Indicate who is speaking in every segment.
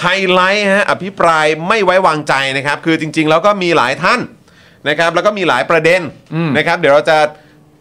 Speaker 1: ไฮไลท์ฮะอภิปรายไม่ไว้วางใจนะครับ คือจริง ๆ แล้วก็มีหลายท่านนะครับ แล้วก็มีหลายประเด็นนะครับ เดี๋ยวเราจะ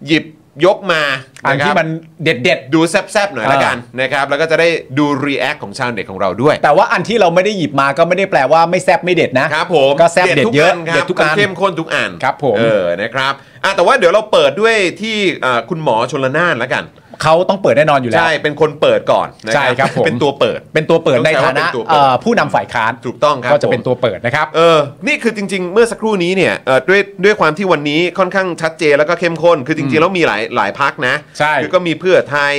Speaker 1: หยิบยกมา
Speaker 2: อัน
Speaker 1: นะครับ
Speaker 2: ที่มันเด็ดเด็ด
Speaker 1: ดูแซบๆหน่อยละกันนะครับ แล้วก็จะได้ดูรีแอคของชาวเน็ตของเราด้วย
Speaker 2: แต่ว่าอันที่เราไม่ได้หยิบมาก็ไม่ได้แปลว่าไม่แซบไม่เด็ดนะครับ
Speaker 1: ผม
Speaker 2: ก็แซบเด็ด
Speaker 1: ทุก
Speaker 2: เยอะ
Speaker 1: นครับ
Speaker 2: เด็ดทุกอัน
Speaker 1: เข้มข้นทุกอ่าน
Speaker 2: ครับผม
Speaker 1: เออนะครับอ่ะแต่ว่าเดี๋ยวเราเปิดด้วยที่อ่าคุณหมอชนละนานละกัน
Speaker 2: เขาต้องเปิดแน่นอนอยู่แล้ว
Speaker 1: ใช่เป็นคนเปิดก่อนนะ
Speaker 2: ใช่ครับผม
Speaker 1: เป็นตัวเปิด
Speaker 2: เป็นตัวเปิดในฐา
Speaker 1: ต้องใช้ว่าเป็
Speaker 2: นะ
Speaker 1: นตัวเปิด
Speaker 2: เอ่อผู้นำฝ่ายค้าน
Speaker 1: ถูกต้องครับ
Speaker 2: ก็จะเป็น
Speaker 1: ผม
Speaker 2: ตัวเปิดนะครับ
Speaker 1: เออ นี่คือจริง ๆ เมื่อสักครู่นี้เนี่ยเอ่อด้วยด้วยความที่วันนี้ค่อนข้างชัดเจนแล้วก็เข้มข้น คือจริงๆ แล้วมีหลายหลายพักนะ
Speaker 2: ใช่
Speaker 1: คือก็มีเพื่อไทย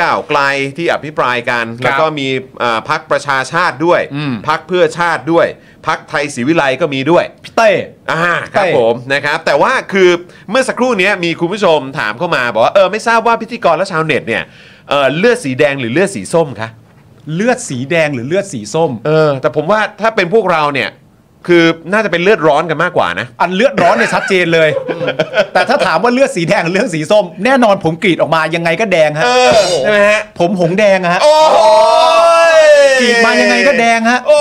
Speaker 1: ก้าวไกลที่อภิปรายกัน แล้วก็มีเอ่อพักประชาชาติด้วย
Speaker 2: อืม
Speaker 1: พักเพื่อชาติด้วย พักไทยศรีวิไลก็มีด้วย
Speaker 2: พี่เต้
Speaker 1: อ่าครับ
Speaker 2: ใช่
Speaker 1: ผมนะครับ แต่ว่าคือเมื่อสักครู่เนี้ยมีคุณผู้ชมถามเข้ามาบอกว่าเออไม่ทราบว่าพิธีกรและชาวเน็ตเนี่ยเออเลือดสีแดงหรือเลือดสีส้มคะ
Speaker 2: เลือดสีแดงหรือเลือดสีส้ม
Speaker 1: เออแต่ผมว่าถ้าเป็นพวกเราเนี่ยคือน่าจะเป็นเลือดร้อนกันมากกว่านะ
Speaker 2: อันเลือดร้อนเนี่ยชัดเจนเลย แต่ถ้าถามว่าเลือดสีแดงหรือเลือดสีส้ม แน่นอนผมกรีดออกมายังไงก็แดงฮะ
Speaker 1: เออใช่ไหมฮะ
Speaker 2: ผมหงแดงอะฮะ
Speaker 1: โอ้ย
Speaker 2: กรีดมายังไงก็แดงฮะ
Speaker 1: โอ้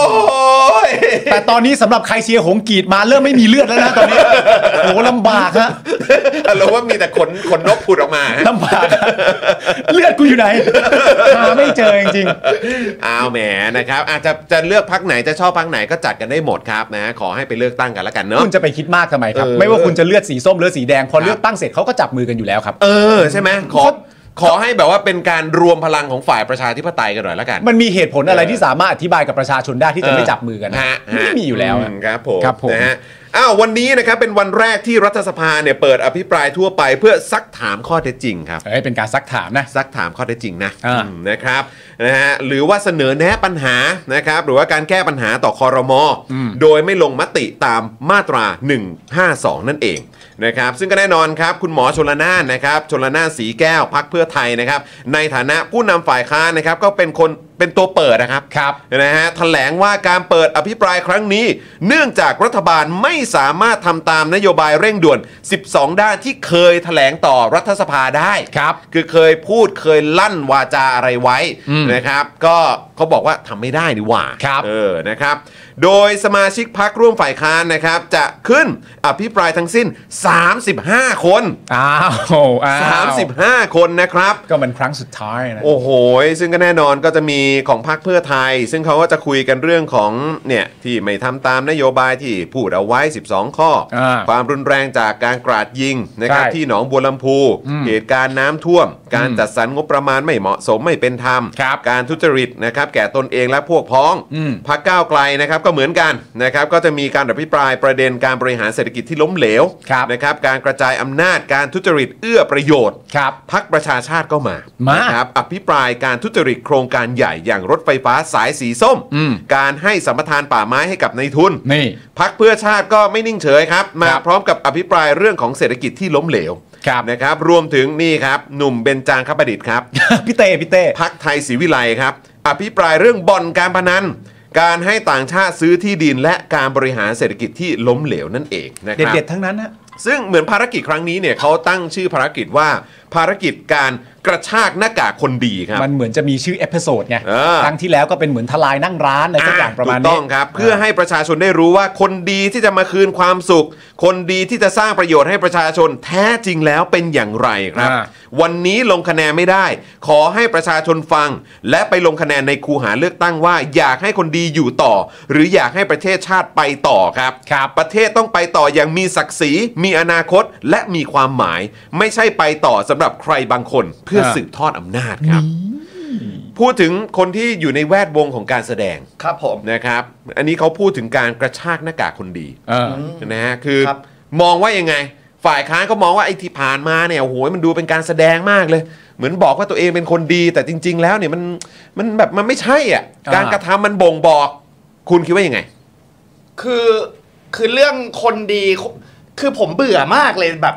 Speaker 1: ย
Speaker 2: แต่ตอนนี้สำหรับใครเชียร์หงกรีดมาเริ่มไม่มีเลือดแล้วนะตอนนี้โหลำบากฮะ
Speaker 1: อารมณ์ว่ามีแต่ขนขนนกผุดออกมาฮะ
Speaker 2: ลำบากฮะเลือดกูอยู่ไหนหาไม่เจอจริง
Speaker 1: อ้าวแหมนะครับอาจจะจะเลือกพักไหนจะชอบพักไหนก็จัดกันได้หมดครับนะขอให้ไปเลือกตั้งกันแล้วกันเนาะ
Speaker 2: คุณจะไปคิดมากทำไมครับ
Speaker 1: เออ
Speaker 2: ไม่ว่าคุณจะเลือดสีส้มเลือดสีแดง พอเลือกตั้งเสร็จเขาก็จับมือกันอยู่แล้วครับ
Speaker 1: เออใช่ไหมขอขอให้แบบว่าเป็นการรวมพลังของฝ่ายประชาธิปไตยกันหน่อยแล้วกัน
Speaker 2: มันมีเหตุผลอะไรที่สามารถอธิบายกับประชาชนได้ที่จะไม่จับมือกันนะ
Speaker 1: ฮะ
Speaker 2: ไม่มีอยู่แล้วอะ
Speaker 1: มครับผม
Speaker 2: ครับผม
Speaker 1: นะฮะอ้าววันนี้นะครับเป็นวันแรกที่รัฐสภาเนี่ยเปิดอภิปรายทั่วไปเพื่อซักถามข้อเท็จจริงครับ
Speaker 2: เอ้ยเป็นการซักถามนะ
Speaker 1: ซักถามข้อเท็จจริงนะ
Speaker 2: อ่า
Speaker 1: อืมนะครับนะฮะหรือว่าเสนอแนะปัญหานะครับหรือว่าการแก้ปัญหาต่อคอรมอโดยไม่ลงมติตามมาตรา 152 นั่นเองนะครับซึ่งก็แน่นอนครับคุณหมอชลนานนะครับชลนานสีแก้วพักเพื่อไทยนะครับในฐานะผู้นำฝ่ายค้านนะครับก็เป็นคนเป็นตัวเปิดนะครับ
Speaker 2: ครับ
Speaker 1: นะฮะแถลงว่าการเปิดอภิปรายครั้งนี้ เนื่องจากรัฐบาลไม่สามารถทำตามนโยบายเร่งด่วน 12 ด้านที่เคยแถลงต่อรัฐสภาได้
Speaker 2: ครับ
Speaker 1: คือเคยพูดเคยลั่นวาจาอะไรไว้
Speaker 2: อืม
Speaker 1: นะครับ ก็เขาบอกว่าทำไม่ได้นี่หว่า
Speaker 2: ครับ
Speaker 1: เออนะครับ โดยสมาชิกพักร่วมฝ่ายค้านนะครับ จะขึ้นอภิปรายทั้งสิ้น 35 คน
Speaker 2: อ้าวอ้าว
Speaker 1: 35 คนนะครับ
Speaker 2: ก็มันครั้งสุดท้ายนะ
Speaker 1: โอ้โห ซึ่งก็แน่นอนก็จะมีของพรรคเพื่อไทย ซึ่งเขาก็จะคุยกันเรื่องของเนี่ยที่ไม่ทำตามนโยบายที่พูดเอาไว้ 12 ข้อ
Speaker 2: อ่า
Speaker 1: ความรุนแรงจากการกราดยิงนะครับ
Speaker 2: ใช่
Speaker 1: ที่หนองบัวลำพู เหตุการณ์น้ำท่วม การจัดสรรงบประมาณไม่เหมาะสมไม่เป็นธรรม
Speaker 2: ครับ
Speaker 1: การทุจริตนะครับแก่ตนเองและพวกพ้อง
Speaker 2: อืม
Speaker 1: พรรคก้าวไกลนะครับก็เหมือนกันนะครับก็จะมีการอภิปรายประเด็นการบริหารเศรษฐกิจที่ล้มเหลว
Speaker 2: ครับ
Speaker 1: นะครับการกระจายอำนาจการทุจริตเอื้อประโยชน์
Speaker 2: ครับ
Speaker 1: พักประชาชาติก็มา
Speaker 2: มา
Speaker 1: นะครับอภิปรายการทุจริตโครงการใหญ่อย่างรถไฟฟ้าสายสีส้ม
Speaker 2: อืม
Speaker 1: การให้สัมปทานป่าไม้ให้กับในายทุน
Speaker 2: นี่
Speaker 1: พักเพื่อชาติก็ไม่นิ่งเฉยครับ มา
Speaker 2: ครับ
Speaker 1: พร้อมกับอภิปรายเรื่องของเศรษฐกิจที่ล้มเหลว
Speaker 2: ครับ
Speaker 1: นะครับ รวมถึงนี่ครับ หนุ่มเบญจางคประดิษฐ์ครับ
Speaker 2: พี่เต้พี่เต้
Speaker 1: พักไทยศรีวิไลครับ อภิปรายเรื่องบ่อนการพนัน การให้ต่างชาติซื้อที่ดิน และการบริหารเศรษฐกิจที่ล้มเหลวนั่นเองนะค
Speaker 2: เด็ด
Speaker 1: รับ
Speaker 2: เด็ดๆทั้งนั้นนะ
Speaker 1: ซึ่งเหมือนภารกิจครั้งนี้เนี่ยเขาตั้งชื่อภารกิจว่าภารกิจการกระชากหน้ากากคนดีครับ
Speaker 2: มันเหมือนจะมีชื่อเอพิโซดไง
Speaker 1: เออ
Speaker 2: ครั้งที่แล้วก็เป็นเหมือนทลายนั่งร้านอะไรสักอย่างประมาณ
Speaker 1: ถูก
Speaker 2: นี้
Speaker 1: ต้องครับ เพื่อให้ประชาชนได้รู้ว่าคนดีที่จะมาคืนความสุข คนดีที่จะสร้างประโยชน์ให้ประชาชนแท้จริงแล้วเป็นอย่างไรครับ
Speaker 2: อ่า
Speaker 1: วันนี้ลงคะแนนไม่ได้ ขอให้ประชาชนฟัง และไปลงคะแนนในคูหาเลือกตั้งว่า อยากให้คนดีอยู่ต่อ หรืออยากให้ประเทศชาติไปต่อครับ
Speaker 2: ครับ
Speaker 1: ประเทศต้องไปต่ออย่างมีศักดิ์ศรี มีอนาคตและมีความหมาย ไม่ใช่ไปต่อสำหรับใครบางคนเพื่อ
Speaker 2: อ่า
Speaker 1: สืบทอดอำนาจครับ พูดถึงคนที่อยู่ในแวดวงของการแสดง
Speaker 3: ครับผม
Speaker 1: นะครับ อันนี้เขาพูดถึงการกระชากหน้ากากคนดี
Speaker 2: เออ
Speaker 1: นะฮะคือ
Speaker 3: ครับ
Speaker 1: มองว่ายังไง ฝ่ายค้านก็มองว่าไอ้ที่ผ่านมาเนี่ยโอ้โหมันดูเป็นการแสดงมากเลย เหมือนบอกว่าตัวเองเป็นคนดี แต่จริง ๆ แล้วเนี่ยมันมันแบบมันไม่ใช่อ่ะ
Speaker 2: อ่า
Speaker 1: การกระทำมันบ่งบอก คุณคิดว่ายังไง
Speaker 3: คือคือเรื่องคนดีคือผมเบื่อมากเลยแบบ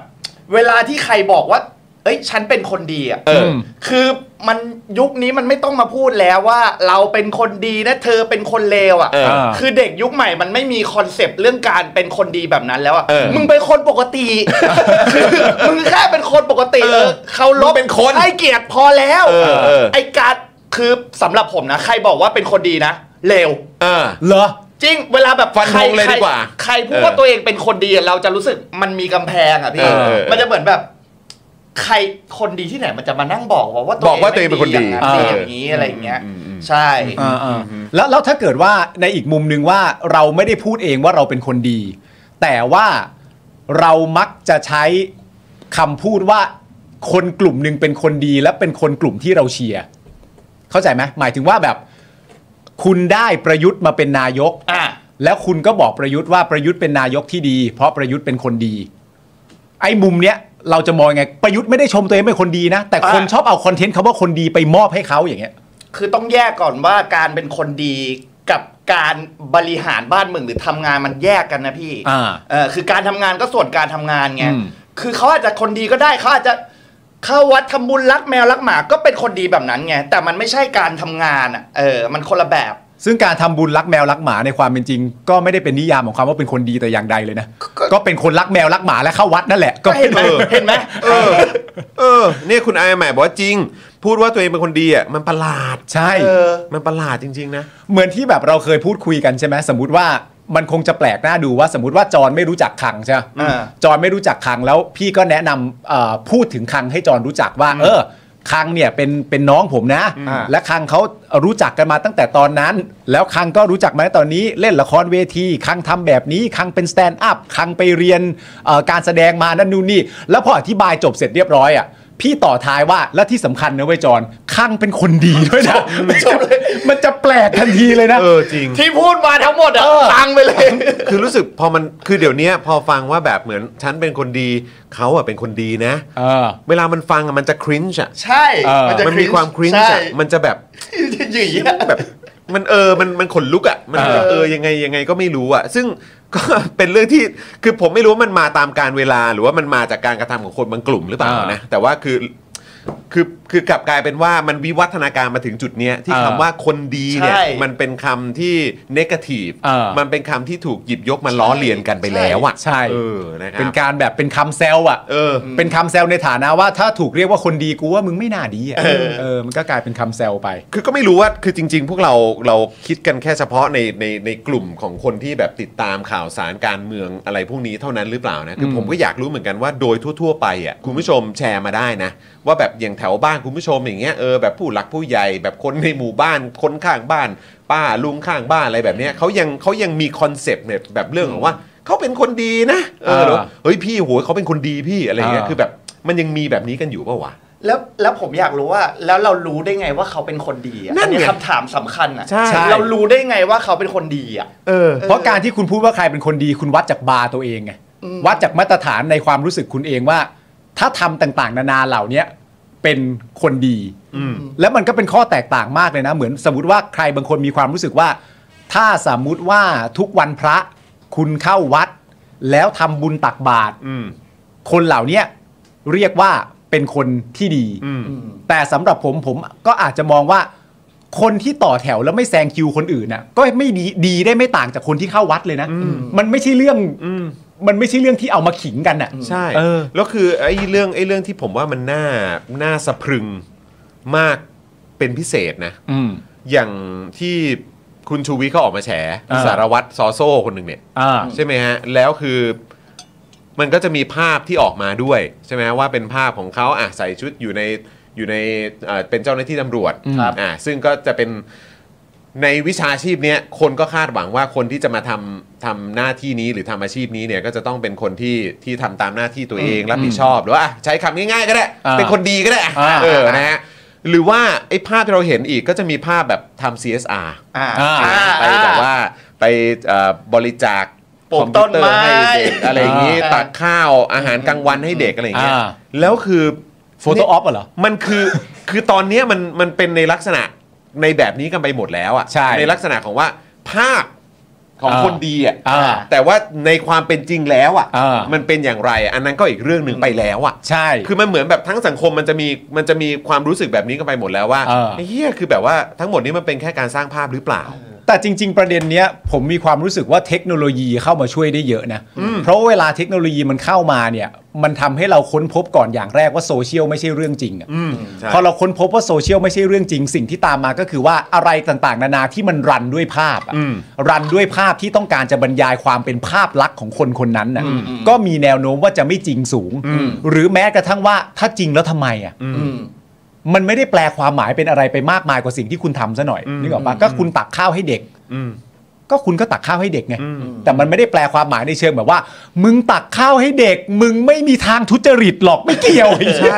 Speaker 3: เวลาที่ใครบอกว่า เอ้ย ฉันเป็นคนดีอ่ะ
Speaker 1: เออ
Speaker 3: คือมันยุคนี้มันไม่ต้องมาพูดแล้วว่า เราเป็นคนดีนะเธอเป็นคนเลวอ่ะ
Speaker 1: เออ
Speaker 2: เออ
Speaker 3: คือเด็กยุคใหม่มันไม่มีคอนเซปต์เรื่องการเป็นคนดีแบบนั้นแล้วอ่ะ
Speaker 1: เออ
Speaker 3: มึงเป็นคนปกติ คือมึงแค่เป็นคนปกติ
Speaker 1: เออ
Speaker 3: เขาล
Speaker 1: มึ
Speaker 3: บ
Speaker 1: งเป็นคน
Speaker 3: ให้เกียรติพอแล้ว
Speaker 1: เออเออ
Speaker 3: ไอการคือสำหรับผมนะ ใครบอกว่าเป็นคนดีนะ เลว
Speaker 1: เออ
Speaker 2: เหรอ
Speaker 3: จริง เวลาแบบ
Speaker 1: ฟันธง
Speaker 3: ใคร
Speaker 1: เลยดีกว่า
Speaker 3: ใครใครพูด
Speaker 1: เออ
Speaker 3: ว่าตัวเองเป็นคนดีอะเราจะรู้สึกมันมีกำแพงอ่ะพี่
Speaker 1: เออเออ
Speaker 3: มันจะเหมือนแบบ ใครคนดีที่ไหนมันจะมานั่งบอกว่า
Speaker 1: บอกว่าตัวเองเป็นคนดี
Speaker 3: อย่าง
Speaker 2: เออ
Speaker 3: อย่างนี้อะไรอย่างเงี้ย
Speaker 1: อืมอืม
Speaker 3: ใช่
Speaker 2: อ่าๆแล้วแล้วถ้าเกิดว่าในอีกมุมหนึ่งว่าเราไม่ได้พูดเองว่าเราเป็นคนดี แต่ว่าเรามักจะใช้คำพูดว่าคนกลุ่มหนึ่งเป็นคนดีและเป็นคนกลุ่มที่เราเชียร์เข้าใจไหมหมายถึงว่าแบบ คุณได้ประยุทธ์มาเป็นนายก
Speaker 3: อ่ะ
Speaker 2: แล้วคุณก็บอกประยุทธ์ว่าประยุทธ์เป็นนายกที่ดี เพราะประยุทธ์เป็นคนดี ไอ้มุมเนี้ยเราจะมองยังไงประยุทธ์ไม่ได้ชมตัวเองเป็นคนดีนะ แต่คน
Speaker 3: อ่ะ
Speaker 2: ชอบเอาคอนเทนต์คำว่าคนดีไปมอบให้เขาอย่างเงี้ย
Speaker 3: คือต้องแยกก่อนว่าการเป็นคนดีกับการบริหารบ้านเมืองหรือทำงานมันแยกกันนะพี่
Speaker 2: อ่า
Speaker 3: เออคือการทำงานก็ส่วนการทำงานไง
Speaker 2: อืม
Speaker 3: คือเขาอาจจะคนดีก็ได้เขาอาจจะเข้าวัดทำบุญรักแมวรักหมาก็เป็นคนดีแบบนั้นไงแต่มันไม่ใช่การทำงานอ่ะเออ มันคนละแบบ
Speaker 2: ซึ่งการทำบุญรักแมวรักหมาในความเป็นจริง ก็ไม่ได้เป็นนิยามของความว่าเป็นคนดีแต่อย่างใดเลยนะ
Speaker 3: ก็
Speaker 2: ก็เป็นคนรักแมวรักหมาและเข้าวัดนั่นแหละ ก็
Speaker 3: ก็เห็นไหม
Speaker 1: เออ
Speaker 3: เห็นไหม
Speaker 1: เออ เออ เนี่ยคุณไอแหม่บอกว่าจริง พูดว่าตัวเองเป็นคนดีอ่ะมันประหลาด
Speaker 2: ใช่
Speaker 3: เออ
Speaker 1: มันประหลาดจริง ๆ นะ
Speaker 2: เหมือนที่แบบเราเคยพูดคุยกันใช่ไหมสมมติว่ามันคงจะแปลกหน้าดูว่าสมมติว่าจอนไม่รู้จักคังใช่ไหม
Speaker 3: อ่า
Speaker 2: จอนไม่รู้จักคังแล้วพี่ก็แนะนำเอ่อพูดถึงคังให้จอนรู้จักว่า เออคังเนี่ยเป็นเป็นน้องผมนะ และคังเขารู้จักกันมาตั้งแต่ตอนนั้น แล้วคังก็รู้จักมาตอนนี้เล่นละครเวทีคังทำแบบนี้คังเป็นสแตนด์อัพคังไปเรียนเอ่อการแสดงมานั่นนู่นนี่ แล้วพออธิบายจบเสร็จเรียบร้อยอ่ะพี่ต่อท้ายว่าและที่สำคัญนะเว้ยจอนคังเป็นคนดีด้วยนะมันจะมันจะแปลกทันทีเลยนะ
Speaker 1: เออจริง
Speaker 3: ที่พูดมาทั้งหมดอ่ะ
Speaker 2: เออ
Speaker 3: ตังไปเลย
Speaker 1: คือรู้สึกพอมันคือเดี๋ยวเนี้ยพอฟังว่าแบบเหมือนฉันเป็นคนดีเขาอ่ะเป็นคนดีนะ
Speaker 2: เออ
Speaker 1: เวลามันฟังอะมันจะคริ้นช์อ่ะ
Speaker 3: ใช่
Speaker 2: เออ
Speaker 3: จะ
Speaker 1: มันมีความคริ้นช์
Speaker 3: ใช่
Speaker 1: อ่ะมันจะแบบ
Speaker 3: อยู่อย่างเงี้ย
Speaker 1: แบบ มันเออมันมันขนลุกอ่ะมันจะ
Speaker 3: เออ
Speaker 1: เออยังไงยังไงก็ไม่รู้อ่ะ ซึ่ง ก็ เป็นเรื่องที่คือผมไม่รู้ว่ามันมาตามการเวลาหรือว่ามันมาจากการกระทำของคนบางกลุ่มหรือเปล่า
Speaker 2: อ่าน
Speaker 1: นะแต่ว่าคือคือคือกลับกลายเป็นว่ามันวิวัฒนาการมาถึงจุดเนี้ยที่
Speaker 2: อ่า
Speaker 1: คำว่าคนดีเนี่ย
Speaker 3: ใช่
Speaker 1: มันเป็นคำที่เนกาทีฟ
Speaker 2: อ่ามั
Speaker 1: มันเป็นคำที่ถูกหยิบยกมาล้อเลียนกันไปแล้วอ่ะ
Speaker 2: ใช่
Speaker 1: เออนะครับ
Speaker 2: เป็นการแบบเป็นคำแซวอ่ะ
Speaker 1: เออ
Speaker 2: เป็นคำแซวในฐานะว่าถ้าถูกเรียกว่าคนดีกูว่ามึงไม่น่าดีอ่ะเออมันก็กลายเป็นคำแซวไป
Speaker 1: คือก็ไม่รู้ว่าคือจริง ๆ พวกเราเราคิดกันแค่เฉพาะในในในกลุ่มของคนที่แบบติดตามข่าวสารการเมืองอะไรพวกนี้เท่านั้นหรือเปล่านะคือผมก็อยากรู้เหมือนกันว่าโดยทั่ว ๆ ไปอ่ะคุณผู้ชมแชร์มาได้นะ ว่าแบบอย่างแถวบ้านคุณผู้ชมอย่างเงี้ยเออแบบผู้หลักผู้ใหญ่แบบคนในหมู่บ้านคนข้างบ้าน ป้าลุงข้างบ้านอะไรแบบเนี้ยเขายังเขายังมีคอนเซปต์เนี่ยแบบเรื่องของว่าเขาเป็นคนดีนะเออหรือว่า
Speaker 2: อ่า
Speaker 1: เฮ้ยพี่โหยเขาเป็นคนดีพี่อะไรอย่างเงี้ย
Speaker 2: อ่า
Speaker 1: คือแบบมันยังมีแบบนี้กันอยู่เปล่าวะ
Speaker 3: แล้วแล้วผมอยากรู้ว่าแล้วเรารู้ได้ไงว่าเขาเป็นคนดีอ่ะ
Speaker 1: นั่นไง
Speaker 3: อัคำถามสำคัญอ่ะ
Speaker 1: ใช่
Speaker 3: เรารู้ได้ไงว่าเขาเป็นคนดีอ่ะ
Speaker 1: เออ
Speaker 2: เพราะการที่คุณพูดว่าใครเป็นคนดีคุณวัดจากบาร์ตัวเองไงวัดจากมาตรฐานในความรู้สึกคุณเองว่า ถ้าทำต่างๆ นานาเหล่าเนี้ยเป็นคนดี
Speaker 1: อืม
Speaker 2: แล้วมันก็เป็นข้อแตกต่างมากเลยนะ เหมือนสมมติว่าใครบางคนมีความรู้สึกว่า ถ้าสมมุติว่าทุกวันพระคุณเข้าวัด แล้วทำบุญตักบาตร
Speaker 1: อืม
Speaker 2: คนเหล่าเนี้ยเรียกว่าเป็นคนที่ดี
Speaker 1: อืม
Speaker 2: แต่สำหรับผมผมก็อาจจะมองว่า คนที่ต่อแถวแล้วไม่แซงคิวคนอื่นน่ะ ก็ไม่ดีดีได้ไม่ต่างจากคนที่เข้าวัดเลยนะ มันไม่ใช่เรื่อง
Speaker 1: อืม
Speaker 2: มันไม่ใช่เรื่องที่เอามาขิงกันน่ะ
Speaker 1: ใช่
Speaker 2: เออ
Speaker 1: แล้วคือไอ้เรื่องไอ้เรื่องที่ผมว่ามันน่าน่าสะพรึงมากเป็นพิเศษนะ
Speaker 2: อืม
Speaker 1: อย่างที่คุณชูวิทย์เขาออกมาแฉ
Speaker 2: อ่า
Speaker 1: สารวัตรซอโซ่คนหนึ่งเนี่ย
Speaker 2: อ่า
Speaker 1: ใช่ไหมฮะ แล้วคือมันก็จะมีภาพที่ออกมาด้วยใช่ไหมว่าเป็นภาพของเขาอ่ะใส่ชุดอยู่ในอยู่ในเอ่อเป็นเจ้าหน้าที่ตำรวจ
Speaker 2: ครับ
Speaker 1: อ่ะซึ่งก็จะเป็นในวิชาชีพเนี้ยคนก็คาดหวังว่าคนที่จะมาทำทำหน้าที่นี้หรือทำอาชีพนี้เนี่ยก็จะต้องเป็นคนที่ที่ทำตามหน้าที่ตัวเองรับผิดชอบหรือว่าอ่ะใช้คำง่ายๆก็ได้
Speaker 2: อ่า
Speaker 1: เป็นคนดีก็ได้อ่ะ
Speaker 2: อ่า
Speaker 1: เออนะฮะหรือว่าไอ้ภาพที่เราเห็นอีกก็จะมีภาพแบบทำ CSR
Speaker 3: อ่า
Speaker 2: อ่า
Speaker 3: อ่า
Speaker 1: ไปแบบว่าไปเอ่อบริจาค
Speaker 3: ปลู
Speaker 1: ค
Speaker 3: ก
Speaker 1: อมพิวเตอ
Speaker 3: ต้นไม้
Speaker 1: ร์ให้เด็กอะไรอย่างนี้
Speaker 3: อ่า
Speaker 1: ตักข้าวอาหารกลางวันให้เด็กอะไรอย่างเงี้ย
Speaker 2: อ่า
Speaker 1: แล้วคือ
Speaker 2: โฟโต้ออฟเหรอ
Speaker 1: มันคือ คือตอนเนี้ยมันมันเป็นในลักษณะในแบบนี้กันไปหมดแล้วอ่ะ
Speaker 2: ใช่
Speaker 1: ลักษณะของว่าภาพของ
Speaker 2: อ่า
Speaker 1: คนดีอ่ะ
Speaker 2: อ่า
Speaker 1: แต่ว่าในความเป็นจริงแล้วอ่ะ
Speaker 2: อ่ามั
Speaker 1: มันเป็นอย่างไรอะอันนั้นก็อีกเรื่องหนึ่งไปแล้วอ่ะ
Speaker 2: ใช่
Speaker 1: คือมันเหมือนแบบทั้งสังคมมันจะมีมันจะมีความรู้สึกแบบนี้กันไปหมดแล้วว่า
Speaker 2: เออ
Speaker 1: ไอ้เฮียคือแบบว่าทั้งหมดนี้มันเป็นแค่การสร้างภาพหรือเปล่า
Speaker 2: แต่จริง ๆ ประเด็นเนี้ยผมมีความรู้สึกว่าเทคโนโลยีเข้ามาช่วยได้เยอะนะ เพราะว่าเวลาเทคโนโลยีมันเข้ามาเนี่ย มันทำให้เราค้นพบก่อนอย่างแรกว่าโซเชียลไม่ใช่เรื่องจริงอะ
Speaker 1: อืมใช่
Speaker 2: พอเราค้นพบว่าโซเชียลไม่ใช่เรื่องจริง สิ่งที่ตามมาก็คือว่าอะไรต่างๆ นานาที่มันรันด้วยภาพอะ
Speaker 1: อืม
Speaker 2: รันด้วยภาพที่ต้องการจะบรรยายความเป็นภาพลักษณ์ของคนคนนั้นน่ะก็มีแนวโน้มว่าจะไม่จริงสูง หรือแม้กระทั่งว่าถ้าจริงแล้วทำไมอ่ะ
Speaker 3: อืม
Speaker 2: มันไม่ได้แปลความหมายเป็นอะไรไปมากมายกว่าสิ่งที่คุณทำซะหน่อยนึกออกปะก็คุณตักข้าวให้เด็ก
Speaker 1: อืม
Speaker 2: ก็คุณก็ตักข้าวให้เด็กไงแต่มันไม่ได้แปลความหมายในเชิงแบบว่า มึงตักข้าวให้เด็ก มึงไม่มีทางทุจริตหรอกไม่เกี่ยว
Speaker 1: ใช่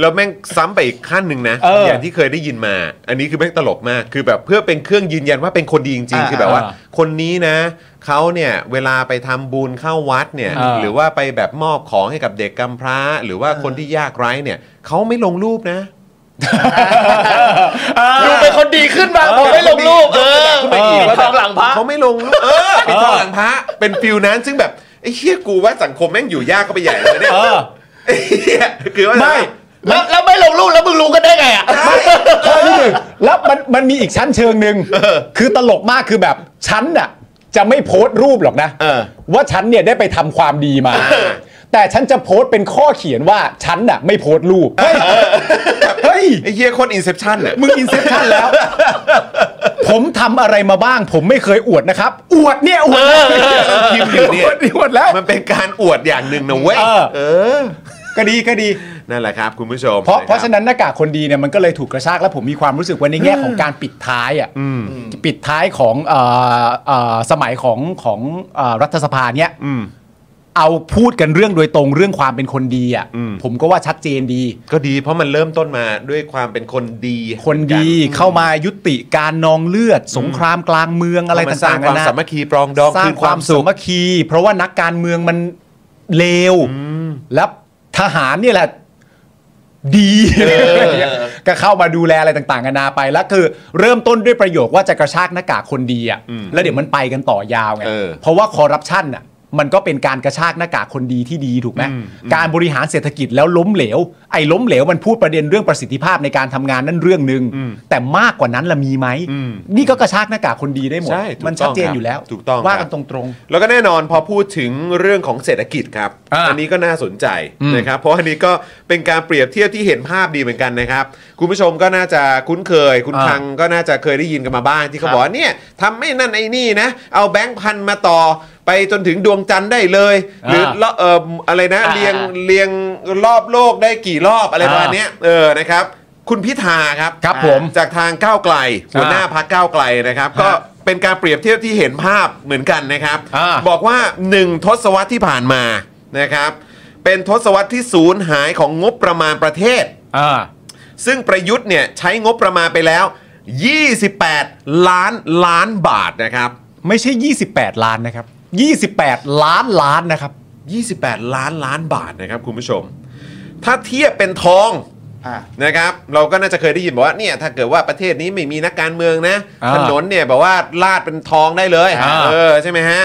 Speaker 1: แล้วแม่งซ้ำไปอีกขั้นหนึ่งนะ
Speaker 2: เอออย่าง
Speaker 1: ที่เคยได้ยินมา อันนี้คือแม่งตลกมากคือแบบเพื่อเป็นเครื่องยืนยันว่าเป็นคนดีจริงๆ
Speaker 3: อ่า
Speaker 1: คือแบบว่า
Speaker 2: อ่า
Speaker 1: คนนี้นะเขาเนี่ยเวลาไปทำบุญเข้าวัดเนี่ย
Speaker 2: อ่า
Speaker 1: หรือว่าไปแบบมอบของให้กับเด็กกำพร้า หรือว่าคนที่ยากไร้เนี่ยเขาไม่ลงรูปนะ
Speaker 3: ูเป็นคนดีขึ้นมาพอไม่ลงรูป เออ
Speaker 1: ไปอีก
Speaker 3: ปิดทองหลังพระ
Speaker 1: เขาไม่ลงรูปเออปิดทองหลังพระเป็นฟิลนั้นซึ่งแบบไอ้เฮียกูว่าสังคมแม่งอยู่ยากก็ไปใหญ่เลยเนี่ย
Speaker 2: เออ
Speaker 1: ไอ้เหี้ยคือว่า
Speaker 2: ไม่
Speaker 3: แล้วแล้วไม่ลงรูปแล้วมึงรู้กันได้ไงอ่ะ
Speaker 2: ข้อที่หนึ่งแล้วมันมันมีอีกชั้นเชิงหนึ่งคือตลกมากคือแบบชั้นน่ะจะไม่โพสต์รูปหรอกนะ
Speaker 1: เออ
Speaker 2: ว่าฉันเนี่ยได้ไปทำความดีมา
Speaker 1: เออ
Speaker 2: แต่ฉันจะโพสต์เป็นข้อเขียนว่าฉันน่ะไม่โพสต์รูปเฮ้ยเฮ้ย
Speaker 1: ไอ้เฮียโคนอินเซพชันเนี่ย
Speaker 2: มึงอินเซปชันแล้ว ผมทำอะไรมาบ้าง ผมไม่เคยอวดนะครับ อวดเนี่ยอวดนะ
Speaker 1: พิมพ์อยู่เนี่ย
Speaker 2: อวดอวดแล้ว
Speaker 1: มันเป็นการอวดอย่างหนึ่งนะเว้ย
Speaker 2: เออ
Speaker 1: เออ
Speaker 2: ก็ดีก็ดี
Speaker 1: นั่นแหละครับ คุณผู้ชม
Speaker 2: เพราะ
Speaker 1: คบ
Speaker 2: เพราะฉะนั้นหน้ากากคนดีเนี่ยมันก็เลยถูกกระชากและผมมีความรู้สึกว่าในแง่ของการปิดท้ายอ่ะปิดท้ายของเออเอ่อสมัยของของเอ่อรัฐสภาเนี่ย
Speaker 1: อืม
Speaker 2: เอาพูดกันเรื่องโดยตรงเรื่องความเป็นคนดีอ่ะ
Speaker 1: อืม
Speaker 2: ผมก็ว่าชัดเจนดี
Speaker 1: ก็ดีเพราะมันเริ่มต้นมาด้วยความเป็นคนดี
Speaker 2: คนดีเข้ามายุติการนองเลือด สงครามกลางเมือง
Speaker 1: อะ
Speaker 2: อะไร ไร
Speaker 1: ต่างสร้า
Speaker 2: ต่าง ง
Speaker 1: ค
Speaker 2: ๆ
Speaker 1: วาม
Speaker 2: นะ
Speaker 1: สามัคคีปรองดอง
Speaker 2: สร้า
Speaker 1: คื
Speaker 2: ง
Speaker 1: น
Speaker 2: ความสามัคคี เพราะว่านักการเมืองมันเลวและทหารเนี่ยแหละ ดี ก็เข้ามาดูแลอะไรต่างๆกันานาไปแล้วคือ เริ่มต้นด้วยประโยคว่าจะกระชากหน้ากากคนดีอ่ะแล้วเดี๋ยวมันไปกันต่อยาวไง
Speaker 1: เออ
Speaker 2: เพราะว่าคอร์รัปชันอ่ะมันก็เป็นการกระชากหน้ากากคนดีที่ดีถูกไหมการบริหารเศรษฐกิจแล้วล้มเหลว ไอ้ล้มเหลวมันพูดประเด็นเรื่องประสิทธิภาพในการทำงานนั่นเรื่องหนึ่งแต่มากกว่านั้นละมีไหมนี่ก็กระชากหน้ากากคนดีได้หมด
Speaker 1: ใช่ถูก
Speaker 2: มันชัดเจน
Speaker 1: ต้งครับ
Speaker 2: อยู่แล้ว
Speaker 1: ถูกต้อง
Speaker 2: ว่า
Speaker 1: ค
Speaker 2: กับ นตรง
Speaker 1: แล้วก็แน่นอนพอพูดถึงเรื่องของเศรษฐกิจครับ
Speaker 2: อ่า
Speaker 1: นนี้ก็น่าสนใจนะครับ เพราะอันนี้ก็เป็นการเปรียบเทียบที่เห็นภาพดีเหมือนกันนะครับ คุณผู้ชมก็น่าจะคุ้นเคย คุณคังก็น่าจะเคยได้ยินกันมาบ้างที่เขาบอกว่าเนี่ยทำไม่นั่นไอ้นี่นะ เอาแบงค์พันมาต่อไปจนถึงดวงจันทร์ได้เลย หรือละเอ่ออะไรนะ
Speaker 3: อ่า
Speaker 1: เรียงเรียงรอบโลกได้กี่รอบอะไรประมาณเนี้ยเออนะครับ คุณพิธาครับ
Speaker 2: ครับผม
Speaker 1: จากทางก้าวไกลหัวหน้าพักก้าวไกลนะครับ ก็เป็นการเปรียบเทียบที่เห็นภาพเหมือนกันนะครับ
Speaker 2: อ่า
Speaker 1: บอกว่า 1 ทศวรรษที่ผ่านมานะครับ เป็นทศวรรษที่สูญหายของงบประมาณประเทศ
Speaker 2: ๆอ่า
Speaker 1: ซึ่งประยุทธ์เนี่ยใช้งบประมาณไปแล้ว 28 ล้านล้านบาทนะครับ
Speaker 2: ไม่ใช่ 28 ล้านนะครับ 28 ล้านล้านนะครับ
Speaker 1: 28 ล้านล้านบาทนะครับคุณผู้ชม ถ้าเทียบเป็นทอง
Speaker 3: อ่ะ
Speaker 1: นะครับเราก็น่าจะเคยได้ยินบอกว่าเนี่ยถ้าเกิดว่าประเทศนี้ไม่มีนักการเมืองนะ
Speaker 2: อ่า
Speaker 1: ถนนเนี่ยแบบว่าลาดเป็นทองได้เลย
Speaker 2: อ่า
Speaker 1: เออใช่ไหมฮะ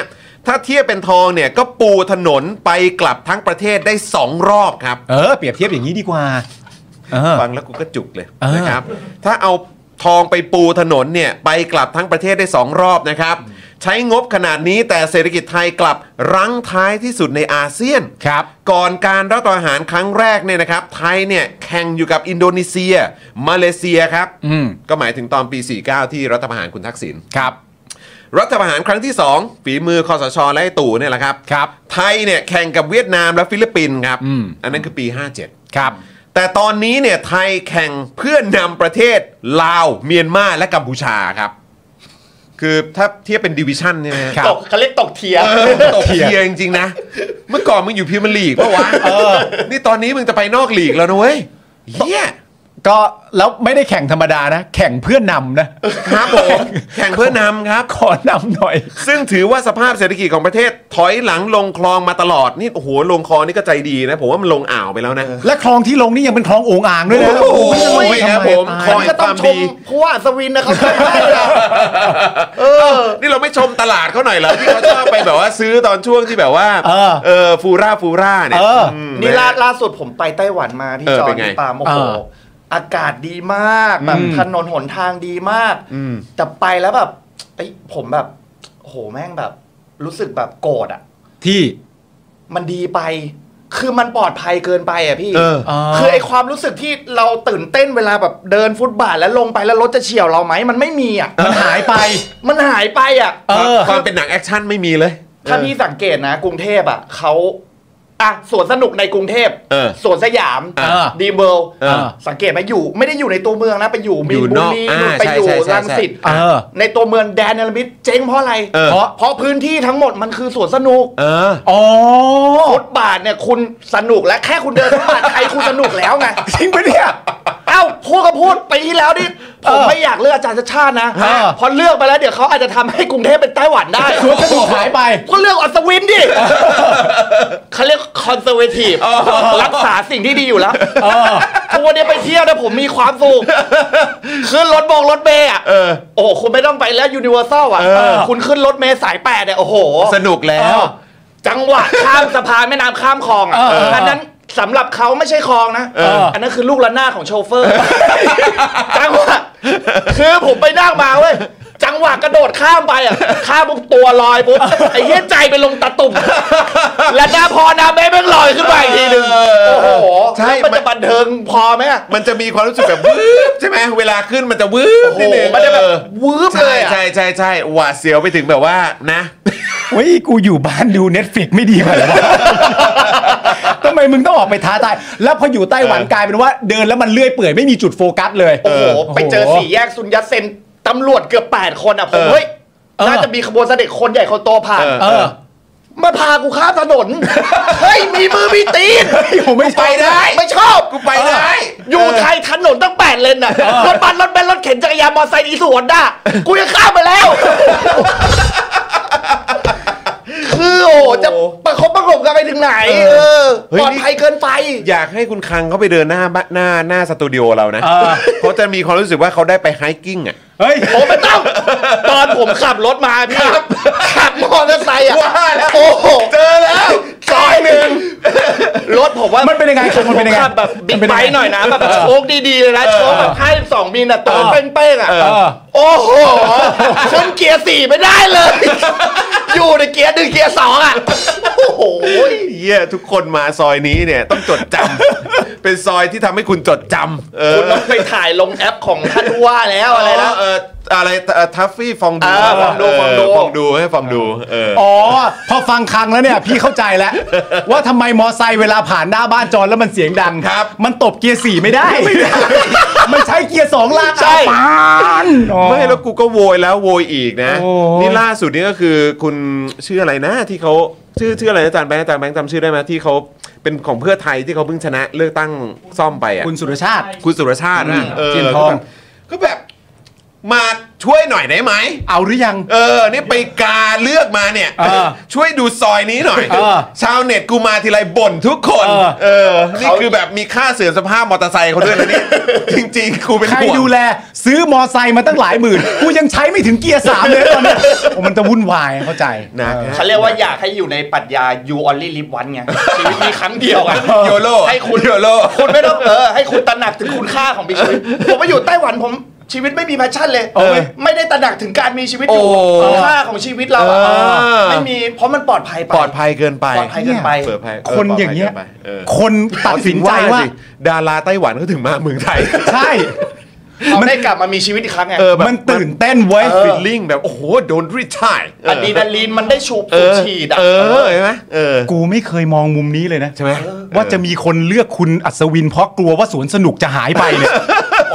Speaker 1: ถ้าเทียบเป็นทองเนี่ยก็ปูถนนไปกลับทั้งประเทศได้ 2 รอบครับ
Speaker 2: เออเปรียบเทียบอย่างนี้ดีกว่าเออ
Speaker 1: ฟังแล้วกูก็จุกเลย
Speaker 2: อ่าน
Speaker 1: นะครับ ถ้าเอาทองไปปูถนนเนี่ยไปกลับทั้งประเทศได้ 2 รอบนะครับ ใช้งบขนาดนี้แต่เศรษฐกิจไทยกลับรั้งท้ายที่สุดในอาเซียน
Speaker 2: ครับ
Speaker 1: ก่อนการรัฐประหารครั้งแรกเนี่ยนะครับ ไทยเนี่ยแข่งอยู่กับอินโดนีเซีย มาเลเซียครับ
Speaker 2: อืม
Speaker 1: ก็หมายถึงตอนปี 49 ที่รัฐประหารคุณทักษิณ
Speaker 2: ครับ
Speaker 1: รัฐประหารครั้งที่ 2 ฝีมือคอสชและไอ้ตู่เนี่ยแหละครับ
Speaker 2: ครับ
Speaker 1: ไทยเนี่ยแข่งกับเวียดนามและฟิลิปปินส์ครับ
Speaker 2: อืม
Speaker 1: อันนั้นคือปี 57
Speaker 2: ครับ
Speaker 1: แต่ตอนนี้เนี่ยไทยแข่งเพื่อนนำประเทศลาวเมียนมาและกัมพูชาครับ คือถ้าเทียบเป็นดิวิชั่นใช่ไหมฮะ
Speaker 3: ตกเขาเรียกตกเทียร์
Speaker 1: เออตกเทียร์จริง ๆ นะ เมื่อก่อนมึงอยู่พรีเมียร์ลีกปะวะเออ นี่ตอนนี้มึงจะไปนอกลีกแล้วนะเว้ยเฮีย
Speaker 2: ก็แล้วไม่ได้แข่งธรรมดานะ แข่งเพื่อนนำนะครับ
Speaker 1: ผมแข่งเพื่อนนำครับ
Speaker 2: ขอนำหน่อย
Speaker 1: ซึ่งถือว่าสภาพเศรษฐกิจของประเทศถอยหลังลงคลองมาตลอด นี่โอ้โหลงคลองนี่ก็ใจดีนะ ผมว่ามันลงอ่าวไปแล้วนะ
Speaker 2: และคลองที่ลงนี่ยังเป็นคลองโอ่งอ่างด้วยนะ
Speaker 1: โอ้โห
Speaker 2: ไม่
Speaker 1: ค
Speaker 2: ธรรมดา
Speaker 1: รับผม
Speaker 3: อันนี้ก็ต้องชมผู้ว่าอัศวินนะเขาทำได้นะเออ
Speaker 1: นี่เราไม่ชมตลาดเขาหน่อยเหรอที่เขาชอบไปแบบว่าซื้อตอนช่วงที่แบบว่า
Speaker 2: เออ
Speaker 1: เออฟูร่าฟูร่าเนี่ย
Speaker 2: เอออื
Speaker 1: ม
Speaker 3: นี่
Speaker 1: ะ
Speaker 3: ล่าล่าสุดผมไปไต้หวันมาพี่
Speaker 1: เออ
Speaker 3: จอ
Speaker 1: เป็น
Speaker 3: น
Speaker 1: ไง
Speaker 3: พี่ปาล์มโอ้โห
Speaker 2: อ่า
Speaker 3: อากาศดีมากแบบถนนหนทางดีมากแต่ไปแล้วแบบ เอ้ยผมแบบโหแม่งแบบ รู้สึกแบบโกรธอ่ะ
Speaker 2: ที่
Speaker 3: มันดีไป คือมันปลอดภัยเกินไปอ่ะพี่
Speaker 1: เออ
Speaker 3: คือไอความรู้สึกที่เราตื่นเต้นเวลาแบบเดินฟุตบาทแล้วลงไปแล้วรถจะเฉี่ยวเราไหมมันไม่มีอ่ะ
Speaker 2: มันหายไป
Speaker 3: มันหายไปอ่ะ
Speaker 2: เออ
Speaker 1: ความเป็นหนังแอคชั่นไม่มีเลย
Speaker 3: ถ้าพี่สังเกตนะ กรุงเทพอ่ะเขาอ่ะสวนสนุกในกรุงเทพ
Speaker 1: เออ
Speaker 3: สวนสยาม
Speaker 2: เออ
Speaker 3: ดีเบิลด์
Speaker 2: เออ
Speaker 3: สังเกตไหมอยู่ ไม่ได้อยู่ในตัวเมืองนะ ไปอยู่มี
Speaker 1: อยู่
Speaker 3: น
Speaker 1: น
Speaker 3: บุ
Speaker 1: อก
Speaker 3: รี
Speaker 1: อ่า
Speaker 3: นู่นไป
Speaker 1: ใช่
Speaker 3: อยู่
Speaker 1: ใช่ใช่
Speaker 3: รังสิต
Speaker 1: ใช่
Speaker 2: เออ
Speaker 3: ในตัวเมืองแดนเนลมิดเจ๊งเพราะอะไร
Speaker 1: เออ
Speaker 2: เพราะ
Speaker 3: เพราะพื้นที่ทั้งหมดมันคือสวนสนุก
Speaker 1: เออ
Speaker 2: อ๋อ
Speaker 3: ฟุตบาทเนี่ยคุณสนุกและแค่คุณเดินฟุตบาทไทยคุณสนุกแล้วไง
Speaker 2: จริงปะเนี่ย
Speaker 3: เอ้าพูดก็พูดปีที่แล้วนี่
Speaker 2: เอ
Speaker 3: ผ
Speaker 2: อ
Speaker 3: มไม่อยากเลือกอาจารย์ชาติชาตินะ
Speaker 2: เออ
Speaker 3: พอเลือกไปแล้วเดี๋ยวเขาอาจจะทำให้กรุงเทพเป็นไต้หวันได้
Speaker 2: สวนสนุกหายไป
Speaker 3: ก็เลือกอัศวินดิเขาเรียกคอนเซอร์เวทีฟรักษาสิ่งที่ดีอยู่แล้วทุกวันนี้ไปเที่ยวนะผมมีความสุขขึ้นรถบงรถเมย์อ่ะโอ้โหคุณไม่ต้องไปแล้วยูนิเวอร์แซลอ่ะ
Speaker 1: อ
Speaker 3: คุณขึ้นรถเมย์สายแปดเนี่ยโอ้โห
Speaker 1: สนุกแล้ว
Speaker 3: เออจังหวะข้ามสะพานแม่น้ำข้ามคลองอ่ะ
Speaker 2: เอออั
Speaker 3: อันนั้นสำหรับเขาไม่ใช่คลองนะ
Speaker 2: เอออั
Speaker 3: นนั้นคือลูกระนาดของโชเฟอร์จังหวะคือผมไปนั่งมาเว้ยจังหวะกระโดดข้ามไปอ่ะข้ามปุ๊บตัวลอยปุ๊บไอ้เหี้ยใจไปลงตะตุ่มและหน้าพอหน้าเบ้แม่งลอยขึ้นไปอีกทีหนึ่งโอ้โห
Speaker 1: ใช่
Speaker 3: แล้วมันจะบันเทิงพอไหมอะ
Speaker 1: มันจะมีความรู้สึกแบบวื บใช่ไหมเวลาขึ้นมันจะ วืบ
Speaker 3: โอ้โห
Speaker 1: นิดนึง
Speaker 3: มันจะแบบ
Speaker 1: เออ
Speaker 3: วืบเล
Speaker 1: ใช่
Speaker 3: ยอะ
Speaker 1: ใช่ใช่ใช่หวาดเสียวไปถึงแบบว่านะ
Speaker 2: เฮ้ยกูอยู่บ้านดูเน็ตฟิกไม่ดีกว่าเหรอวะ ทำไมมึงต้องออกไปท้าทายแล้วพออยู่ไต้หวัน
Speaker 1: เออ
Speaker 2: กลายเป็นว่า เดินแล้วมันเลื่อยเปื่อยไม่มีจุดโฟกัสเลย
Speaker 3: โอ้โห ไปเจอสี่แยกซุนยัตเซนตำรวจเกือบ 8 คนอ่ะ ผม
Speaker 1: เออ
Speaker 3: เฮ้ย
Speaker 2: เออ
Speaker 3: น่าจะมีขบวนเสด็จคนใหญ่คนโตผ่าน
Speaker 2: เออ
Speaker 3: มาพากูข้ามถน น เฮ้ย มีมือมีตีน
Speaker 2: เฮ้ยผมไม่ชอบ
Speaker 1: ไปได้
Speaker 3: ไม่ชอบ
Speaker 1: กูไปได้
Speaker 3: อยู่ไทยถนนตั้งแปดเลนน่ะ รถบัสรถเบนซ์รถเข็นจักรยานมอเตอร์ไซค์อีสวนด่ะกูยังข้ามไปแล้ว คือโอ้โหจะประคบประหงมกันไปถึงไหน เออ
Speaker 1: เฮ้ย
Speaker 3: ปลอด
Speaker 1: นี่
Speaker 3: ภัยเกินไป
Speaker 1: อยากให้คุณคังเขาไปเดินหน้าบ้านหน้าหน้าสตูดิโอเรานะ
Speaker 2: เออ
Speaker 1: เขาจะมีความรู้สึกว่าเขาได้ไปไฮกิ้งอ่ะ
Speaker 2: เฮ้ย
Speaker 3: ผมไม่ต้อง ตอนผมขับรถมาพี่ขับมอเตอร์ไซค์อ่ะโอ้โห
Speaker 1: เจอแล้ว
Speaker 3: ซอยหนึ่งรถผมว่า
Speaker 2: มันเป็นยังไงครับมันเป็นยังไง
Speaker 3: ผขับแบบบิ๊ก
Speaker 2: มันเป็น
Speaker 3: ไบ
Speaker 2: ยังไง
Speaker 3: ค์หน่อยนะแบบโชคดีๆเลยนะโชคแบบให้สองมิลน่ะตอนเป้งๆอ่ะ
Speaker 2: เออ
Speaker 3: โอ้โหขึ้นเกียร์สี่ไม่ได้เลย อยู่ในเกียร์หนึ่งเกียร์สองอ่ะโอ้โห
Speaker 1: เหี้ยทุกคนมาซอยนี้เนี่ยต้องจดจำ เป็นซอยที่ทำ ให้คุณจดจำเออ
Speaker 3: คุณต้องไปถ่ายลงแอปของท่านผู้ว่าแล้วอะไรนะ
Speaker 1: เอออะไรเอ่อทัฟฟี่ฟองดู
Speaker 3: เออฟองดูฟองดู
Speaker 1: เฟองดูให้ฟองดูเออ
Speaker 2: อ๋อ พอฟังครั้งแล้วเนี่ยพี่เข้าใจแล้ว ว่าทำไมมอไซค์เวลาผ่านหน้าบ้านจอนแล้วมันเสียงดัง
Speaker 1: ครับ
Speaker 2: มันตบเกียร์สี่ไม่ได้ มันใช้เกียร์สองลาก
Speaker 3: ใช่
Speaker 2: ปานอ๋อ
Speaker 1: ไม่แล้วกูก็โวยแล้วโวยอีกนะ
Speaker 2: โอ้
Speaker 1: นี่ล่าสุดนี่ก็คือคุณชื่ออะไรนะที่เขาชื่อชื่ออะไรนะอาจารย์แบงค์อาจารย์แบงค์จำชื่อได้ไหมที่เขาเป็นของเพื่อไทยที่เขาเพิ่งชนะเลือกตั้งซ่อมไปอ่ะ
Speaker 2: คุณสุรชาติ
Speaker 1: คุณสุรชาตินะเออ
Speaker 2: เทียนทอง
Speaker 1: ก็แบบก็แบบมาช่วยหน่อยได้ไหม
Speaker 2: เอาหรือยัง
Speaker 1: เออ นี่ไปกาเลือกมาเนี่ย
Speaker 2: เออ
Speaker 1: ช่วยดูซอยนี้หน่อย
Speaker 2: เออ
Speaker 1: ชาวเน็ตกูมาทีไรบ่นทุกคน
Speaker 2: เออ
Speaker 1: เออ นี่คือแบบมีค่าเสื่อมสภาพมอเตอร์ไซค์เขาด้วยนะ เนี่ย จริงๆ กูเป็น
Speaker 2: ใคร
Speaker 1: ห่วง
Speaker 2: ดูแล ซื้อมอไซค์มาตั้งหลายหมื่น กูยังใช้ไม่ถึงเกียร์สามเลยตอนเนี้ยโอ้มันจะวุ่นวายเข้าใจ
Speaker 1: นะฮะ
Speaker 3: เขาเรียกว่าอยากให้อยู่ในปรัชญา you only live once ไงชีวิตมีครั้งเดียวอะ
Speaker 1: โยโล
Speaker 3: ให้คุณ
Speaker 1: โยโล
Speaker 3: คุณไม่ต้องเออให้คุณตระหนักถึงคุณค่าของชีวิต ผมมาอยู่ไต้หวันผมชีวิตไม่มีแพชชั่นเลย
Speaker 2: เออ
Speaker 3: ไม่ได้ตระหนักถึงการมีชีวิตอยู่
Speaker 1: โอ้
Speaker 3: คุณค่าของชีวิตเราอะ
Speaker 1: เออ
Speaker 3: ไม่มีเพราะมันปลอดภัยไป
Speaker 1: ปลอดภัยเกินไป
Speaker 3: ปลอดภัยเกินไป
Speaker 1: เปิดภัยเออ
Speaker 2: คนอย่างเงี้ย
Speaker 1: ปลดภักินไปเออ
Speaker 2: คนตัดสินใจว่า
Speaker 1: สิดาราไต้หวันเขาถึงมาเมืองไทย
Speaker 2: ใช่
Speaker 3: เขาได้กลับมามีชีวิตอีกครั้งไง
Speaker 1: เออ แบบ
Speaker 2: มันตื่นเต้นเว้ย
Speaker 1: ฟีลลิ่งแบบโอ้โหโดนรีทาย
Speaker 3: อะดรีนาลีนมันได้ชูบ
Speaker 1: เอ
Speaker 3: สูบ
Speaker 1: อ
Speaker 3: ฉีดอะ
Speaker 1: เออเห็นไหมเออ
Speaker 2: กูไม่เคยมองมุมนี้เลยนะ
Speaker 1: ใช่ไหม
Speaker 2: ว่าจะมีคนเลือกคุณอัศวินเพราะกลัวว่าสวนสนุกจะหายไป เนี่ย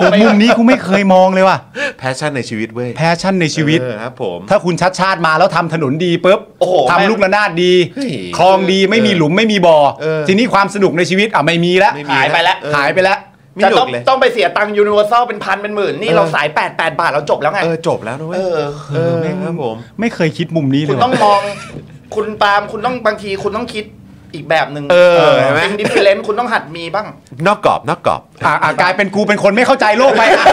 Speaker 2: ผมมุมนี้กูไม่เคยมองเลยว่ะ
Speaker 1: แพชชั่นในชีวิตเว้ย
Speaker 2: แพชชั่นในชีวิต
Speaker 1: เออครับผม
Speaker 2: ถ้าคุณชัดชาติมาแล้วทำถนนดีปุ๊บ
Speaker 3: โอ้โหแม่ง
Speaker 2: ทำลูกระนาดดี
Speaker 1: เฮ้ย
Speaker 2: คลองดีไม่มีหลุมไม่มีบ่อ
Speaker 1: เออ
Speaker 2: ทีนี้ความสนุกในชีวิตอ่ะไม่มีแล้ว
Speaker 1: ม่มี
Speaker 3: หายไปแล้ว
Speaker 1: เออ
Speaker 2: หายไปแล้ว
Speaker 1: ไม่
Speaker 3: จะ
Speaker 1: หนุ
Speaker 3: ต้อก ง
Speaker 1: เลย
Speaker 3: ต้องไปเสียตังค์ยูนิเวอร์แซลเป็นพันเป็นหมื่นนี่เรา
Speaker 1: เออ
Speaker 3: สาย8 8บาทเราจบแล้วไง
Speaker 1: เออจบแล้วนะเว้ย
Speaker 3: เออ
Speaker 1: เออครับผม
Speaker 2: ไม่เคยคิดมุมนี้เล
Speaker 3: คุ
Speaker 2: ย
Speaker 3: ณ
Speaker 2: ว่ะ
Speaker 3: ต้องมอง คุณปาล์มคุณต้องบางทีคุณต้องคิดอีกแบบหนึ่ง
Speaker 1: เออเห็นไหม
Speaker 3: ดิฟเฟลเลนคุณต้องหัดมีบ้าง
Speaker 1: นอกกรอบนอกกรอบ
Speaker 2: อ่ะอ่ะกลายเป็นกูเป็นคนไม่เข้าใจโลกไปอ่ะ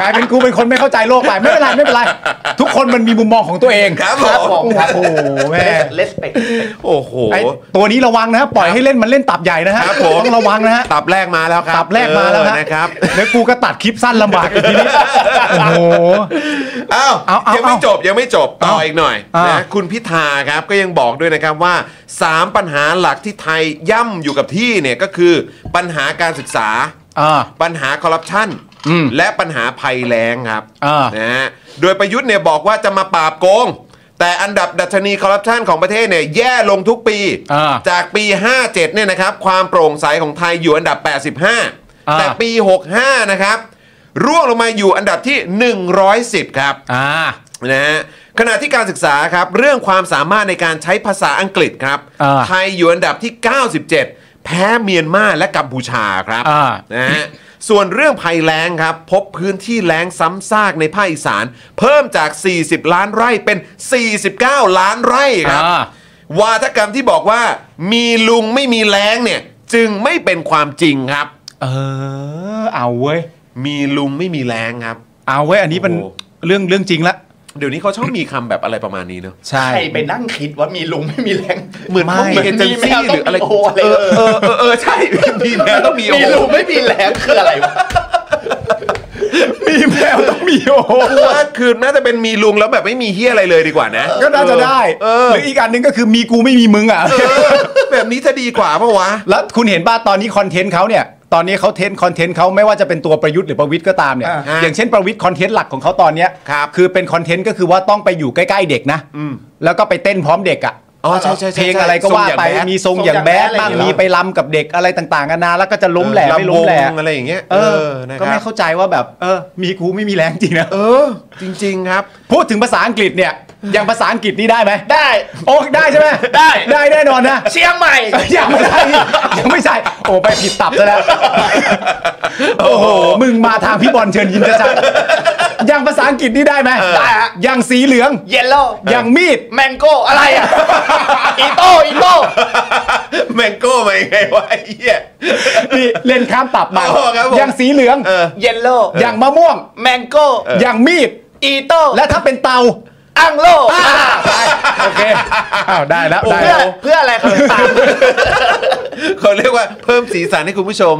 Speaker 2: กลายเป็นกูเป็นคนไม่เข้าใจโลกไปไม่เป็นไรไม่เป็นไร ทุกคนมันมีมุมมองของตัวเอง
Speaker 1: ครับ
Speaker 3: ครับ
Speaker 1: ผ
Speaker 3: ผม ม
Speaker 2: โอ้
Speaker 3: ครับ
Speaker 2: โหแม่
Speaker 3: เลสเปก
Speaker 1: โอ้โห
Speaker 2: ไอ้ตัวนี้ระวังนะฮะปล่อยให้เล่นมันเล่นตับใหญ่นะฮะ
Speaker 1: ครับผม
Speaker 2: ต้องระวังนะฮะ
Speaker 1: ตับแรกมาแล้วครับ
Speaker 2: ตับแรกมาแล้ว
Speaker 1: เออ
Speaker 2: ฮะ
Speaker 1: นะครับ
Speaker 2: แล้วกูก็ตัดคลิปสั้นลำบากอีกทีนี้โอ้โห
Speaker 1: อ้าว
Speaker 2: เอาเอา
Speaker 1: ยังไม่
Speaker 2: เอา
Speaker 1: จบยังไม่จบต่ออีกหน่อย
Speaker 2: อ่าน
Speaker 1: นะคุณพิธาครับก็ยังบอกด้วยนะครับว่าสามปัญหาหลักที่ไทยย่ำอยู่กับที่เนี่ยก็คือปัญหาการศึกษา
Speaker 2: อ่า
Speaker 1: ปัญหาคอร์รัปชัน
Speaker 2: อืม
Speaker 1: และปัญหาภัยแล้งครับ
Speaker 2: อ่าน
Speaker 1: นะฮะโดยประยุทธ์เนี่ยบอกว่าจะมาปราบโกง แต่อันดับดัชนีคอร์รัปชันของประเทศเนี่ยแย่ลงทุกปี
Speaker 2: อ่า
Speaker 1: จากปี 57เนี่ยนะครับความโปร่งใสของไทยอยู่อันดับ 85
Speaker 2: อ่า
Speaker 1: แต่ปี 65 นะครับ ร่วงลงมาอยู่อันดับที่ 110 ครับ
Speaker 2: อ่า
Speaker 1: นะฮะขณะที่การศึกษาครับ เรื่องความสามารถในการใช้ภาษาอังกฤษครับ
Speaker 2: อ่า
Speaker 1: ไทยอยู่อันดับที่ 97 แพ้เมียนมาและกัมพูชาครับ
Speaker 2: อ่า
Speaker 1: นะฮะส่วนเรื่องภัยแล้งครับ พบพื้นที่แล้งซ้ำซากในภาคอีสาน เพิ่มจาก 40 ล้านไร่เป็น 49 ล้านไร่ครับ
Speaker 2: อ่า
Speaker 1: วาทกรรมที่บอกว่ามีลุงไม่มีแล้งเนี่ย จึงไม่เป็นความจริงครับ
Speaker 2: เออ เอาเว้ย
Speaker 1: มีลุงไม่มีแล้งครับ
Speaker 2: เอาเว้ย อันนี้มัน
Speaker 1: โอ้โห
Speaker 2: เรื่องเรื่องจริงละ
Speaker 1: เดี๋ยวนี้เขาชอบมีคำแบบอะไรประมาณนี้เนอะ
Speaker 2: ใช่
Speaker 3: ใครไปนั่งคิดว่ามีลุงไม่ มีแรง
Speaker 1: เหมือนพวก
Speaker 2: ไม่
Speaker 1: มีเอเจนซี่หรืออะไร
Speaker 3: โออะไร
Speaker 1: เออ
Speaker 3: เอ
Speaker 1: เอ
Speaker 3: อ
Speaker 1: อเออเออใช่ มีแมวต้องมีโอ
Speaker 3: มีลุงไม่มีแรงคืออะไรวะ
Speaker 2: มีแมวต้องมีโอ
Speaker 1: กูว่าคือน่าจะเป็นมีลุงแล้วแบบไม่มีเฮียอะไรเลยดีกว่านะ
Speaker 2: ก็น่าจะได้
Speaker 1: เออ
Speaker 2: หรืออีกอันหนึงก็คือมีกูไม่มีมึงอ่ะ
Speaker 1: เออแบบนี้จะดีกว่าปะวะ
Speaker 2: แล้วคุณเห็นป่ะตอนนี้คอนเทนต์เขาเนี่ย ตอนนี้เขาเทนคอนเทนต์เขาไม่ว่าจะเป็นตัวประยุทธ์หรือประวิทย์ก็ตามเนี่ย
Speaker 3: อ่า
Speaker 1: ฮะ
Speaker 2: อย่างเช่นประวิทย์คอนเทนต์หลักของเขาตอนเนี้ย
Speaker 1: ครับ
Speaker 2: คือเป็นคอนเทนต์ก็คือว่าต้องไปอยู่ใกล้ๆเด็กนะ
Speaker 1: อืม
Speaker 2: แล้วก็ไปเต้นพร้อมเด็กอ่ะ
Speaker 1: อ๋อใช่ใช่
Speaker 2: เพ
Speaker 1: ใช่
Speaker 2: ลงอะไรก็ว่าไปมีทรงอย่างแบดบ้าง
Speaker 3: ทรงอย่างแบดอะไรอย่างเงี้ย
Speaker 2: มีไปลำกับเด็กอะไรต่างๆนานาแล้วก็จะล้มแหลกไม่ล้มแหลก
Speaker 1: ำวงอะไรอย่างเงี้ย
Speaker 2: เออ
Speaker 1: นะ
Speaker 2: ก็
Speaker 1: ครั
Speaker 2: ไม่
Speaker 1: บ
Speaker 2: เข้าใจว่าแบบเออมีกูไม่มีแรงจริงนะ
Speaker 1: เออ จริง ๆ ครับ
Speaker 2: พูดถึงภาษาอังกฤษเนี่ยอย่างภาษาอังกฤษนี่ได้ไหม
Speaker 3: ได้
Speaker 2: โอ้ได้ใช่ไหม
Speaker 3: ได้
Speaker 2: ได้แน่นอนนะ
Speaker 3: เชียงใหม่
Speaker 2: ยังไม่ใช่ยังไม่ใช่โอ้ไปผิดตับซะแล้ว โอ้โห มึงมาทางพี่บอลเชิญยิ้มชัดๆยังภาษาอังกฤษนี่ได้ไหม
Speaker 3: ได้ฮะ
Speaker 2: ยังสีเหลือง
Speaker 3: เยลโล่
Speaker 2: ยังมีด
Speaker 3: แมงโก้อะไรอ่ะ อีโต้อีโต้
Speaker 1: แมงโก้มายังไงวะไอ้เฮีย
Speaker 2: นี่เล่นข้ามตับมา
Speaker 1: โอ้ครับผม
Speaker 2: ยังสีเหลือง
Speaker 1: เออ
Speaker 3: เยลโล่
Speaker 2: ยังมะม่วง
Speaker 3: แมงโก้
Speaker 2: ยังมีด
Speaker 3: อีโต้
Speaker 2: และถ้าเป็นเตา
Speaker 3: อังโล่
Speaker 2: โอเคอ้าวได้แล้วได้
Speaker 3: เพื่
Speaker 2: แล้
Speaker 3: อ
Speaker 2: ว
Speaker 3: เพื่ออะไรครับตาม
Speaker 1: เขาเรียกว่าเพิ่มสีสันให้คุณผู้ชม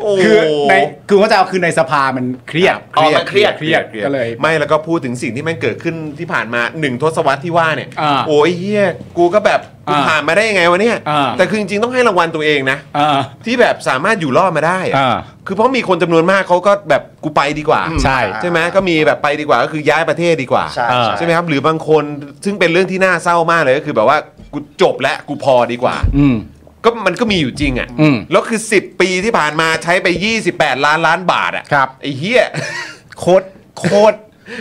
Speaker 1: โอ้โห
Speaker 2: คือในคือเข้าใจว่าคือในสภามันเครียด
Speaker 1: อ๋อมัน
Speaker 3: เครียด
Speaker 2: เครียดก็เลย
Speaker 1: ไม่แล้วก็พูดถึงสิ่งที่แม่งเกิดขึ้นที่ผ่านมาหนึ่งทศวรรษที่ว่าเนี่ย
Speaker 2: อ่า
Speaker 1: โอ้ยเฮียกูก็แบบกู
Speaker 2: อ่า
Speaker 1: ผ่านมาได้ยังไงวะเนี่ย
Speaker 2: อ่า
Speaker 1: แต่คือจริงๆต้องให้รางวัลตัวเองนะ
Speaker 2: อ่า
Speaker 1: ที่แบบสามารถอยู่รอดมาได้อะ
Speaker 2: อ่า
Speaker 1: คือเพราะมีคนจำนวนมากเขาก็แบบกูไปดีกว่า
Speaker 2: ใช่
Speaker 1: ใช่ไหมก็มีแบบไปดีกว่าก็คือย้ายประเทศดีกว่า
Speaker 3: ใช่
Speaker 1: ใช่ไหมครับหรือบางคนซึ่งเป็นเรื่องที่น่าเศร้ามากเลยก็คือแบบว่ากูจบและกูพอดีกว่า
Speaker 2: อืม
Speaker 1: ก็มันก็มีอยู่จริงอ่ะ
Speaker 2: อืม
Speaker 1: แล้วคือ 10 ปีที่ผ่านมาใช้ไป 28 ล้านล้านบาทอ่ะ
Speaker 2: ครับ
Speaker 1: ไอ้เหี้ย
Speaker 2: โคตรโคตร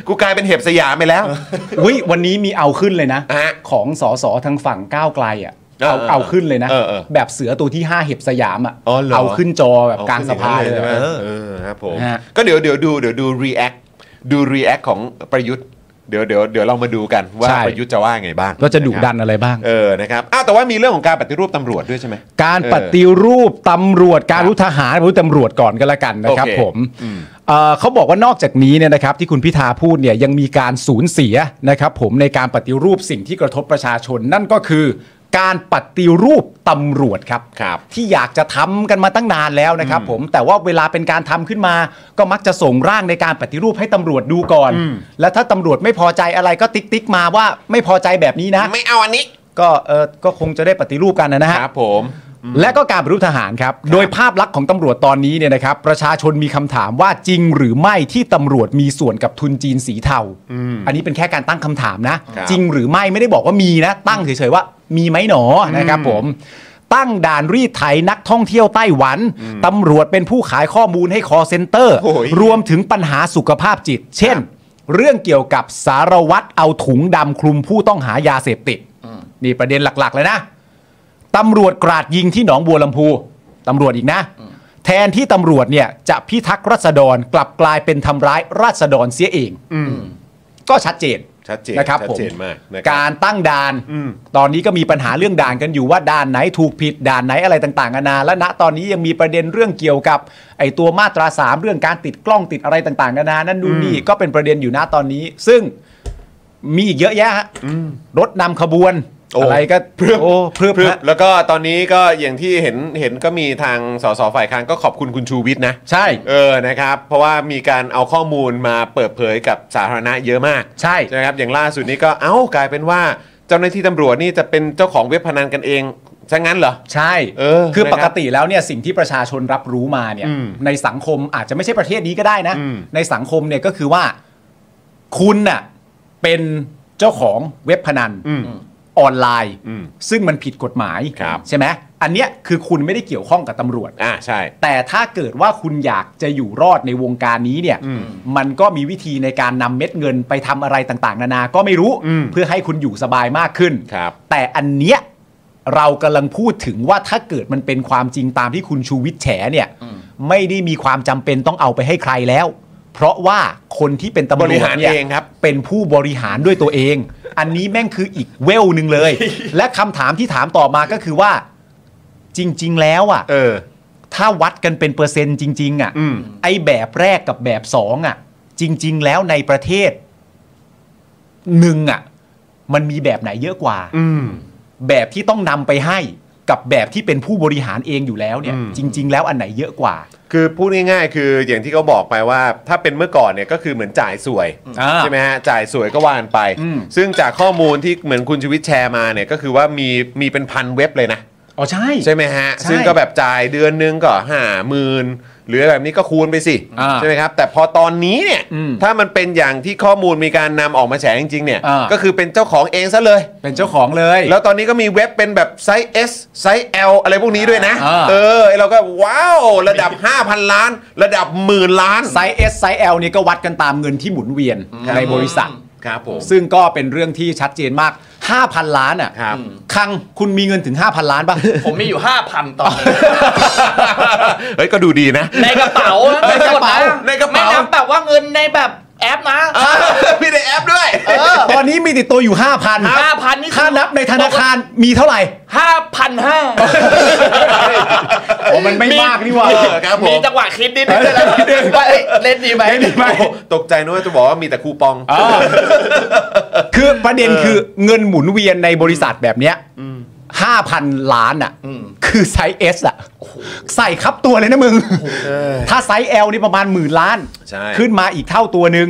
Speaker 1: กูกลายเป็นเห็บสยามไปแล้ว
Speaker 2: วิวันนี้มีเอาขึ้นเลยนะ
Speaker 1: ฮะ
Speaker 2: ของสสทางฝั่งก้าวไกลอ่ะ
Speaker 1: เออ
Speaker 2: เอา
Speaker 1: เออ
Speaker 2: เอาขึ้นเลยนะ
Speaker 1: เออเออ
Speaker 2: แบบเสือตัวที่ 5 เห็บสยามอ่ะ
Speaker 1: อ๋อเหรอ
Speaker 2: เอาขึ้นจอแบบกลางสภาเลย
Speaker 1: ใช่ไหมเออครับผม
Speaker 2: ฮะ
Speaker 1: ก็เดี๋ยวเดี๋ยวดูเดี๋ยวดู react ดู react ของประยุทธ์เดี๋ยวเดี๋ยวเดี๋ยวเรามาดูกันว่าประยุทธ์จะว่าไงบ้าง
Speaker 2: ก็จะดุดันอะไรบ้าง
Speaker 1: เออนะครับอ้าวแต่ว่ามีเรื่องของการปฏิรูปตำรวจด้วยใช่ไหม
Speaker 2: การ
Speaker 1: เออ
Speaker 2: ปฏิรูปตำรวจการ
Speaker 1: ครับ
Speaker 2: รู้ทหารรู้ตำรวจก่อนก็แล้วกันนะครับ
Speaker 1: โอเค
Speaker 2: ผมเอ่อเขาบอกว่านอกจากนี้เนี่ยนะครับที่คุณพิธาพูดเนี่ยยังมีการสูญเสียนะครับผมในการปฏิรูปสิ่งที่กระทบประชาชน นั่นก็คือ การปฏิรูปตำรวจครับ
Speaker 1: ครับ
Speaker 2: ที่อยากจะทำกันมาตั้งนานแล้วนะครับผมแต่ว่าเวลาเป็นการทำขึ้นมา ก็มักจะส่งร่างในการปฏิรูปให้ตำรวจดูก่อน และถ้าตำรวจไม่พอใจอะไรก็ติ๊กติ๊กๆมาว่าไม่พอใจแบบนี้นะ
Speaker 1: ไม่เอาอันนี้
Speaker 2: ก็เออก็คงจะได้ปฏิรูปกันนะฮะ
Speaker 1: ครับผม
Speaker 2: และก็การปฏิรูปทหารครับ โดยภาพลักษณ์ของตำรวจตอนนี้เนี่ยนะครับ ประชาชนมีคำถามว่าจริงหรือไม่ที่ตำรวจมีส่วนกับทุนจีนสีเทา อันนี้เป็นแค่การตั้งคำถามนะ
Speaker 1: ครับ
Speaker 2: จริงหรือไม่ไม่ได้บอกว่ามีนะ ตั้งเฉยๆว่ามีไหมหนอนะครับผม ตั้งด่านรีดไถนักท่องเที่ยวไต้หวันตำรวจเป็นผู้ขายข้อมูลให้คอเซ็นเตอร์
Speaker 1: โอ้ย
Speaker 2: รวมถึงปัญหาสุขภาพจิต เช่น เรื่องเกี่ยวกับสารวัตรเอาถุงดำคลุมผู้ต้องหายาเสพติดนี่ประเด็นหลักๆเลยนะ ตำรวจกราดยิงที่หนองบัวลำพูตำรวจอีกนะ แทนที่ตำรวจเนี่ยจะพิทักษ์รัษฎรกลับกลายเป็นทำร้ายราษฎรเสียเองก็ชัดเจน
Speaker 1: ชัดเจน
Speaker 2: นะครับ
Speaker 1: ชัด
Speaker 2: ผม
Speaker 1: เจนมากนะคบ
Speaker 2: การตั้งด่าน
Speaker 1: อืม
Speaker 2: ตอนนี้ก็มีปัญหาเรื่องด่านกันอยู่ว่าด่านไหนถูกผิดด่านไหนอะไรต่างๆนานาและณตอนนี้ยังมีประเด็นเรื่องเกี่ยวกับไอ้ตัวมาตราสามเรื่องการติดกล้องติดอะไรต่างๆนานานั่นนู่นนี่ก็เป็นประเด็นอยู่ณตอนนี้ ซึ่งมีอีกเยอะแยะฮะรถนำขบวน
Speaker 1: โอ้
Speaker 2: อะไรก็เพื่อโอ้เพื่อ
Speaker 1: พรึบ
Speaker 2: ฮะ
Speaker 1: แล้วก็ตอนนี้ก็อย่างที่เห็นเห็นก็มีทางสสฝ่ายค้านก็ขอบคุณคุณชูวิทย์นะ
Speaker 2: ใช่
Speaker 1: เออนะครับ เพราะว่ามีการเอาข้อมูลมาเปิดเผยกับสาธารณะเยอะมาก
Speaker 2: ใช่
Speaker 1: ใช่ไหมครับอย่างล่าสุดนี้ก็เอ้ากลายเป็นว่าเจ้าหน้าที่ตำรวจนี่จะเป็นเจ้าของเว็บพนันกันเองซะงั้นเหรอ
Speaker 2: ใช่
Speaker 1: เออ
Speaker 2: คือ
Speaker 1: นะครับ
Speaker 2: ปกติแล้วเนี่ยสิ่งที่ประชาชนรับรู้มาเนี่ย
Speaker 1: อืม
Speaker 2: ในสังคมอาจจะไม่ใช่ประเทศนี้ก็ได้นะ
Speaker 1: อืม
Speaker 2: ในสังคมเนี่ยก็คือว่าคุณน่ะเป็นเจ้าของเว็บพนัน
Speaker 1: อืม
Speaker 2: ออนไลน์
Speaker 1: อืม
Speaker 2: ซึ่งมันผิดกฎหมาย
Speaker 1: ครับ
Speaker 2: ใช่ไหมอันเนี้ยคือคุณไม่ได้เกี่ยวข้องกับตำรวจ
Speaker 1: อ่าใช่
Speaker 2: แต่ถ้าเกิดว่าคุณอยากจะอยู่รอดในวงการนี้เนี่ย
Speaker 1: อืม
Speaker 2: มันก็มีวิธีในการนำเม็ดเงินไปทำอะไรต่างๆ นานา ก็ไม่รู้
Speaker 1: อืม
Speaker 2: เพื่อให้คุณอยู่สบายมากขึ้น
Speaker 1: ครับ
Speaker 2: แต่อันเนี้ยเรากำลังพูดถึงว่าถ้าเกิดมันเป็นความจริงตามที่คุณชูวิทย์แฉเนี่ย ไม่ได้มีความจำเป็นต้องเอาไปให้ใครแล้ว เพราะว่าคนที่เป็นตำรวจ
Speaker 1: บริหาร
Speaker 2: นี่ย
Speaker 1: เองครับ
Speaker 2: เป็นผู้บริหารด้วยตัวเอง อันนี้แม่งคืออีกเวลหนึ่ง เลย และคำถามที่ถามต่อมาก็คือว่าจริง ๆ แล้วอ่ะ
Speaker 1: เออ
Speaker 2: ถ้าวัดกันเป็นเปอร์เซ็นต์จริง ๆ อ่ะ
Speaker 1: อืม
Speaker 2: ไอแบบแรกกับแบบสองอ่ะ จริง ๆ แล้วในประเทศหนึ่งอ่ะ มันมีแบบไหนเยอะกว่า
Speaker 1: อืม
Speaker 2: แบบที่ต้องนำไปให้กับแบบที่เป็นผู้บริหารเองอยู่แล้วเนี่ย
Speaker 1: อืม
Speaker 2: จริง ๆ แล้วอันไหนเยอะกว่า
Speaker 1: คือพูดง่ายๆ คืออย่างที่เขาบอกไปว่าถ้าเป็นเมื่อก่อนเนี่ยก็คือเหมือนจ่ายสวย
Speaker 2: อ่า
Speaker 1: ใช่ไหมฮะจ่ายสวยก็ว่ากันไป
Speaker 2: อืม
Speaker 1: ซึ่งจากข้อมูลที่เหมือนคุณชูวิทย์แชร์มาเนี่ยก็คือว่ามีมีเป็นพันเว็บเลยนะ
Speaker 2: อ๋อใช่
Speaker 1: ใช่ไหมฮะ
Speaker 2: ใช่
Speaker 1: ซึ่งก็แบบจ่ายเดือนนึงก็ห้าหมื่นหรือแบบนี้ก็คูณไปสิ
Speaker 2: อ่า
Speaker 1: ใช่ไหมครับ แต่พอตอนนี้เนี่ย
Speaker 2: อืม
Speaker 1: ถ้ามันเป็นอย่างที่ข้อมูลมีการนำออกมาแฉจริงๆเนี่ย
Speaker 2: อ่า
Speaker 1: ก็คือเป็นเจ้าของเองซะเลย
Speaker 2: เป็นเจ้าของเลย
Speaker 1: แล้วตอนนี้ก็มีเว็บเป็นแบบไซส์ S ไซส์ L อะไรพวกนี้ด้วยนะ
Speaker 2: อ่า
Speaker 1: เออเราก็ว้าว ระดับ 5,000 ล้าน ระดับหมื่นล้าน
Speaker 2: ไซส์เอสไซส์แอลนี่ก็วัดกันตามเงินที่หมุนเวียนในบริษัท
Speaker 1: ครับผม
Speaker 2: ซึ่งก็เป็นเรื่องที่ชัดเจนมาก 5,000 ล้านอ่ะ
Speaker 1: ครับ
Speaker 2: คังคุณมีเงินถึง 5,000 ล้านป่ะ
Speaker 3: ผมมีอยู่ 5,000 ตอนนี้
Speaker 1: เฮ้ย ก็ดูดีนะ
Speaker 3: ในกระเป๋า
Speaker 2: ในกระเป๋า
Speaker 1: ในกระเป๋า
Speaker 3: ไม่นับแบบว่าเงินในแบบแอปนะ
Speaker 1: พี่ในแอปด้วย
Speaker 2: ตอนนี้มีติดตัวอยู่ 5,000
Speaker 3: 5,000 นี่
Speaker 2: ถ้านับในธนาคารมีเท่าไหร่
Speaker 3: 5,500
Speaker 2: โอ้มันไม่มากนี่หว่า
Speaker 1: เออครับผม
Speaker 3: มีจังหวะคิดนิดนึงเลยนะว่าเอ้ยเล่นดีไหม
Speaker 1: โอ้โหตกใจนึกว่าจะบอกว่ามีแต่คูปอง
Speaker 2: คือประเด็นคือเงินหมุนเวียนในบริษัทแบบเนี้ยห้าพันล้านอ่ะ คือไซส์เอสอ่ะ ใส่ครับตัวเลยนะมึง ถ้าไซส์ L นี่ประมาณหมื่นล้าน
Speaker 1: ใช่
Speaker 2: ขึ้นมาอีกเท่าตัวหนึ่ง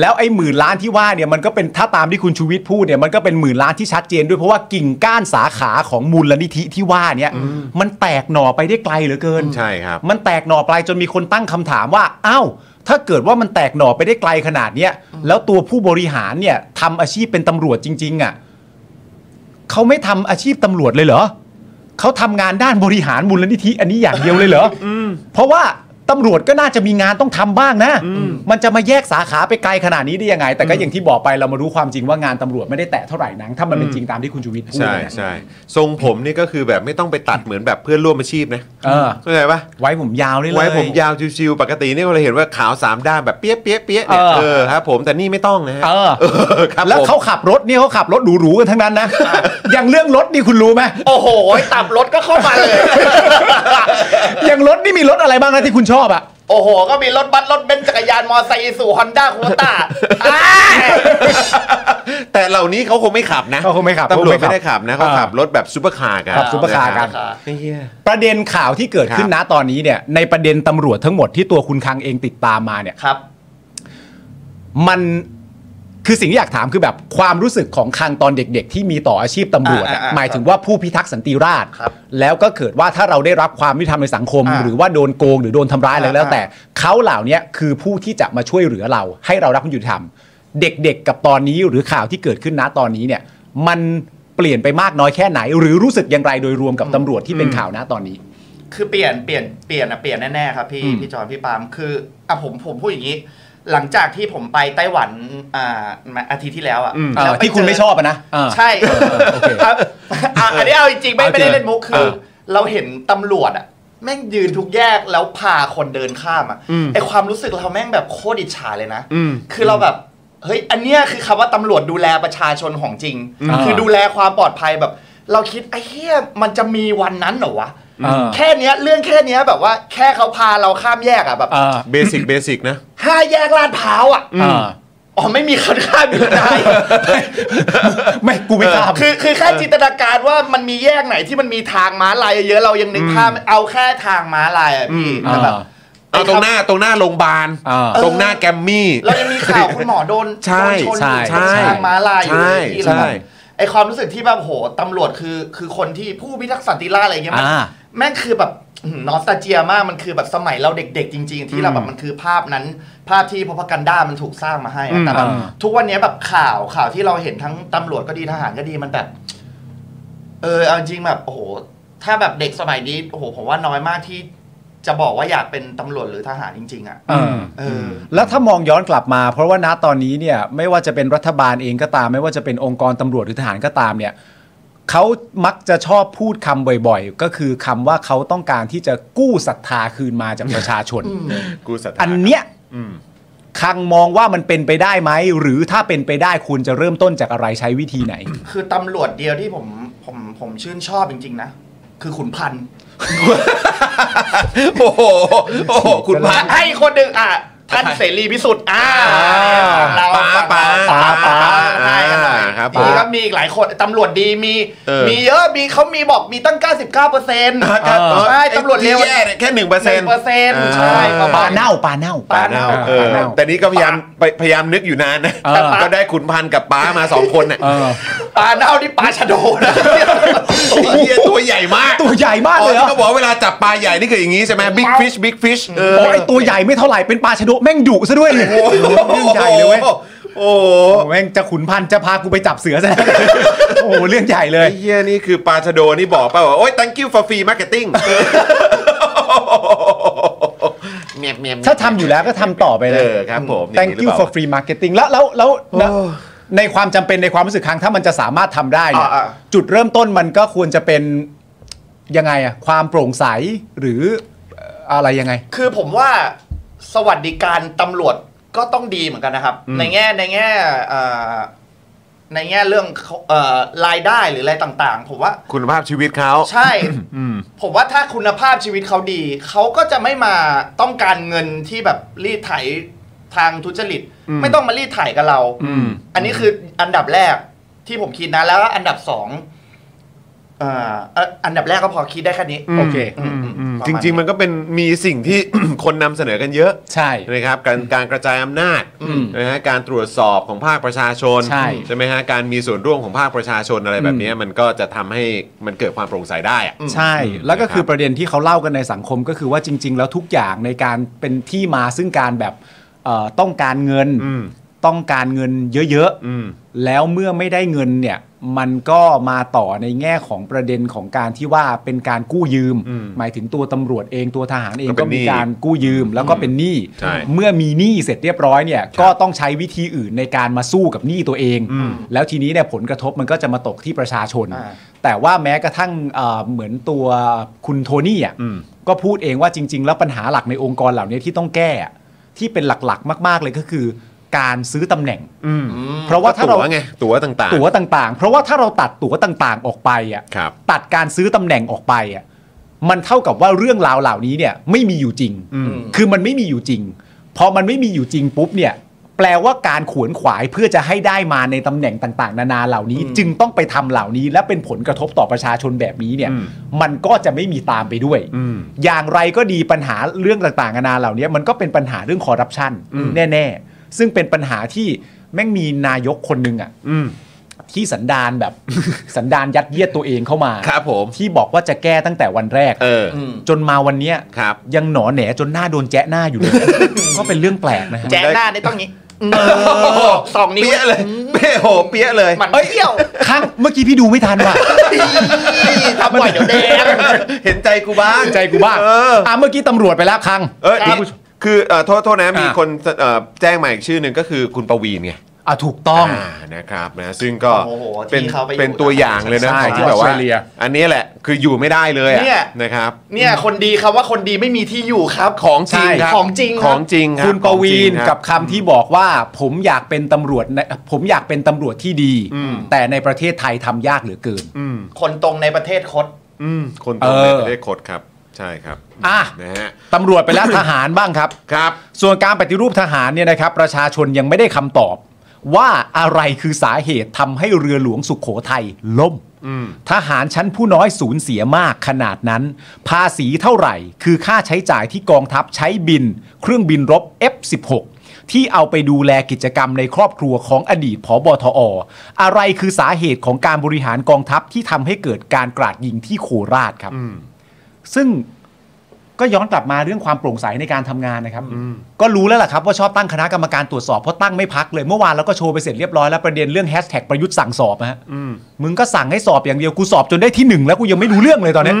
Speaker 2: แล้วไอ้หมื่นล้านที่ว่าเนี่ยมันก็เป็นถ้าตามที่คุณชูวิทย์พูดเนี่ยมันก็เป็นหมื่นล้านที่ชัดเจนด้วยเพราะว่ากิ่งก้านสาขาของมูลนิธิที่ว่าเนี่ยมันแตกหน่อไปได้ไกลเหลือเกิน
Speaker 1: ใช่ครับ
Speaker 2: มันแตกหน่อไปจนมีคนตั้งคำถามว่า อ้าว ถ้าเกิดว่ามันแตกหน่อไปได้ไกลขนาดเนี้ย แล้วตัวผู้บริหารเนี่ยทำอาชีพเป็นตำรวจจริง ๆ อ่ะ เขาไม่ทำอาชีพตำรวจเลยเหรอ เขาทำงานด้านบริหารมูลนิธิอันนี้อย่างเดียวเลยเหรออเพราะว่าตำรวจก็น่าจะมีงานต้องทำบ้างนะ มันจะมาแยกสาขาไปไกลขนาดนี้ได้ยังไง แต่ก็อย่างที่บอกไปเรามารู้ความจริงว่างานตำรวจไม่ได้แตะเท่าไหร่นังถ้ามันเป็นจริงตามที่คุณชูวิทย์พูด
Speaker 1: ใช่
Speaker 2: นะ
Speaker 1: ใช่ทรงผมนี่ก็คือแบบไม่ต้องไปตัดเหมือนแบบเพื่อนร่วมอาชีพนะ
Speaker 2: เออ
Speaker 1: เข้าใจปะ
Speaker 2: ไว้ผมยาวนี่เลย
Speaker 1: ไว้ผมยาวชิวๆปกตินี่เราเห็นว่าขาวสามด้านแบบเปี้ยะเปี้ยะเปี้ยะเนี่ย
Speaker 2: เออ
Speaker 1: เออครับผมแต่นี่ไม่ต้องนะฮะ
Speaker 2: เออ
Speaker 1: เออครับ
Speaker 2: แล้ว
Speaker 1: ผม
Speaker 2: เขาขับรถเนี่ยเขาขับรถหรูๆกันทั้งนั้นนะ อย่างเรื่องรถนี่คุณรู้ไหม
Speaker 3: โอ้โห ตับรถก็เข้ามาเลย
Speaker 2: อย่างรถนี่มีรถอะไรบ้างนะที่คุณชอบอ่ะ
Speaker 3: โอ้โห ก็มีรถบัสรถเบนซ์จักรยานมอไซค์อีสู่ฮอนด้าคู ต้า
Speaker 1: แต่เหล่านี้เขาคงไม่ขับนะ
Speaker 2: เขาคงไม่ขับ
Speaker 1: ตำรวจ
Speaker 2: เขาคงไม่ขั
Speaker 1: ไม่
Speaker 2: บ
Speaker 1: ได้ขับนะเขาขับรถแบบซูเปอร์คาร์กัน
Speaker 2: ขับซุปเปอร์คาร์กัน
Speaker 1: ะบเหี้ย
Speaker 2: ประเด็นข่าวที่เกิดขึ้
Speaker 1: ค
Speaker 2: น
Speaker 1: รับ
Speaker 2: นะตอนนี้เนี่ย ในประเด็นตำรวจทั้งหมดที่ตัวคุณคังเองติดตามมาเนี่ย
Speaker 3: ครับ
Speaker 2: มันคือสิ่งที่อยากถามคือแบบความรู้สึกของคังตอนเด็ก ๆ ที่มีต่ออาชีพตำรวจอะ
Speaker 3: อ่าอ่าอ่า
Speaker 2: หมายถึงว่าผู้พิทักษ์สันติราษฎร์
Speaker 3: ครับ
Speaker 2: แล้วก็เกิดว่าถ้าเราได้รับความยุติธรรมในสังคม
Speaker 3: อ่า
Speaker 2: หรือว่าโดนโกงหรือโดนทำร้ายอะไร
Speaker 3: อ่า
Speaker 2: ก็แล้ว
Speaker 3: อ่า
Speaker 2: แต่เขาเหล่านี้คือผู้ที่จะมาช่วยเหลือเรา ให้เรารับความยุติธรรม เด็กๆ กับตอนนี้หรือข่าวที่เกิดขึ้นนะตอนนี้เนี่ย มันเปลี่ยนไปมากน้อยแค่ไหน หรือรู้สึกอย่างไรโดยรวมกับตำรวจที่เป็นข่าวนะตอนนี้
Speaker 3: คือเปลี่ยนเปลี่ยนเปลี่ยนอะเปลี่ยนแน่ๆครับพี่
Speaker 2: อืม
Speaker 3: พี่จอนพี่ปาล์มคืออ่ะผมผมพูดอย่างนี้ หลังจากที่ผมไปไต้หวันอ่าอาทิตย์ที่แล้วอ่ะ
Speaker 1: อืม
Speaker 3: แล้ว
Speaker 2: อ่า
Speaker 3: ป
Speaker 2: ที่คุณไม่ชอบอะนะอ่า
Speaker 3: ใช่
Speaker 2: เออโอเค
Speaker 3: ครับอ่ะอันนี้เอาจริงๆไม่
Speaker 2: เอาจริง
Speaker 3: ไม่ได้เล่นมุกคือ
Speaker 2: อ่า
Speaker 3: เราเห็นตำรวจอ่ะแม่งยืนทุกแยกแล้วพาคนเดินข้ามอ่ะไอความรู้สึกเราแม่งแบบโคตรอิจฉาเลยนะ
Speaker 1: อืม
Speaker 3: คือเราแบบ เฮ้ยอันเนี้ยคือคำว่าตำรวจดูแลประชาชนของจริง
Speaker 2: อืม
Speaker 3: คือดูแลความปลอดภัยแบบ เราคิดไอ้เหี้ยมันจะมีวันนั้นเหรอวะ
Speaker 2: อ่า
Speaker 3: แค่เนี้ยเรื่องแค่เนี้ยแบบว่าแค่เขาพาเราข้ามแยกอะแบบ
Speaker 2: อ่า
Speaker 1: เบสิกเบสิกนะ
Speaker 3: ห้าแยกลาดพร้าวอะ
Speaker 2: อ่า
Speaker 3: อ๋อไม่มีคนข้ามอยู่ได้
Speaker 2: ไม่กูไม่ทราบ
Speaker 3: คือคือแค่จินตนาการว่ามันมีแยกไหนที่มันมีทางม้าลายเยอะเรายังนึกภาพเอาแค่ทางม้าลายอะพี่
Speaker 2: อืม
Speaker 3: แล้วแบบ
Speaker 2: อ่า
Speaker 1: เอาตรงหน้าตรงหน้าโรงพยาบาล
Speaker 2: อ่า
Speaker 1: ตรงหน้าแกมมี่
Speaker 3: เรายังมีข่าวคุณหมอโดน
Speaker 1: ใช่
Speaker 3: โดนชน
Speaker 2: ใช่
Speaker 3: อยู่บนทางม้าลายอยู่
Speaker 1: ใช่
Speaker 3: เลยพี่
Speaker 1: ใช่
Speaker 3: แล้วแบบไอความรู้สึกที่แบบโหตำรวจคือคือคนที่ผู้พิทักษ์สันติราษฎร์อะไรเงี้ยมัน
Speaker 2: อ่า
Speaker 3: แม่งคือแบบนอสตาเจียมากมันคือแบบสมัยเราเด็ก ๆ จริง ๆ ที่เราแบบมันคือภาพนั้น ภาพที่พพกันด้ามันถูกสร้างมาให้อะแต่แบบ
Speaker 2: อืม
Speaker 3: ทุกวันเนี้ยแบบข่าวข่าวที่เราเห็นทั้งตำรวจก็ดีทหารก็ดีมันแบบ เออเอาจริงแบบโอ้โห ถ้าแบบเด็กสมัยนี้โอ้โหผมว่าน้อยมากที่จะบอกว่าอยากเป็นตำรวจหรือทหารจริง ๆ อ่ะ
Speaker 2: เออ
Speaker 3: เออ
Speaker 2: แล้วถ้ามองย้อนกลับมา เพราะว่าณตอนนี้เนี่ยไม่ว่าจะเป็นรัฐบาลเองก็ตาม ไม่ว่าจะเป็นองค์กรตำรวจหรือทหารก็ตามเนี่ยเขามักจะชอบพูดคำบ่อยๆ ก็คือคำว่าเขาต้องการที่จะกู้ศรัทธาคืนมาจากประชาชน
Speaker 1: กูศรัทธา
Speaker 2: อันเนี้ย
Speaker 1: อืม
Speaker 2: คังมองว่ามันเป็นไปได้ไหม หรือถ้าเป็นไปได้คุณจะเริ่มต้นจากอะไรใช้วิธีไหน
Speaker 3: คือตำรวจเดียวที่ผมผมผมชื่นชอบจริง ๆ นะ คือขุนพันธ์
Speaker 1: โอ้โหโอ้โหคุณพระ
Speaker 3: ให้คนหนึ่งอ่ะท่านเสรีพิสุทธิ์อ่าเรา
Speaker 1: ป๋าป๋า
Speaker 3: ป๋าป๋า
Speaker 1: ป๋า
Speaker 3: ให้กันหน่อย
Speaker 1: อ่าครับ
Speaker 3: นี่ก็มีอีกหลายคนตำรวจดีมี
Speaker 1: เออ
Speaker 3: มีเยอะมีเขามีบอกมีตั้ง 99เปอร์เซ็นต์
Speaker 1: เออ
Speaker 3: ใช่ตำรวจเร็ว
Speaker 1: ที่แย่เนี่ยแค่หนึ่งเปอร์
Speaker 3: ห
Speaker 1: เซ็น
Speaker 3: นึ่
Speaker 1: ต์
Speaker 3: งเปอร์เซ็นต์ใช่ประ
Speaker 2: ป
Speaker 3: มา
Speaker 2: ลา
Speaker 3: ณ
Speaker 2: เน่าปลาเน่า
Speaker 3: ปลาเน่า
Speaker 1: เออ
Speaker 2: ปลาเน่า
Speaker 1: แต่นี้ก็พยายามไปพยายามนึกอยู่นานนะ
Speaker 2: เออ
Speaker 1: ก็ได้ขุนพันธ์กับป้ามาสองคนน่ะ
Speaker 2: เออ
Speaker 3: ปลาเน่านี่ปลาชะโดนะ
Speaker 1: ไอ้เหี้ยตัวใหญ่มาก
Speaker 2: ตัวใหญ่มาก
Speaker 1: อ๋อ
Speaker 2: เลยเหร
Speaker 1: ที่
Speaker 2: อ
Speaker 1: เขาบอกว่าเวลาจับปลาใหญ่นี่คืออย่างนี้ใช่ไหมบิ๊กฟิชบิ๊กฟิชเออ
Speaker 2: โอ้ยตัวใหญ่ไม่เท่าไหร่เป็นปลาชะโดแม่งดุซะด้วยเนี่ยเรื่องใหญ่เลยเว้ย
Speaker 1: โอ้โห
Speaker 2: โอ้แม่งจะขุนพันธุ์จะพากูไปจับเสือซะ โอ้โหเรื่องใหญ่เลย
Speaker 1: ไอ้เหี้ยนี่คือปลาชะโดนี่บอกป่าว่าโอ้ย thank you for free marketing เมียบเมียบ
Speaker 2: ถ้าทำอยู่แล้วก็ทำต่อไปเล
Speaker 1: เอย อครับผมอย่าง
Speaker 2: thank
Speaker 1: นี้หรือ
Speaker 2: you
Speaker 1: เปล่า
Speaker 2: for free marketing แล้วแล้วแล้วนะในความจำเป็นในความรู้สึกครั้งถ้ามันจะสามารถทำได้เนี่ย
Speaker 3: อ่า
Speaker 2: จุดเริ่มต้นมันก็ควรจะเป็นยังไงอะความโปร่งใสหรือเอ่ออะไรยังไง
Speaker 3: คือผมว่าสวัสดิการตำรวจก็ต้องดีเหมือนกันนะครับ ในแง่ในแง่เอ่อในแง่เรื่องเขาเอ่อรายได้หรืออะไรต่าง ๆ ผมว่า
Speaker 1: คุณภาพชีวิตเขา
Speaker 3: ใช่ ผมว่าถ้าคุณภาพชีวิตเขาดี เขาก็จะไม่มาต้องการเงินที่แบบรีดไถทางทุจริต ไม่ต้องมารีดไถกับเรา
Speaker 1: อืม
Speaker 3: อันนี้คืออันดับแรกที่ผมคิดนะแล้ว อันดับสองเอ่อเอ่ออันดับแรกก็พอคิดได้แค่นี้
Speaker 2: โอเค
Speaker 1: อืมอืม
Speaker 3: ประมาณ
Speaker 1: จริง ๆ มันก็เป็นมีสิ่งที่ คนนำเสนอกันเยอะ
Speaker 2: ใช่
Speaker 1: นะครับการการกระจายอำนาจนะฮะการตรวจสอบของภาคประชาชน
Speaker 2: ใช่
Speaker 1: ไหมฮะการมีส่วนร่วมของภาคประชาชนอะไรแบบเนี้ยมันก็จะทำให้มันเกิดความโปร่งใสได้อะ
Speaker 2: ใช่ แล้วก็คือประเด็นที่เขาเล่ากันในสังคมก็คือว่าจริง ๆ แล้วทุกอย่างในการเป็นที่มาซึ่งการแบบเอ่อต้องการเงิน
Speaker 1: อืม
Speaker 2: ต้องการเงินเยอะ
Speaker 1: อืม
Speaker 2: ๆ แล้วเมื่อไม่ได้เงินเนี่ยมันก็มาต่อในแง่ของประเด็นของการที่ว่าเป็นการกู้ยืม
Speaker 1: อืม
Speaker 2: หมายถึงตัวตำรวจเองตัวทหารเอง
Speaker 1: ก็เป็
Speaker 2: ก็
Speaker 1: นหนี้
Speaker 2: มีการกู้ยืมแล้วก็เป็นหนี้
Speaker 1: ใช่
Speaker 2: เมื่อมีหนี้เสร็จเรียบร้อยเนี่ยก็ต้องใช้วิธีอื่นในการมาสู้กับหนี้ตัวเอง แล้วทีนี้เนี่ยผลกระทบมันก็จะมาตกที่ประชาชน
Speaker 3: อ่า
Speaker 2: แต่ว่าแม้กระทั่งเอ่อเหมือนตัวคุณโทนี่อ่ะ
Speaker 1: อืม
Speaker 2: ก็พูดเองว่าจริง ๆ แล้วปัญหาหลักในองค์กรเหล่านี้ที่ต้องแก้อะที่เป็นหลักๆ มาก ๆ เลยก็คือ การซื้อตำแหน่ง
Speaker 1: อืม
Speaker 2: เพราะว่าถ้าเรา
Speaker 1: ตั๋วไงตั๋วต่างๆ
Speaker 2: ตั๋วต่างๆ เพราะว่าถ้าเราตัดตั๋วต่างๆ ออกไปอ่ะ
Speaker 1: ครับ
Speaker 2: ตัดการซื้อตำแหน่งออกไปอ่ะมันเท่ากับว่าเรื่องราวเหล่านี้เนี่ยไม่มีอยู่จริง คือมันไม่มีอยู่จริง พอมันไม่มีอยู่จริงปุ๊บเนี่ย แปลว่าการขวนขวายเพื่อจะให้ได้มาในตำแหน่งต่างๆ นานาเหล่านี้ จึงต้องไปทำเหล่านี้ และเป็นผลกระทบต่อประชาชนแบบนี้เนี่ย
Speaker 1: อืม
Speaker 2: มันก็จะไม่มีตามไปด้วย
Speaker 1: อืม
Speaker 2: อย่างไรก็ดีปัญหาเรื่องต่างๆนานาเหล่านี้มันก็เป็นปัญหาเรื่องคอร์รัปชัน
Speaker 1: อืม
Speaker 2: แน่ ๆ ซึ่งเป็นปัญหาที่แม่งมีนายกคนหนึ่งอะ
Speaker 1: อืม
Speaker 2: ที่สันดานแบบ สันดานยัดเยียดตัวเองเข้ามา
Speaker 1: ครับผม
Speaker 2: ที่บอกว่าจะแก้ตั้งแต่วันแรก
Speaker 1: เอออ
Speaker 2: จนมาวันเนี้ย
Speaker 1: ครับ
Speaker 2: ยังหนอแหนจนหน้าโดนแจ๊ะหน้าอยู่เลย ก็เป็นเรื่องแปลกนะฮะ
Speaker 3: แจ๊หน้าได้ต้องนี้สองนิ้ว
Speaker 1: เปี้ยเลยเปี้ยโหเปี้ยเลย
Speaker 3: มันเที่ยว
Speaker 2: ครั้งเมื่อกี้พี่ดูไม่ทันว่ะ
Speaker 3: ทำบ่อยเดี๋ยวแดง
Speaker 1: เห็นใจกูบ้าง
Speaker 2: ใจกูบ้าง
Speaker 1: เอออ่
Speaker 2: อ่ะเมื่อกี้ตำรวจไปแล้วครั้ง
Speaker 1: เออ
Speaker 3: ครับ
Speaker 1: นี่คือเอ่อโทษโทษนะมี
Speaker 2: อ่า
Speaker 1: คนเอ่อแจ้งมาอีกชื่อหนึ่งก็คือคุณประวีนไง
Speaker 2: อ่ะถูกต้อง
Speaker 1: านะครับนะซึ่งก็
Speaker 3: โอ้โหที่
Speaker 1: เป็น
Speaker 3: เขาไปอยู่
Speaker 1: เป็นตัวอย่างเลยนะ
Speaker 2: ใช่
Speaker 1: ที่แบบว่า
Speaker 2: ออสเตรเลีย
Speaker 1: อันนี้แหละคืออยู่ไม่ได้เลยอะ
Speaker 3: เนี่ย
Speaker 1: นะครับ
Speaker 3: เนี่ยคนดีคำว่าคนดีไม่มีที่อยู่ครับ
Speaker 1: ของจริง
Speaker 3: ใช่
Speaker 1: ครับ
Speaker 3: ของจริงครับ
Speaker 1: ของจริงรับ
Speaker 2: คุณปวีณ
Speaker 1: ของจริงค
Speaker 2: กั
Speaker 1: รั
Speaker 2: บคำที่บอกว่า ผมอยากเป็นตำรวจนะผมอยากเป็นตำรวจที่ดี
Speaker 1: อืม
Speaker 2: แต่ในประเทศไทยทำยากเหลือเกิน
Speaker 1: อืม
Speaker 3: คนตรงในประเทศคด
Speaker 1: อืมคนตรงใน
Speaker 2: เออ
Speaker 1: ประเทศคดครับใช่ครับ
Speaker 2: อ่ะ
Speaker 1: นะฮะ
Speaker 2: ตำรวจไปแล้ว ทหารบ้างครับ
Speaker 1: ครับ
Speaker 2: ส่วนการปฏิรูปทหารเนี่ยนะครับประชาชนยังไม่ได้คำตอบ ว่าอะไรคือสาเหตุทำให้เรือหลวงสุขโขทัยล่ม
Speaker 1: อืม
Speaker 2: ทหารชั้นผู้น้อยสูญเสียมากขนาดนั้น ภาษีเท่าไหร่ คือค่าใช้จ่ายที่กองทัพใช้บิน เครื่องบินรบ F16 ที่เอาไปดูแลกิจกรรมในครอบครัวของอดีตผบทอ อะไรคือสาเหตุของการบริหารกองทัพที่ทำให้เกิดการกราดยิงที่โคราชครับ
Speaker 1: อืม
Speaker 2: ซึ่งก็ย้อนกลับมาเรื่องความโปร่งใสในการทำงานนะครับ ก็รู้แล้วล่ะครับว่าชอบตั้งคณะกรรมการตรวจสอบเพราะตั้งไม่พักเลยเมื่อวานเราก็โชว์ไปเสร็จเรียบร้อยแล้วประเด็นเรื่องแฮชแท็กประยุทธ์สั่งสอบนะฮะมึงก็สั่งให้สอบอย่างเดียวกูสอบจนได้ที่หนึ่งแล้วกูยังไม่รู้เรื่องเลยตอนเนี้ย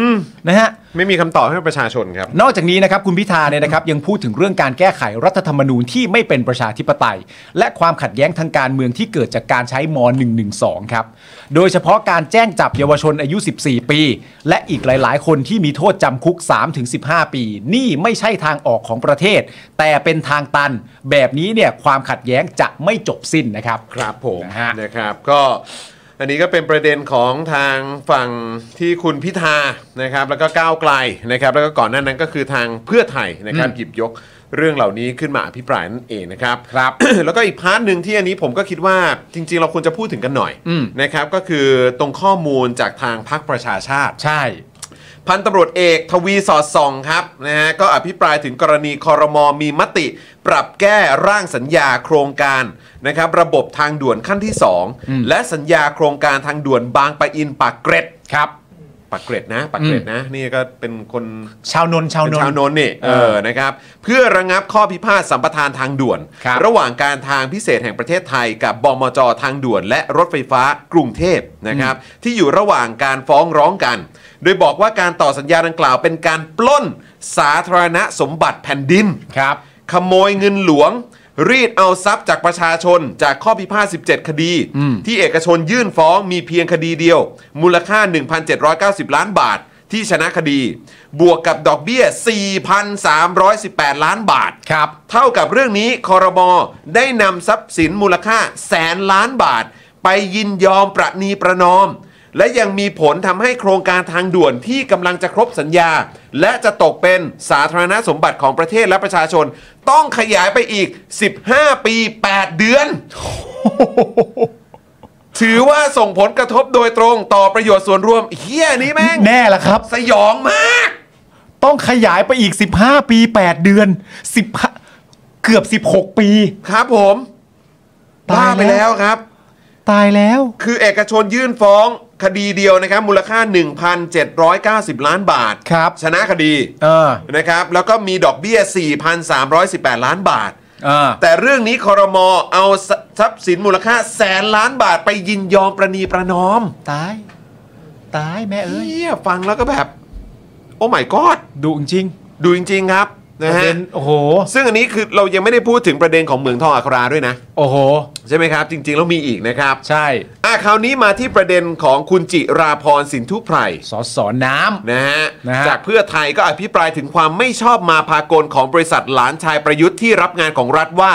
Speaker 2: นะฮะ
Speaker 1: ไม่มีคำตอบให้ประชาชนครับ
Speaker 2: นอกจากนี้นะครับคุณพิธาเนี่ยนะครับยังพูดถึงเรื่องการแก้ไขรัฐธรรมนูญที่ไม่เป็นประชาธิปไตย และความขัดแย้งทางการเมืองที่เกิดจากการใช้ม .112 ครับ โดยเฉพาะการแจ้งจับเยาวชนอายุ 14 ปี และอีกหลาย ๆ คนที่มีโทษจำคุก 3-15 ปี นี่ไม่ใช่ทางออกของประเทศ แต่เป็นทางตัน แบบนี้เนี่ยความขัดแย้งจะไม่จบสิ้นนะครับ
Speaker 1: ครับผม
Speaker 2: นะฮะ
Speaker 1: นะครับก็อันนี้ก็เป็นประเด็นของทางฝั่งที่คุณพิธานะครับแล้วก็ก้าวไกลนะครับแล้วก็ก่อนหน้านั้นก็คือทางเพื่อไทยนะครับหยิบยกเรื่องเหล่านี้ขึ้นมาอภิปรายนั่นเองนะครับ
Speaker 2: ครับ
Speaker 1: แล้วก็อีกพาร์ทหนึ่งที่อันนี้ผมก็คิดว่าจริง ๆ เราควรจะพูดถึงกันหน่อย
Speaker 2: อืม
Speaker 1: นะครับก็คือตรงข้อมูลจากทางพรรคประชาชาติ
Speaker 2: ใช่
Speaker 1: พันตำรวจเอกทวีสอดส่องครับนะฮะก็อภิปรายถึงกรณีคอรมอมีมติ ปรับแก้ร่างสัญญาโครงการนะครับระบบทางด่วนขั้นที่ 2 และสัญญาโครงการทางด่วนบางปะอินปากเกร็ด
Speaker 2: ครับ
Speaker 1: ปากเกร็ดนะปากเกร็ดนะ นี่ก็เป็นคน
Speaker 2: ชาวนนท์ชาว
Speaker 1: เป็น
Speaker 2: นน
Speaker 1: ชาว
Speaker 2: ท์
Speaker 1: นนท์นี่เออนะครับเพื่อระงับข้อพิพาทสัมปทานทางด่วน
Speaker 2: ครับ
Speaker 1: ระหว่างการทางพิเศษแห่งประเทศไทย กับบมจทางด่วน และรถไฟฟ้ากรุงเทพนะครับที่อยู่ระหว่างการฟ้องร้องกัน โดยบอกว่าการต่อสัญญาดังกล่าวเป็นการปล้นสาธารณสมบัติแผ่นดิน
Speaker 2: ครับ
Speaker 1: ขโมยเงินหลวง รีดเอาทรัพย์จากประชาชนจากข้อพิพาท 17 คดี ที่เอกชนยื่นฟ้องมีเพียงคดีเดียว มูลค่า 1,790 ล้านบาท ที่ชนะคดี บวกกับดอกเบี้ย 4,318 ล้านบาท
Speaker 2: ครับ
Speaker 1: เท่ากับเรื่องนี้คอรมอได้นำทรัพย์สินมูลค่าแสนล้านบาท ไปยินยอมประนีประนอม และยังมีผลทำให้โครงการทางด่วนที่กำลังจะครบสัญญา และจะตกเป็นสาธารณสมบัติของประเทศและประชาชน ต้องขยายไปอีก 15 ปี 8 เดือน ถือว่าส่งผลกระทบโดยตรงต่อประโยชน์ส่วนรวมเฮียนี้แม่ง
Speaker 2: แน่ละครับ
Speaker 1: สยองมาก
Speaker 2: ต้องขยายไปอีก 15 ปี 8 เดือน10เกือบ 16 ปี
Speaker 1: ครับผมบ้า
Speaker 2: ตายแล้
Speaker 1: ไปแล้
Speaker 2: ว
Speaker 1: วครับ
Speaker 2: ตายแล้ว
Speaker 1: คือเอกชนยื่นฟ้องคดีเดียวนะครับ มูลค่า 1,790 ล้านบาท
Speaker 2: ครับ
Speaker 1: ชนะคดี
Speaker 2: เออ
Speaker 1: นะครับ แล้วก็มีดอกเบี้ย 4,318 ล้านบาท
Speaker 2: เออ
Speaker 1: แต่เรื่องนี้คอรมอเอาทรัพย์สินมูลค่าแสนล้านบาทไปยินยอมประนีประนอม
Speaker 2: ตาย ตายแม่เอ้ย
Speaker 1: เฮียฟังแล้วก็แบบ โอ้ my god
Speaker 2: ดุจริง
Speaker 1: ดูจริง ๆ ครับ
Speaker 2: ป
Speaker 1: นะ
Speaker 2: ระ
Speaker 1: ฮะ
Speaker 2: เด็นโอ้โห
Speaker 1: ซึ่งอันนี้คือเรายังไม่ได้พูดถึงประเด็นของเหมืองทองอัคราด้วยนะ
Speaker 2: โอ้โห
Speaker 1: ใช่ไหมครับ จริง ๆ แล้วมีอีกนะครับ
Speaker 2: ใช่
Speaker 1: อ่ะคราวนี้มาที่ประเด็นของคุณจิราพรสินทุไพร
Speaker 2: สอสอน้ำ
Speaker 1: นะฮะ
Speaker 2: นะฮะ
Speaker 1: จากเพื่อไทยก็อภิปรายถึงความไม่ชอบมาพากลของบริษัทหลานชายประยุทธ์ที่รับงานของรัฐว่า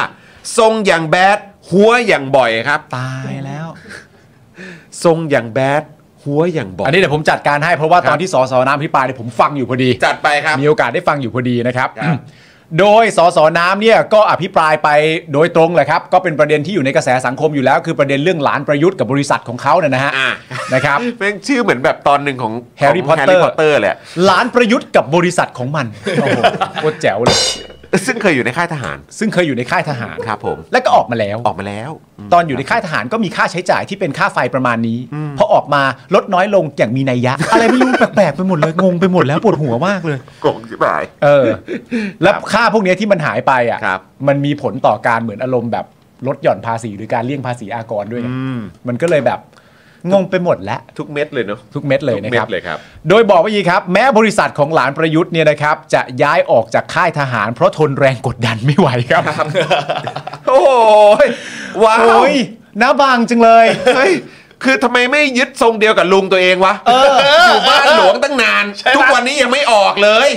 Speaker 1: ทรงอย่างแบดหัวอย่างบ่อยครับ
Speaker 2: ตายแล้ว
Speaker 1: ทรงอย่างแบดหัวอย่างบ่อย
Speaker 2: อันนี้เดี๋ยวผมจัดการให้เพราะว่า
Speaker 1: ครับ
Speaker 2: ตอนที่สอสอน้ำพิปรายเนี่ยผมฟังอยู่พอดี
Speaker 1: จัดไปครับ
Speaker 2: มีโอกาสได้ฟังอยู่พอดีนะครับ
Speaker 1: ครับ
Speaker 2: โดยสสน้ำเนี่ยก็อภิปรายไปโดยตรงเลยครับ ก็เป็นประเด็นที่อยู่ในกระแสสังคมอยู่แล้ว คือประเด็นเรื่องหลานประยุทธ์กับบริษัทของเขาเนี่ยนะฮะ
Speaker 1: อ่ะ
Speaker 2: นะครับ
Speaker 1: แม่งชื่อเหมือนแบบตอนหนึ่งของ
Speaker 2: Harry
Speaker 1: ของ
Speaker 2: Potter
Speaker 1: พอตเตอร์แหละ
Speaker 2: หลานประยุทธ์กับบริษัทของมัน โอ้โหโคตรแจ๋วเลย
Speaker 1: ซึ่งเคยอยู่ในค่ายทหาร
Speaker 2: ซึ่งเคยอยู่ในค่ายทหาร
Speaker 1: ครับผม
Speaker 2: และก็ออกมาแล้ว
Speaker 1: ออกมาแล้วม
Speaker 2: ตอนอยู่ในค่ายทหารก็มีค่าใช้จ่ายที่เป็นค่าไฟประมาณนี้ พอออกมาลดน้อยลงอย่างมีนัยยะ อะไรไม่รู้ แปลกๆไปหมดเลย งงไปหมดแล้วปวดหัวมากเลย
Speaker 1: โกงที่ไหน
Speaker 2: เออ แล้วค่าพวกเนี้ยที่มันหายไปอ่ะ
Speaker 1: ครับ
Speaker 2: มันมีผลต่อการเหมือนอารมณ์แบบลดหย่อนภาษีหรือการเลี่ยงภาษีอากรด้วยไง
Speaker 1: อืม
Speaker 2: มันก็เลยแบบ งงไปหมดแล้ว
Speaker 1: ทุกเม็ดเลยเนาะ
Speaker 2: ทุกเม็ดเลย
Speaker 1: ทุก
Speaker 2: นะ
Speaker 1: เม็
Speaker 2: ค
Speaker 1: ด
Speaker 2: รับ
Speaker 1: เลยครับ
Speaker 2: โดยบอกว่าอย่างนี้ครับ แม้บริษัทของหลานประยุทธ์เนี่ยนะครับ จะย้ายออกจากค่ายทหาร เพราะทนแรงกดดันไม่ไหวครับ
Speaker 1: โอ้โหว้าว
Speaker 2: โอ้ยน้าบางจังเลย
Speaker 1: เฮ้ยคือทำไมไม่ยึดทรงเดียวกับลุงตัวเองวะอยู่บ้านหลวงตั้งนาน ทุกวันนี้ยังไม่ออกเลย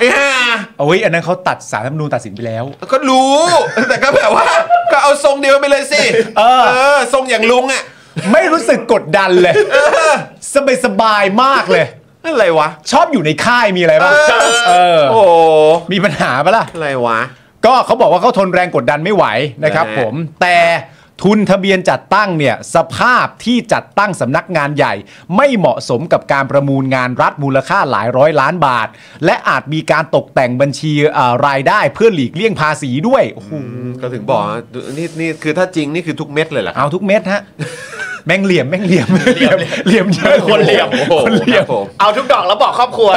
Speaker 1: ไอ้ห่า
Speaker 2: โอ้ยอันนั้นเขาตัดสารรัฐธรรมนูญตัดสินไปแล้ว
Speaker 1: ก็รู้ แต่ก็แบบว่า ก็เอาทรงเดียวไปเลยสิ
Speaker 2: เออ
Speaker 1: เออทรงอย่างลุงอ่ะ
Speaker 2: ไม่รู้สึกกดดันเลย สบายสบายๆมากเลย
Speaker 1: อะไรวะ
Speaker 2: ชอบอยู่ในค่ายมีอะไรบ้าง
Speaker 1: เออ
Speaker 2: เออ
Speaker 1: โอ้โห
Speaker 2: มีปัญหาปะล่ะ
Speaker 1: อะไรวะ
Speaker 2: ก็เขาบอกว่าเขาทนแรงกดดันไม่ไหวนะครับ
Speaker 1: นะฮะ
Speaker 2: ผม แต่ทุนทะเบียนจัดตั้งเนี่ยสภาพที่จัดตั้งสำนักงานใหญ่ ไม่เหมาะสมกับการประมูลงานรัฐมูลค่าหลายร้อยล้านบาท และอาจมีการตกแต่งบัญชีเอ่อรายได้เพื่อหลีกเลี่ยงภาษีด้วยโอ้โห
Speaker 1: ก็ถึงบอกว่านี่นี่คือถ้าจริงนี่คือทุกเม็ดเลยเหรอครับ
Speaker 2: เอาทุกเม็ดฮะ แม่งเหลี่ยมแม่งเหลี่ยมเหลี่ยมเหลี่ยมเยอะ
Speaker 3: คนเหลี่ยม
Speaker 2: โอ้
Speaker 1: โอ้
Speaker 2: โห
Speaker 1: โห
Speaker 2: คนเหลี่ย
Speaker 1: ค
Speaker 2: ม
Speaker 1: รับผม
Speaker 3: เอาทุกดอกแล้วบอกครอบครัว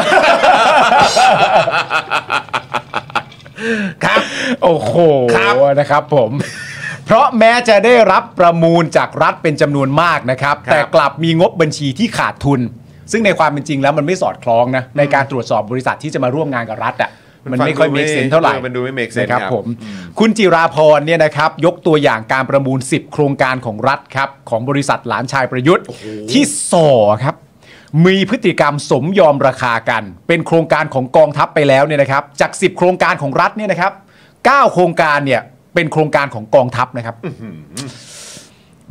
Speaker 1: ครับ
Speaker 2: โอ้โห
Speaker 1: ครับ
Speaker 2: นะครับผม เพราะแม้จะได้รับประมูลจากรัฐเป็นจำนวนมากนะครับ
Speaker 1: ครับ
Speaker 2: แต่กลับมีงบบัญชีที่ขาดทุน ซึ่งในความเป็นจริงแล้วมันไม่สอดคล้องนะในการตรวจสอบบริษัทที่จะมาร่วมงานกับรัฐอ่ะมันไม่ค่อยเมกเซนเท่าไหร่
Speaker 1: มันดูไม่เมกเซน
Speaker 2: นะครับ
Speaker 1: ครับ
Speaker 2: ผมคุณจิราพรเนี่ยนะครับยกตัวอย่างการประมูล 10 โครงการของรัฐครับของบริษัทหลานชายประยุทธ์ที่ส่อครับ มีพฤติกรรมสมยอมราคากัน เป็นโครงการของกองทัพไปแล้วเนี่ยนะครับจาก 10 โครงการของรัฐเนี่ยนะครับ 9 โครงการเนี่ยเป็นโครงการของกองทัพนะครับ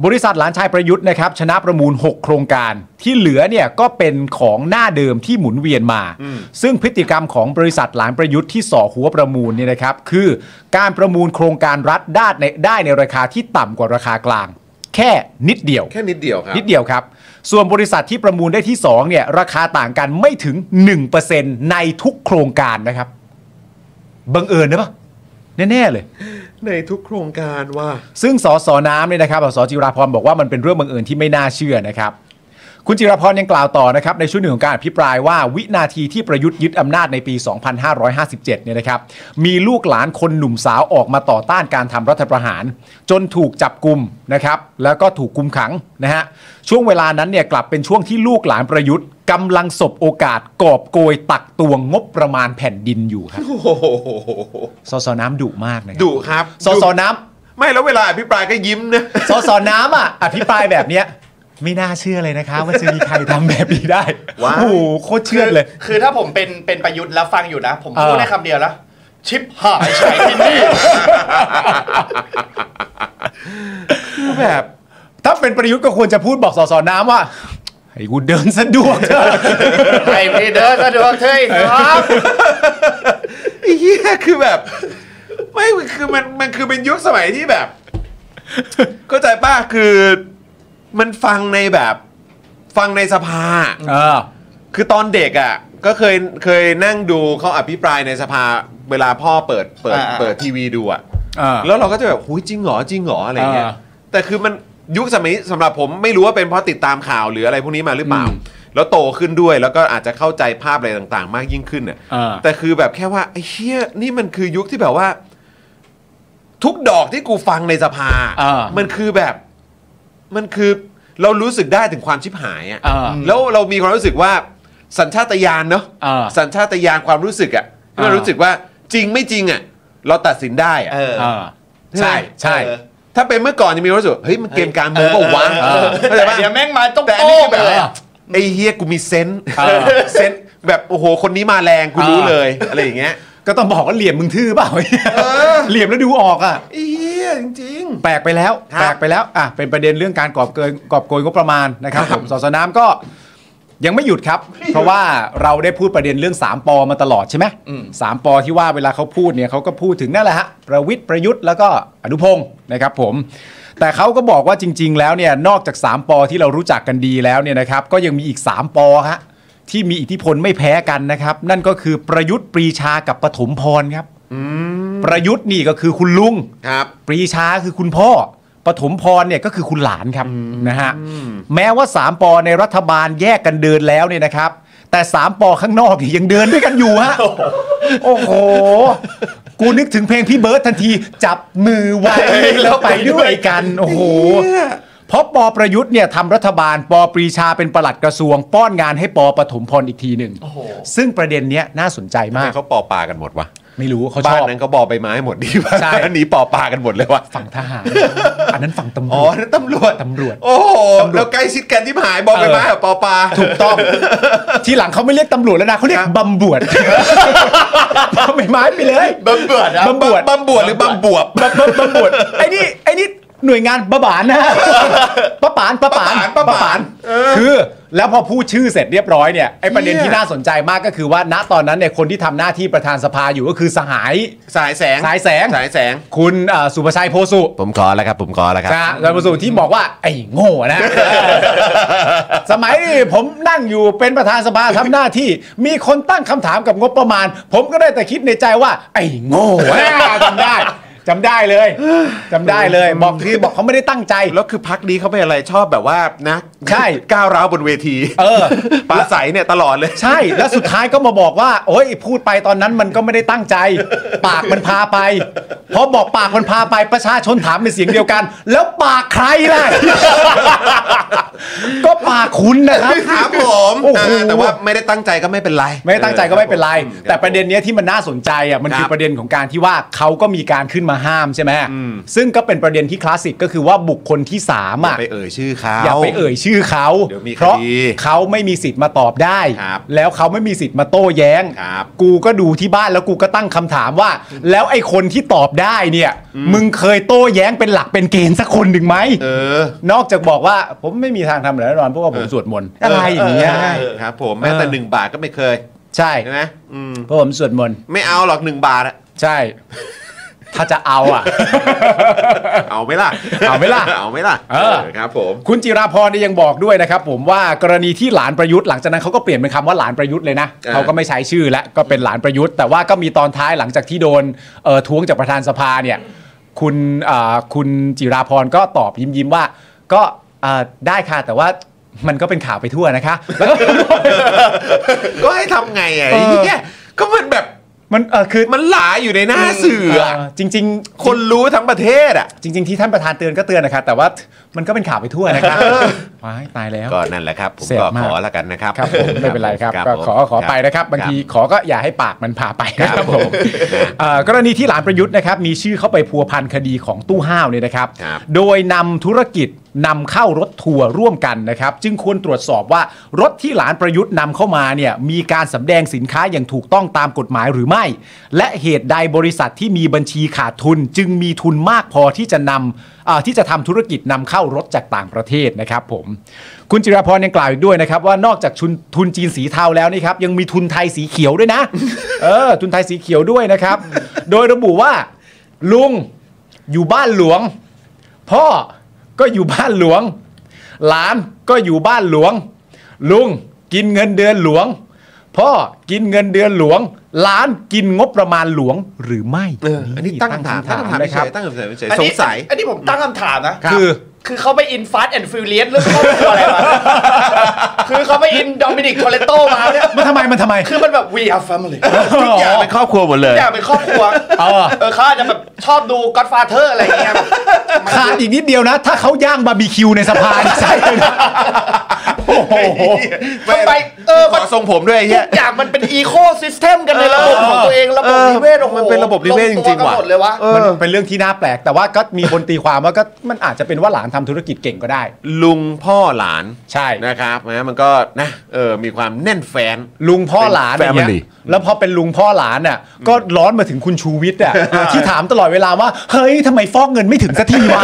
Speaker 2: บริษัทหลานชายประยุทธ์นะครับชนะประมูล 6 โครงการที่เหลือเนี่ยก็เป็นของหน้าเดิมที่หมุนเวียนมา ซึ่งพฤติกรรมของบริษัทหลานประยุทธ์ที่ส่อหัวประมูลเนี่ยนะครับ คือการประมูลโครงการรัฐได้ในได้ในราคาที่ต่ำกว่าราคากลาง แค่นิดเดียว
Speaker 1: แค่นิดเดียวครับ
Speaker 2: นิดเดียวครับ ส่วนบริษัทที่ประมูลได้ที่ 2 เนี่ย ราคาต่างกันไม่ถึง 1%ในทุกโครงการนะครับบังเอิญนะปะแน่ๆเลย
Speaker 1: ในทุกโครงการว่า
Speaker 2: ซึ่งสสน้ำเนี่ยนะครับสสจิราพรบอกว่ามันเป็นเรื่องบังเอิญที่ไม่น่าเชื่อนะครับ คุณจิราพรยังกล่าวต่อนะครับในช่วงหนึ่งของการอภิปรายว่าวินาทีที่ประยุทธ์ยึดอำนาจในปี 2557 เนี่ยนะครับ มีลูกหลานคนหนุ่มสาวออกมาต่อต้านการทำรัฐประหาร จนถูกจับกลุ่มนะครับ แล้วก็ถูกคุมขังนะฮะช่วงเวลานั้นเนี่ยกลับเป็นช่วงที่ลูกหลานประยุทธ์กำลังสบโอกาสกอบโกยตักตวงงบประมาณแผ่นดินอยู่ครับ
Speaker 1: โอ้โห
Speaker 2: สสน้ำดุมากนะครับ
Speaker 1: ดุครับ
Speaker 2: สสน้ำ
Speaker 1: ไม่แล้วเวลาอภิปรายก็ยิ้มนะ
Speaker 2: สอสอน้ำอ่ะ อภิปรายแบบเนี้ย ไม่น่าเชื่อเลยนะคะว่าจะมีใครทำแบบนี้ได้ โอ้
Speaker 1: ว้าย
Speaker 2: โหโคตรเชื่อเลย
Speaker 3: คือคือถ้าผมเป็นเป็นประยุทธ์แล้วฟังอยู่นะ ผม
Speaker 2: เออ
Speaker 3: พูดได้คำเดียวนะชิปหายชัยที่นี่
Speaker 2: คือแบบ ถ้าเป็นประยุทธ์ก็ควรจะพูดบอกสอสอน้ำว่าไอ้กูเดินสะดวกเถอะ
Speaker 3: ไอ้พี่เด้อสะดวกเท่ยครับ
Speaker 1: ไอ้เหี้ยคือแบบ ไม่คือมันมันคือเป็นยุคสมัยที่แบบ เข้าใจป้าคือมันฟังในแบบ ฟังในสภา
Speaker 2: เออ
Speaker 1: คือตอนเด็กอ่ะ ก็เคยเคยนั่งดูเขาอภิปรายในสภาเวลาพ่อเปิดเปิดเปิดทีวีดูอ่ะ
Speaker 2: เออ
Speaker 1: แล้วเราก็จะแบบหุยจริงเหรอจริงเหรออะไรเงี้ย
Speaker 2: อ่า
Speaker 1: แต่คือมันยุคสมัยสำหรับผมไม่รู้ว่าเป็นเพราะติดตามข่าวหรืออะไรพวกนี้มาหรือเปล่า
Speaker 2: อืม
Speaker 1: แล้วโตขึ้นด้วยแล้วก็อาจจะเข้าใจภาพอะไรต่างๆ มากยิ่งขึ้นเนี่ย
Speaker 2: อ่า
Speaker 1: แต่คือแบบแค่ว่าไอ้เฮียนี่มันคือยุคที่แบบว่า ทุกดอกที่กูฟังในสภา
Speaker 2: เออ
Speaker 1: มันคือแบบ มันคือเรารู้สึกได้ถึงความชิบหาย
Speaker 2: เออ
Speaker 1: อะ่ะแล้วเรามีความรู้สึกว่าสัญชาตญาณเนาะ
Speaker 2: เออ
Speaker 1: สัญชาตญาณความรู้สึกอะ่ะที่เรา
Speaker 2: เออ
Speaker 1: รู้สึกว่าจริงไม่จริงอะ่ะ เราตัดสินได้อะ
Speaker 3: เออ
Speaker 2: เออใช่ใช่
Speaker 3: เออ
Speaker 1: ถ้าเป็นเมื่อก่อนจะมีความรู้สึกเฮ้ยมันเกมการเมืองก็วะ
Speaker 2: เออ
Speaker 1: เข้าใจ
Speaker 3: แต่
Speaker 1: ปะ
Speaker 3: เดี๋ยวแม่งมาต้อง
Speaker 1: แต่อัน
Speaker 3: โต้
Speaker 1: นี้คือ
Speaker 3: ง
Speaker 1: แบบ
Speaker 3: เลย
Speaker 1: ไอ้เฮียกูมีเซนส์
Speaker 2: เออ
Speaker 1: เซนส์แบบโอ้โหคนนี้มาแรงกูรู้
Speaker 2: เออ
Speaker 1: เลยอะไรอย่างเงี้ย
Speaker 2: ก็ต้องบอกว่าเหลี่ยมมึงทื่อเปล่า
Speaker 1: อ
Speaker 2: เหลี่ยมแล้วดูออกอ่ะ
Speaker 1: ไอ้เฮียจริง
Speaker 2: แปลกไปแล้ว
Speaker 1: ครับ
Speaker 2: แปลกไปแล้วอ่ะเป็นประเด็นเรื่องการกอบเกินกอบโกยงบประมาณนะครับผมสสน้ำก็ยังไม่หยุดครับ เพราะว่าเราได้พูดประเด็นเรื่อง 3ปอมาตลอดใช่ไหม
Speaker 3: อืม
Speaker 2: สามปอที่ว่าเวลาเขาพูดเนี่ยเขาก็พูดถึงนั่นแหละฮะประวิทย์ประยุทธ์แล้วก็อนุพงศ์นะครับผม แต่เขาก็บอกว่าจริง ๆ แล้วเนี่ยนอกจาก 3ปอที่เรารู้จักกันดีแล้วเนี่ยนะครับ ก็ยังมีอีก 3ปอฮะที่มีอิทธิพลไม่แพ้กันนะครับ นั่นก็คือประยุทธ์ปรีชากับปฐมพรครับประยุทธ์นี่ก็คือคุณลุง
Speaker 1: ๆ ครับ
Speaker 2: ปรีชาคือคุณพ่อปฐมพรเนี่ยก็คือคุณหลานครับนะฮะแม้ว่า 3ปอในรัฐบาลแยกกันเดินแล้วเนี่ยนะครับ แต่ 3ปอข้างนอกเนี่ยยังเดินด้วยกันอยู่ฮะโอ้โห กูนึกถึงเพลงพี่เบิร์ดทันทีจับมือไว้แล้วไปด้วยกัน โอ้โห เพราะปอประยุทธ์เนี่ยทำรัฐบาลปอปรีชาเป็นปลัดกระทรวง ป้อนงานให้ปอปฐมพรอีกทีหนึ่ง
Speaker 3: โอ้โห
Speaker 2: ซึ่งประเด็นเนี้ยน่าสนใจ
Speaker 1: ทำ
Speaker 2: มา
Speaker 1: ไม
Speaker 2: ก
Speaker 1: เขาปอปลากันหมดวะ
Speaker 2: ไม่รู้เขาช
Speaker 1: บ้าน
Speaker 2: อบ
Speaker 1: นั้นเขาปอใบไม้หมดดีวะ
Speaker 2: ใช่
Speaker 1: อันนี้ปอปลากันหมดเลยวะ
Speaker 2: ฝั่งทหาร อันนั้นฝั่งตำร
Speaker 1: อ๋อ
Speaker 2: วจ
Speaker 1: นั่นตำรวจ
Speaker 2: ตำรวจ
Speaker 1: โอ้โหแล้วใกล้ชิดกันที่หายบอใบไม้กับปอปลา
Speaker 2: ถูกต้อง ทีหลังเขาไม่เรียกตำรวจแล้วนะเขาเรียกบำบวจเอาไม้ไม้ไปเลย
Speaker 3: บำเบิดนะ
Speaker 2: บำบวช
Speaker 1: บำบวชหรือบำบวบ
Speaker 2: บำบำบำบวจไอ้นี่ไอ้นี่หน่วยงานประบานนะประปานประปาน
Speaker 1: ประปานประปานเออ
Speaker 2: คือ แล้วพอพูดชื่อเสร็จเรียบร้อยเนี่ยไอ้ประเด็น
Speaker 1: เหี้ย
Speaker 2: ที่น่าสนใจมากก็คือว่าณตอนนั้นเนี่ยคนที่ทำหน้าที่ประธานสภาอยู่ก็คือสหาย
Speaker 1: สายแสง
Speaker 2: สายแสง
Speaker 1: สายแสง
Speaker 2: คุณเอ่อสุภชัยโพสุ
Speaker 1: ผมขอแล้วครับ ผมขอแล้วครับ
Speaker 2: นะฮะสุภชัยโพสุที่บอกว่าไอ้โง่ นะ สมัยนี้ผมนั่งอยู่เป็นประธานสภาทำหน้าที่ มีคนตั้งคำถามกับงบประมาณ ผมก็ได้แต่คิดในใจว่า ไอ้โง่นะจำได้จำได้เลยจำได้เลย บอกคือบอกเขาไม่ได้ตั้งใจ
Speaker 1: แล้วคือพักนี้เขาเป็นอะไรชอบแบบว่านะ
Speaker 2: ใช่
Speaker 1: ก้าวร้าวบนเวที
Speaker 2: เออ
Speaker 1: ปลาใสเนี่ยตลอดเลย
Speaker 2: ใช่ แล้วสุดท้ายก็มาบอกว่า โอ้ยพูดไปตอนนั้นมันก็ไม่ได้ตั้งใจ ปากมันพาไป พอบอกปากมันพาไปประชาชนถามเป็นเสียงเดียวกัน แล้วปากใครล่ะ ก็ปากคุณนะครับ
Speaker 1: ครับผม
Speaker 2: โอ้โห
Speaker 1: เออแต่ว่าไม่ได้ตั้งใจก็ไม่เป็นไร
Speaker 2: ไม่ได้ตั้งใจก็ไม่เป็นไร
Speaker 1: ออคบผม
Speaker 2: แต่ประเด็นเนี้ยที่มันน่าสนใจอ่ะมัน
Speaker 1: ค
Speaker 2: คือ
Speaker 1: รับ
Speaker 2: ประเด็นของการที่ว่าเขาก็มีการขึ้นมาห้ามใช่ไหม
Speaker 1: อืม
Speaker 2: ซึ่งก็เป็นประเด็นที่คลาสสิกก็คือว่าบุคคลที่สาม
Speaker 1: อย่า
Speaker 2: อ่ะ
Speaker 1: ไปเอ่ยชื่อเขา
Speaker 2: อย่าไปเอ่ยชื่อเขา
Speaker 1: เดี๋ยวมีคดี
Speaker 2: เพราะเขาไม่มีสิทธิ์มาตอบได้
Speaker 1: ครับ
Speaker 2: แล้วเขาไม่มีสิทธิ์มาโต้แย้ง
Speaker 1: ครับ
Speaker 2: กูก็ดูที่บ้านแล้วกูก็ตั้งคำถามว่า แล้วไอ้คนที่ตอบได้เนี่ย มึงเคยโต้แย้งเป็นหลักเป็นเกณฑ์สักคนหนึ่งไหม
Speaker 1: เออ
Speaker 2: นอกจากบอกว่าผมไม่มีทางทำอะไรแน่นอนเพราะว่าผมสวดมนต์อะไรอย่างเงี้ย
Speaker 1: ออครับผมแม้แต่
Speaker 2: เออ
Speaker 1: หนึ่งบาทก็ไม่เคย
Speaker 2: ใช่
Speaker 1: ใช่ไหมอืม
Speaker 2: เพราะผมสวดมนต์
Speaker 1: ไม่เอาหรอกหนึ่งบาทอะ
Speaker 2: ใช่ ถ้าจะเอาอ่ะ
Speaker 1: เอาไหมล่ะ
Speaker 2: เอาไหมล่ะ
Speaker 1: เอาไหมล่ะ
Speaker 2: เออ
Speaker 1: ครับผม
Speaker 2: คุณจิราพรเนี่ยยังบอกด้วยนะครับผมว่ากรณีที่หลานประยุทธ์หลังจากนั้นเขาก็เปลี่ยนเป็นคำว่าหลานประยุทธ์เลยนะ
Speaker 1: อ่า
Speaker 2: เขาก็ไม่ใช้ชื่อแล้วก็เป็นหลานประยุทธ์ แต่ว่าก็มีตอนท้ายหลังจากที่โดนเอ่อท้วงจากประธานสภาเนี่ยคุณอ่าคุณจิราพรก็ตอบยิ้มยิ้มๆว่า ก็อ่าได้ค่ะแต่ว่ามันก็เป็นข่าวไปทั่วนะคะแล้วก็
Speaker 1: ก็ให้ทำไงอะไอ้
Speaker 2: เออ
Speaker 1: เนี่ยก็มันแบบ
Speaker 2: มันเออคือ
Speaker 1: มันหลาอยู่ในหน้าสื่ออะ
Speaker 2: เจริง ๆ
Speaker 1: คนรู้ทั้งประเทศอ่ะ
Speaker 2: จริง ๆ ที่ท่านประธานเตือนก็เตือนนะครับแต่ว่ามันก็เป็นข่าวไปทั่วนะครับว้ายตายแล้ว
Speaker 1: ก็นั่นแหละครับ ผม
Speaker 2: แสบ
Speaker 1: ก็
Speaker 2: มาก
Speaker 1: ขอแล้วกันนะครับ
Speaker 2: ครับผมไม่เป็นไรครับก็
Speaker 1: ผม
Speaker 2: ขอขอไปนะครับบางทีขอก็อย่าให้ปากมันพาไปนะค
Speaker 1: ครั
Speaker 2: รั
Speaker 1: บบ ผ
Speaker 2: ผม ม เอ่อกรณีที่หลานประยุทธ์นะครับมีชื่อเข้าไปพัวพันคดีของตู้ห้าวเนี่ยนะครับ
Speaker 1: ครับ
Speaker 2: โดยนำธุรกิจนำเข้ารถทัวร์ร่วมกันนะครับ จึงควรตรวจสอบว่ารถที่หลานประยุทธ์นำเข้ามาเนี่ยมีการสำแดงสินค้าอย่างถูกต้องตามกฎหมายหรือไม่ และเหตุใดบริษัทที่มีบัญชีขาดทุน จึงมีทุนมากพอที่จะนำเอ่อที่จะทำธุรกิจนำเข้ารถจากต่างประเทศนะครับผมคุณจิราพรยังกล่าวอีกด้วยนะครับว่านอกจากชุนทุนจีนสีเทาแล้วนี่ครับยังมีทุนไทยสีเขียวด้วยนะ เออทุนไทยสีเขียวด้วยนะครับ โดยระบุว่าลุงอยู่บ้านหลวง พ่อก็อยู่บ้านหลวง หลานก็อยู่บ้านหลวง ลุงกินเงินเดือนหลวง พ่อกินเงินเดือนหลวง หลานกินงบประมาณหลวงหรือไม่
Speaker 1: เอออันนี้ตั้งคำถามตั้งคำถาม
Speaker 2: นะค
Speaker 1: เฉ
Speaker 2: รับ
Speaker 1: ยๆตั้งคำถามเฉย
Speaker 3: อั
Speaker 1: ๆ
Speaker 3: น
Speaker 1: ส
Speaker 3: นี้
Speaker 1: งสัย
Speaker 3: อันนี้ผมตั้งคำถามนะ
Speaker 2: ครับคือ
Speaker 3: คือเขาไปอินฟาสแอนด์ฟิวเลียสเรื่องครอบครัวอะไรมา คือเขาไปอินดอมินิกโทเลโตมาเนี่ย
Speaker 2: มันทำไมมันทำไม
Speaker 3: คือมันแบบ we are family
Speaker 1: ทุกอย่างเป็นครอบครัวหมดเล
Speaker 3: ทุ
Speaker 1: ย
Speaker 3: กอย่างเป็นครอบครัว
Speaker 2: เออ
Speaker 3: เออเขาอาจจะแบบชอบดู Godfather อะไรอย่างเงี้ยแบบ
Speaker 2: ขาดอีกนิดเดียวนะ ถ้าเขาย่างบาร์บีคิวในสภา นี่ใช่เลยนะโอ้โห
Speaker 3: ทำไมเออ
Speaker 1: ข
Speaker 3: มัน
Speaker 1: อทรงผมด้วยไอ้เฮี
Speaker 3: ทุ
Speaker 1: ย
Speaker 3: กอย่างมันเป็นอีโคซิสเต็มกันในระบบของตัวเองระบบนิเวศโอ้โห
Speaker 1: มันเป็นระบบนิเวศจริงๆ
Speaker 3: ลตั
Speaker 1: ว่ะ
Speaker 3: กันหมดเลยวะ
Speaker 2: มันเป็นเรื่องที่น่าแปลก แต่ว่าก็มีคนตีความว่าก็มันอาจจะเป็นว่าหลานทำธุรกิจเก่งก็ได้
Speaker 1: ลุงพ่อหลาน
Speaker 2: ใช่
Speaker 1: นะครับนะมันก็นะเออมีความแน่นแฟน
Speaker 2: ลุงพ่อหลานอย่างเงี้ย
Speaker 1: Family
Speaker 2: แล้วพอเป็นลุงพ่อหลานน่ะก็ร้อนมาถึงคุณชูวิทย์ อ่ะที่ถามตลอดเวลาว่า เฮ้ยทำไมฟอกเงินไม่ถึงสักที วะ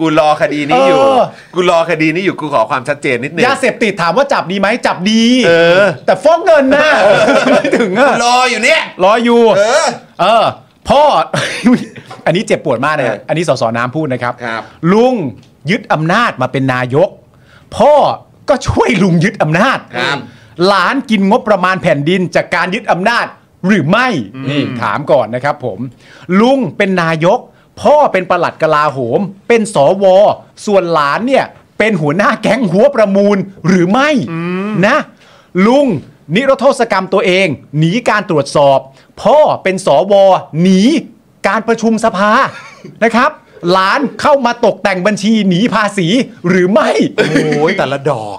Speaker 1: กูรอคดีนี้อยู่
Speaker 2: เออ
Speaker 1: กูรอคดีนี้อยู่กูขอความชัดเจนนิดนึง
Speaker 2: ยาเสพติดถามว่าจับดีไหมจับดี
Speaker 1: เออ
Speaker 2: แต่ฟอกเงินน่ะ ไม่ถึงอ่ะ
Speaker 1: รออยู่เนี่ย
Speaker 2: รออยู่
Speaker 1: เออ
Speaker 2: เออพ่อ อันนี้เจ็บปวดมากนะฮะอันนี้สสน้ำพูดนะครับ
Speaker 1: ครับ
Speaker 2: ลุงยึดอำนาจมาเป็นนายก พ่อก็ช่วยลุงยึดอำนาจ
Speaker 1: ครับ
Speaker 2: หลานกินงบประมาณแผ่นดินจากการยึดอำนาจหรือไม่นี่ถามก่อนนะครับผม ลุงเป็นนายก พ่อเป็นประหลัดกลาโหม เป็นสว ส่วนหลานเนี่ยเป็นหัวหน้าแก๊งหัวประมูลหรือไม่นะ ลุงนิรโทษกรรมตัวเอง หนีการตรวจสอบ พ่อเป็นสวหนีการประชุมสภานะครับ หลานเข้ามาตกแต่งบัญชีหนีภาษีหรือไม่
Speaker 4: โอ้ยแต่ละดอก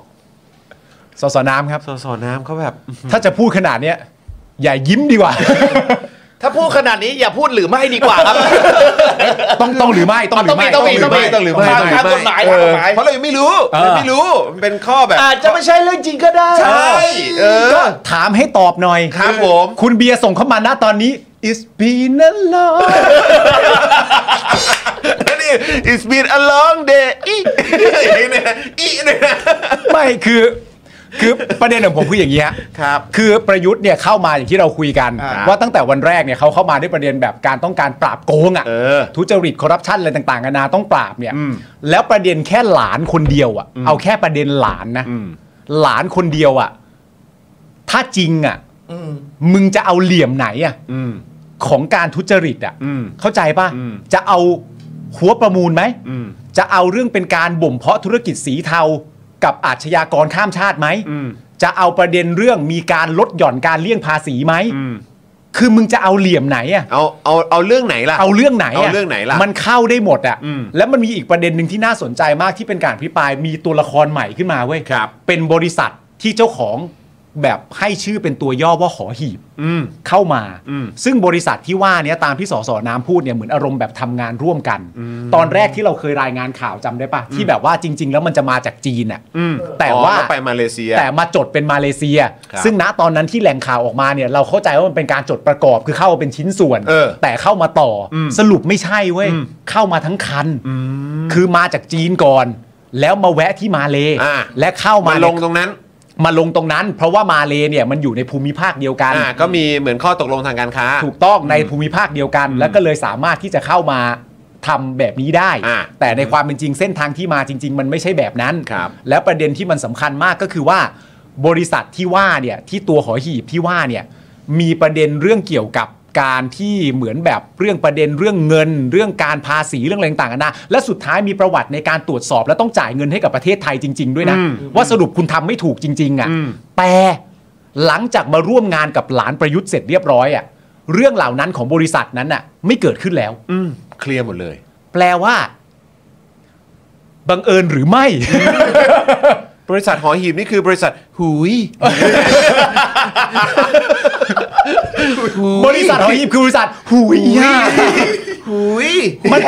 Speaker 2: สสน้ำครับ
Speaker 1: สอสอน้ำเขาแบบ
Speaker 2: ถ้าจะพูดขนาดเนี้ยอย่ายิ้มดีกว่า
Speaker 3: ถ้าพูดขนาดนี้อย่าพูดหรือไม่ดีกว่าครับ
Speaker 2: ต้องต้องหรือไม่ต้องหรือไม่
Speaker 3: ต้องมีต้องมี
Speaker 2: ต้องหรือไม่
Speaker 3: ต้
Speaker 2: ต้อง อง
Speaker 3: มี
Speaker 2: หรือไม่
Speaker 3: กฎหมาย
Speaker 1: เออ
Speaker 3: ตามกฎหมาย
Speaker 1: เพราะเรายังไม่รู้
Speaker 2: เออ
Speaker 1: เราไม่รู้ มันเป็นข้อแบบ
Speaker 3: อาจจะไม่ใช่เรื่องจริงก็ได้
Speaker 1: ใช่เออ
Speaker 2: ก็ถามให้ตอบหน่อย
Speaker 1: ครับผม
Speaker 2: คุณเบียร์ส่งเข้ามาณตอนนี้ is been a long
Speaker 1: แล้วนี่ it's been a long day อีอีเนี่ยอีเนี่ย
Speaker 2: ไม่คือคือประเด็นของผมคืออย่างนี้ฮะ
Speaker 1: ครับ
Speaker 2: คือประยุทธ์เนี่ยเข้ามาอย่างที่เราคุยกัน
Speaker 1: อ่า
Speaker 2: ว่าตั้งแต่วันแรกเนี่ยเขาเข้ามาด้วยประเด็นแบบการต้องการปราบโกงอ่ะ
Speaker 1: เออ
Speaker 2: ทุจริตคอร์รัปชันอะไรต่างๆนานาต้องปราบเนี่ยแล้วประเด็นแค่หลานคนเดียวอ่ะ เอาแค่ประเด็นหลานนะ
Speaker 1: อืม
Speaker 2: หลานคนเดียวอ่ะ ถ้าจริงอ่ะมึงจะเอาเหลี่ยมไหนอ่ะ
Speaker 1: อืม
Speaker 2: ของการทุจริตอ่ะ
Speaker 1: อืม
Speaker 2: เข้าใจป่ะ
Speaker 1: อืม
Speaker 2: จะเอาหัวประมูลไหม
Speaker 1: อืม
Speaker 2: จะเอาเรื่องเป็นการบ่มเพาะธุรกิจสีเทากับอาชญากรข้ามชาติไหม
Speaker 1: อืม
Speaker 2: จะเอาประเด็นเรื่องมีการลดหย่อนการเลี่ยงภาษีไหม
Speaker 1: อืม
Speaker 2: คือมึงจะเอาเหลี่ยมไหนอะ
Speaker 1: เอาเอาเอาเรื่องไหนล่ะ
Speaker 2: เอาเรื่องไหนอะ
Speaker 1: เอาเรื่องไหนล่ะ
Speaker 2: มันเข้าได้หมดอะ
Speaker 1: อืม
Speaker 2: แล้วมันมีอีกประเด็นหนึ่งที่น่าสนใจมากที่เป็นการพิปรายมีตัวละครใหม่ขึ้นมาเว้ย
Speaker 1: ครับ
Speaker 2: เป็นบริษัทที่เจ้าของแบบให้ชื่อเป็นตัวย่อว่าหอหีบ
Speaker 1: อืม
Speaker 2: เข้ามา
Speaker 1: อืม
Speaker 2: ซึ่งบริษัทที่ว่าเนี้ยตามที่สสน้ำพูดเนี่ยเหมือนอารมณ์แบบทำงานร่วมกัน ตอนแรกที่เราเคยรายงานข่าวจำได้ปะที่แบบว่าจริง ๆ แล้วมันจะมาจากจีนอ่ะ
Speaker 1: อืม
Speaker 2: แต่
Speaker 1: อ๋อ
Speaker 2: ว่า
Speaker 1: แล้วไปมาเลเซีย
Speaker 2: แต่มาจดเป็นมาเลเซีย
Speaker 1: ครับ
Speaker 2: ซึ่งณตอนนั้นที่แหล่งข่าวออกมาเนี่ยเราเข้าใจว่ามันเป็นการจดประกอบคือเข้ามาเป็นชิ้นส่วน
Speaker 1: เออ
Speaker 2: แต่เข้ามาต่ออ
Speaker 1: ม
Speaker 2: สรุปไม่ใช่เว้ย
Speaker 1: อืม
Speaker 2: เข้ามาทั้งคัน
Speaker 1: อืม
Speaker 2: คือมาจากจีนก่อน แล้วมาแวะที่มาเล
Speaker 1: อ่า
Speaker 2: และเข้ามา
Speaker 1: มาลง
Speaker 2: เนี่ย
Speaker 1: ตรงนั้น
Speaker 2: มาลงตรงนั้น เพราะว่ามาเลเนี่ยมันอยู่ในภูมิภาคเดียวกัน
Speaker 1: อ่า ก็มีเหมือนข้อตกลงทางการค้า
Speaker 2: ถูกต้องในภูมิภาคเดียวกัน แล้วก็เลยสามารถที่จะเข้ามาทำแบบนี้ได้
Speaker 1: อ่า
Speaker 2: แต่ในความเป็นจริงเส้นทางที่มาจริง ๆ มันไม่ใช่แบบนั้น
Speaker 1: ครับ
Speaker 2: แล้วประเด็นที่มันสำคัญมากก็คือว่า บริษัทที่ว่าเนี่ยที่ตัวหอหีบที่ว่าเนี่ยมีประเด็นเรื่องเกี่ยวกับการที่เหมือนแบบเรื่องประเด็นเรื่องเงิน เรื่องการภาษีเรื่องอะไรต่างๆนานาและสุดท้ายมีประวัติในการตรวจสอบ และต้องจ่ายเงินให้กับประเทศไทยจริง ๆ ด้วยนะ ว่าสรุปคุณทำไม่ถูกจริง ๆอ่ะแต่หลังจากมาร่วมงานกับหลานประยุทธ์เสร็จเรียบร้อยอ่ะเรื่องเหล่านั้นของบริษัทนั้นอ่ะ ไม่เกิดขึ้นแล้ว
Speaker 1: อืม เคลียร์หมดเลย
Speaker 2: แปลว่าบังเอิญหรือ ไม่
Speaker 1: บริษัทหอหีบนี่คือบริษัทหุย
Speaker 2: บริษัทหอหีบคือบริษัทหู ยย่า
Speaker 1: หุย
Speaker 2: มัน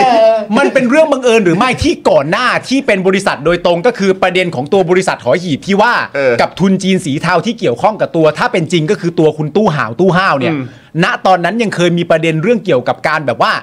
Speaker 2: มันเป็นเรื่องบังเอิญหรือไม่ที่ก่อนหน้าที่เป็นบริษัทโดยตรงก็คือประเด็นของตัวบริษัทหอหีบที่ว่า
Speaker 1: เออ
Speaker 2: กับทุนจีนสีเทาที่เกี่ยวข้องกับตัว ถ้าเป็นจริงก็คือตัวคุณตู้ห่าวตู้ห้าวเนี่ย
Speaker 1: อืม
Speaker 2: ณตอนนั้นยังเคยมีประเด็นเรื่องเกี่ยวกับการแบบว่า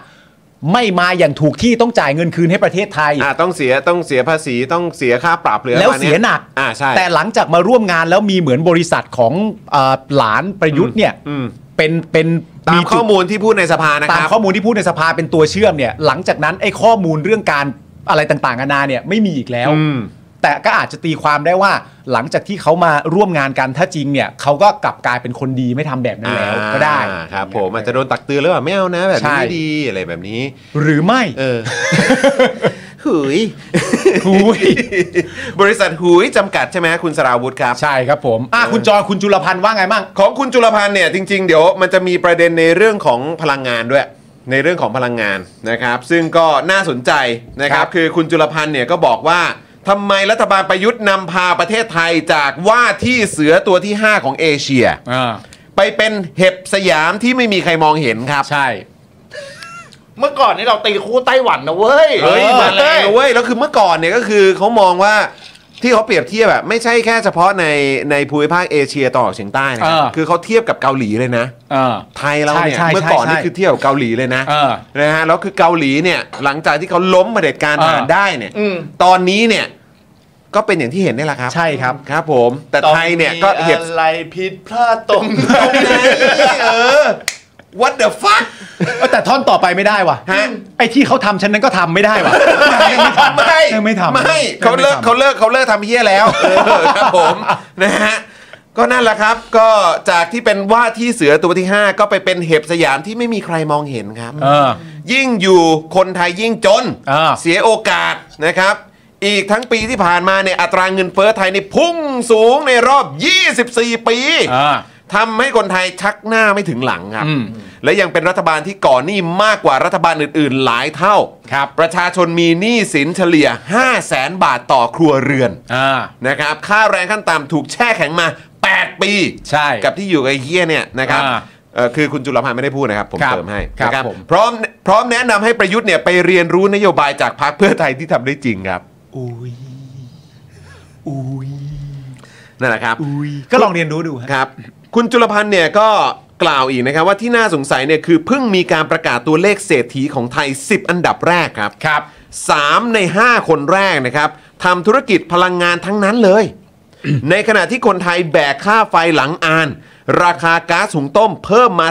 Speaker 2: ไม่มาอย่างถูกที่ต้องจ่ายเงินคืนให้ประเทศไทย
Speaker 1: อ่าต้องเสียต้องเสียภาษีต้องเสียค่าปรับหรืออะไร
Speaker 2: แล้ว
Speaker 1: ประมาณ
Speaker 2: เสียหนัก
Speaker 1: อ่าใช่
Speaker 2: แต่หลังจากมาร่วมงานแล้วมีเหมือนบริษัทของเอ่อหลานประยุทธ์เนี่ย
Speaker 1: อืม
Speaker 2: เป็นเป็น
Speaker 1: ตาม
Speaker 2: จุด
Speaker 1: ข้อมูลที่พูดในสภานะค
Speaker 2: ตาม
Speaker 1: รับ
Speaker 2: ข้อมูลที่พูดในสภาเป็นตัวเชื่อมเนี่ย หลังจากนั้นไอ้ข้อมูลเรื่องการอะไรต่างๆนานาเนี่ยไม่มีอีกแล้ว
Speaker 1: อืม
Speaker 2: แต่ก็อาจจะตีความได้ว่า หลังจากที่เขามาร่วมงานกันถ้าจริงเนี่ยเขาก็กลับกลายเป็นคนดีไม่ทำแบบนั้นแล้วก็ได้
Speaker 1: อ่าครับผมอาจจะโดนตักเตือนหรือเปล่าไม่เอานะ แบบ
Speaker 2: ใช่
Speaker 1: นี้ไม่ดีอะไรแบบนี้
Speaker 2: หรือไม่
Speaker 1: เออ หุย
Speaker 2: หุย
Speaker 1: บริษัทหุยจำกัดใช่ไหมคุณสราวุธครับ
Speaker 2: ใช่ครับผมอ่ะคุณจอคุณจุลพันธ์ว่าไงมั่ง
Speaker 1: ของคุณจุลพันธ์เนี่ยจริง ๆ เดี๋ยวมันจะมีประเด็นในเรื่องของพลังงานด้วย ในเรื่องของพลังงานนะครับ ซึ่งก็น่าสนใจนะครั
Speaker 2: ครับ บ
Speaker 1: คือคุณจุลพันธ์เนี่ยก็บอกว่าทำไมรัฐบาลประยุทธ์นำพาประเทศไทยจากว่าที่เสือตัวที่ 5 ของเอเชีย
Speaker 2: อ่า
Speaker 1: ไปเป็นเห็บสยามที่ไม่มีใครมองเห็นครับ
Speaker 2: ใช่
Speaker 3: เมื่อก่อนนี้เราตีคู่ไต้หวันนะเว้ย
Speaker 1: เฮ้ย
Speaker 3: ออ
Speaker 1: มาแรงนะเว้ยแล้วคือเมื่อก่อนเนี่ยก็คือเขามองว่าที่เขาเปรียบเทียบแบบไม่ใช่แค่เฉพาะในในภูมิภาคเอเชียตะวันออกเฉียงใต้นะครั
Speaker 2: เอบ อ
Speaker 1: คือเขาเทียบกับเกาหลีเลยนะ
Speaker 2: อ่า
Speaker 1: ไทยเราเนี่ย
Speaker 2: ใช่ใช่
Speaker 1: เมื่อก่อนนี่
Speaker 2: ใช่
Speaker 1: คือเทียบกับเกาหลีเลยนะ
Speaker 2: เออ
Speaker 1: นะฮะแล้วคือเกาหลีเนี่ยหลังจากที่เขาล้มเผด็จการทหาร
Speaker 2: เออ
Speaker 1: ได้เนี่ย
Speaker 3: อืม
Speaker 1: ตอนนี้เนี่ยก็เป็นอย่างที่เห็นนี่แหละครับ
Speaker 2: ใช่ครับ
Speaker 1: ครับ ผมแต่ไทยเนี่ยก็เห็บ
Speaker 3: อะไรผิดพลาดตรงไหน
Speaker 1: เออ what the fuck
Speaker 2: เออแต่ท่อนต่อไปไม่ได้ว่ะ
Speaker 1: ฮะ
Speaker 2: ไอ้ที่เขาทำฉันนั้นก็ทำไม่ได้ว่ะไม่ทำ
Speaker 1: ไม่
Speaker 2: ไม่ทำ
Speaker 1: ไม่เขาเลิกเขาเลิกเขาเลิกทำเฮี้ยแล้วเออครับผม นะฮะก็นั่นแหละครับ ก็จากที่เป็นว่าที่เสือตัวที่ 5 ก็ไปเป็นเห็บสยามที่ไม่มีใครมองเห็นครับ
Speaker 2: เออ
Speaker 1: ยิ่งอยู่คนไทยยิ่งจน
Speaker 2: อ่า
Speaker 1: เสียโอกาสนะครับ อีกทั้งปีที่ผ่านมาเนี่ยอัตราเงินเฟ้อไทยนี่พุ่งสูงในรอบ 24 ปี
Speaker 2: อ่า
Speaker 1: ทำให้คนไทยชักหน้าไม่ถึงหลังครับ
Speaker 2: อืม
Speaker 1: และยังเป็นรัฐบาลที่ก่อหนี้มากกว่ารัฐบาลอื่นๆ หลายเท่า
Speaker 2: ครับ
Speaker 1: ประชาชนมีหนี้สินเฉลี่ย 5 0 0แสนบาทต่อครัวเรือน
Speaker 2: อ่า
Speaker 1: นะครับ ค่าแรงขั้นต่ำถูกแช่แข็งมา 8 ปี
Speaker 2: ใช่
Speaker 1: กับที่อยู่กับไอ้เฮียเนี่ยนะครับ
Speaker 2: อ่า
Speaker 1: เอ่อคือคุณจุลพันธ์ไม่ได้พูดนะครับ ผม
Speaker 2: ครับ
Speaker 1: เติมให้
Speaker 2: ครับ
Speaker 1: นะ
Speaker 2: ผม
Speaker 1: พร้อมพร้อมแนะนำให้ประยุทธ์เนี่ยไปเรียนรู้นโยบายจากพรรคเพื่อไทยที่ทำได้จริงครับ
Speaker 2: อุ้ยอุ้ย
Speaker 1: นั่นแหละครับ
Speaker 2: อุ้ยก็ลองเรียนรู้ดูฮะ
Speaker 1: ครับคุณจุลพันธ์เนี่ยก็กล่าวอีกนะครับว่าที่น่าสงสัยเนี่ยคือเพิ่งมีการประกาศตัวเลขเศรษฐีของไทย 10 อันดับแรกครับ
Speaker 2: ครับ
Speaker 1: สามใน 5 คนแรกนะครับทำธุรกิจพลังงานทั้งนั้นเลย ในขณะที่คนไทยแบกค่าไฟหลังอาน ราคาก๊าซหุงต้มเพิ่มมา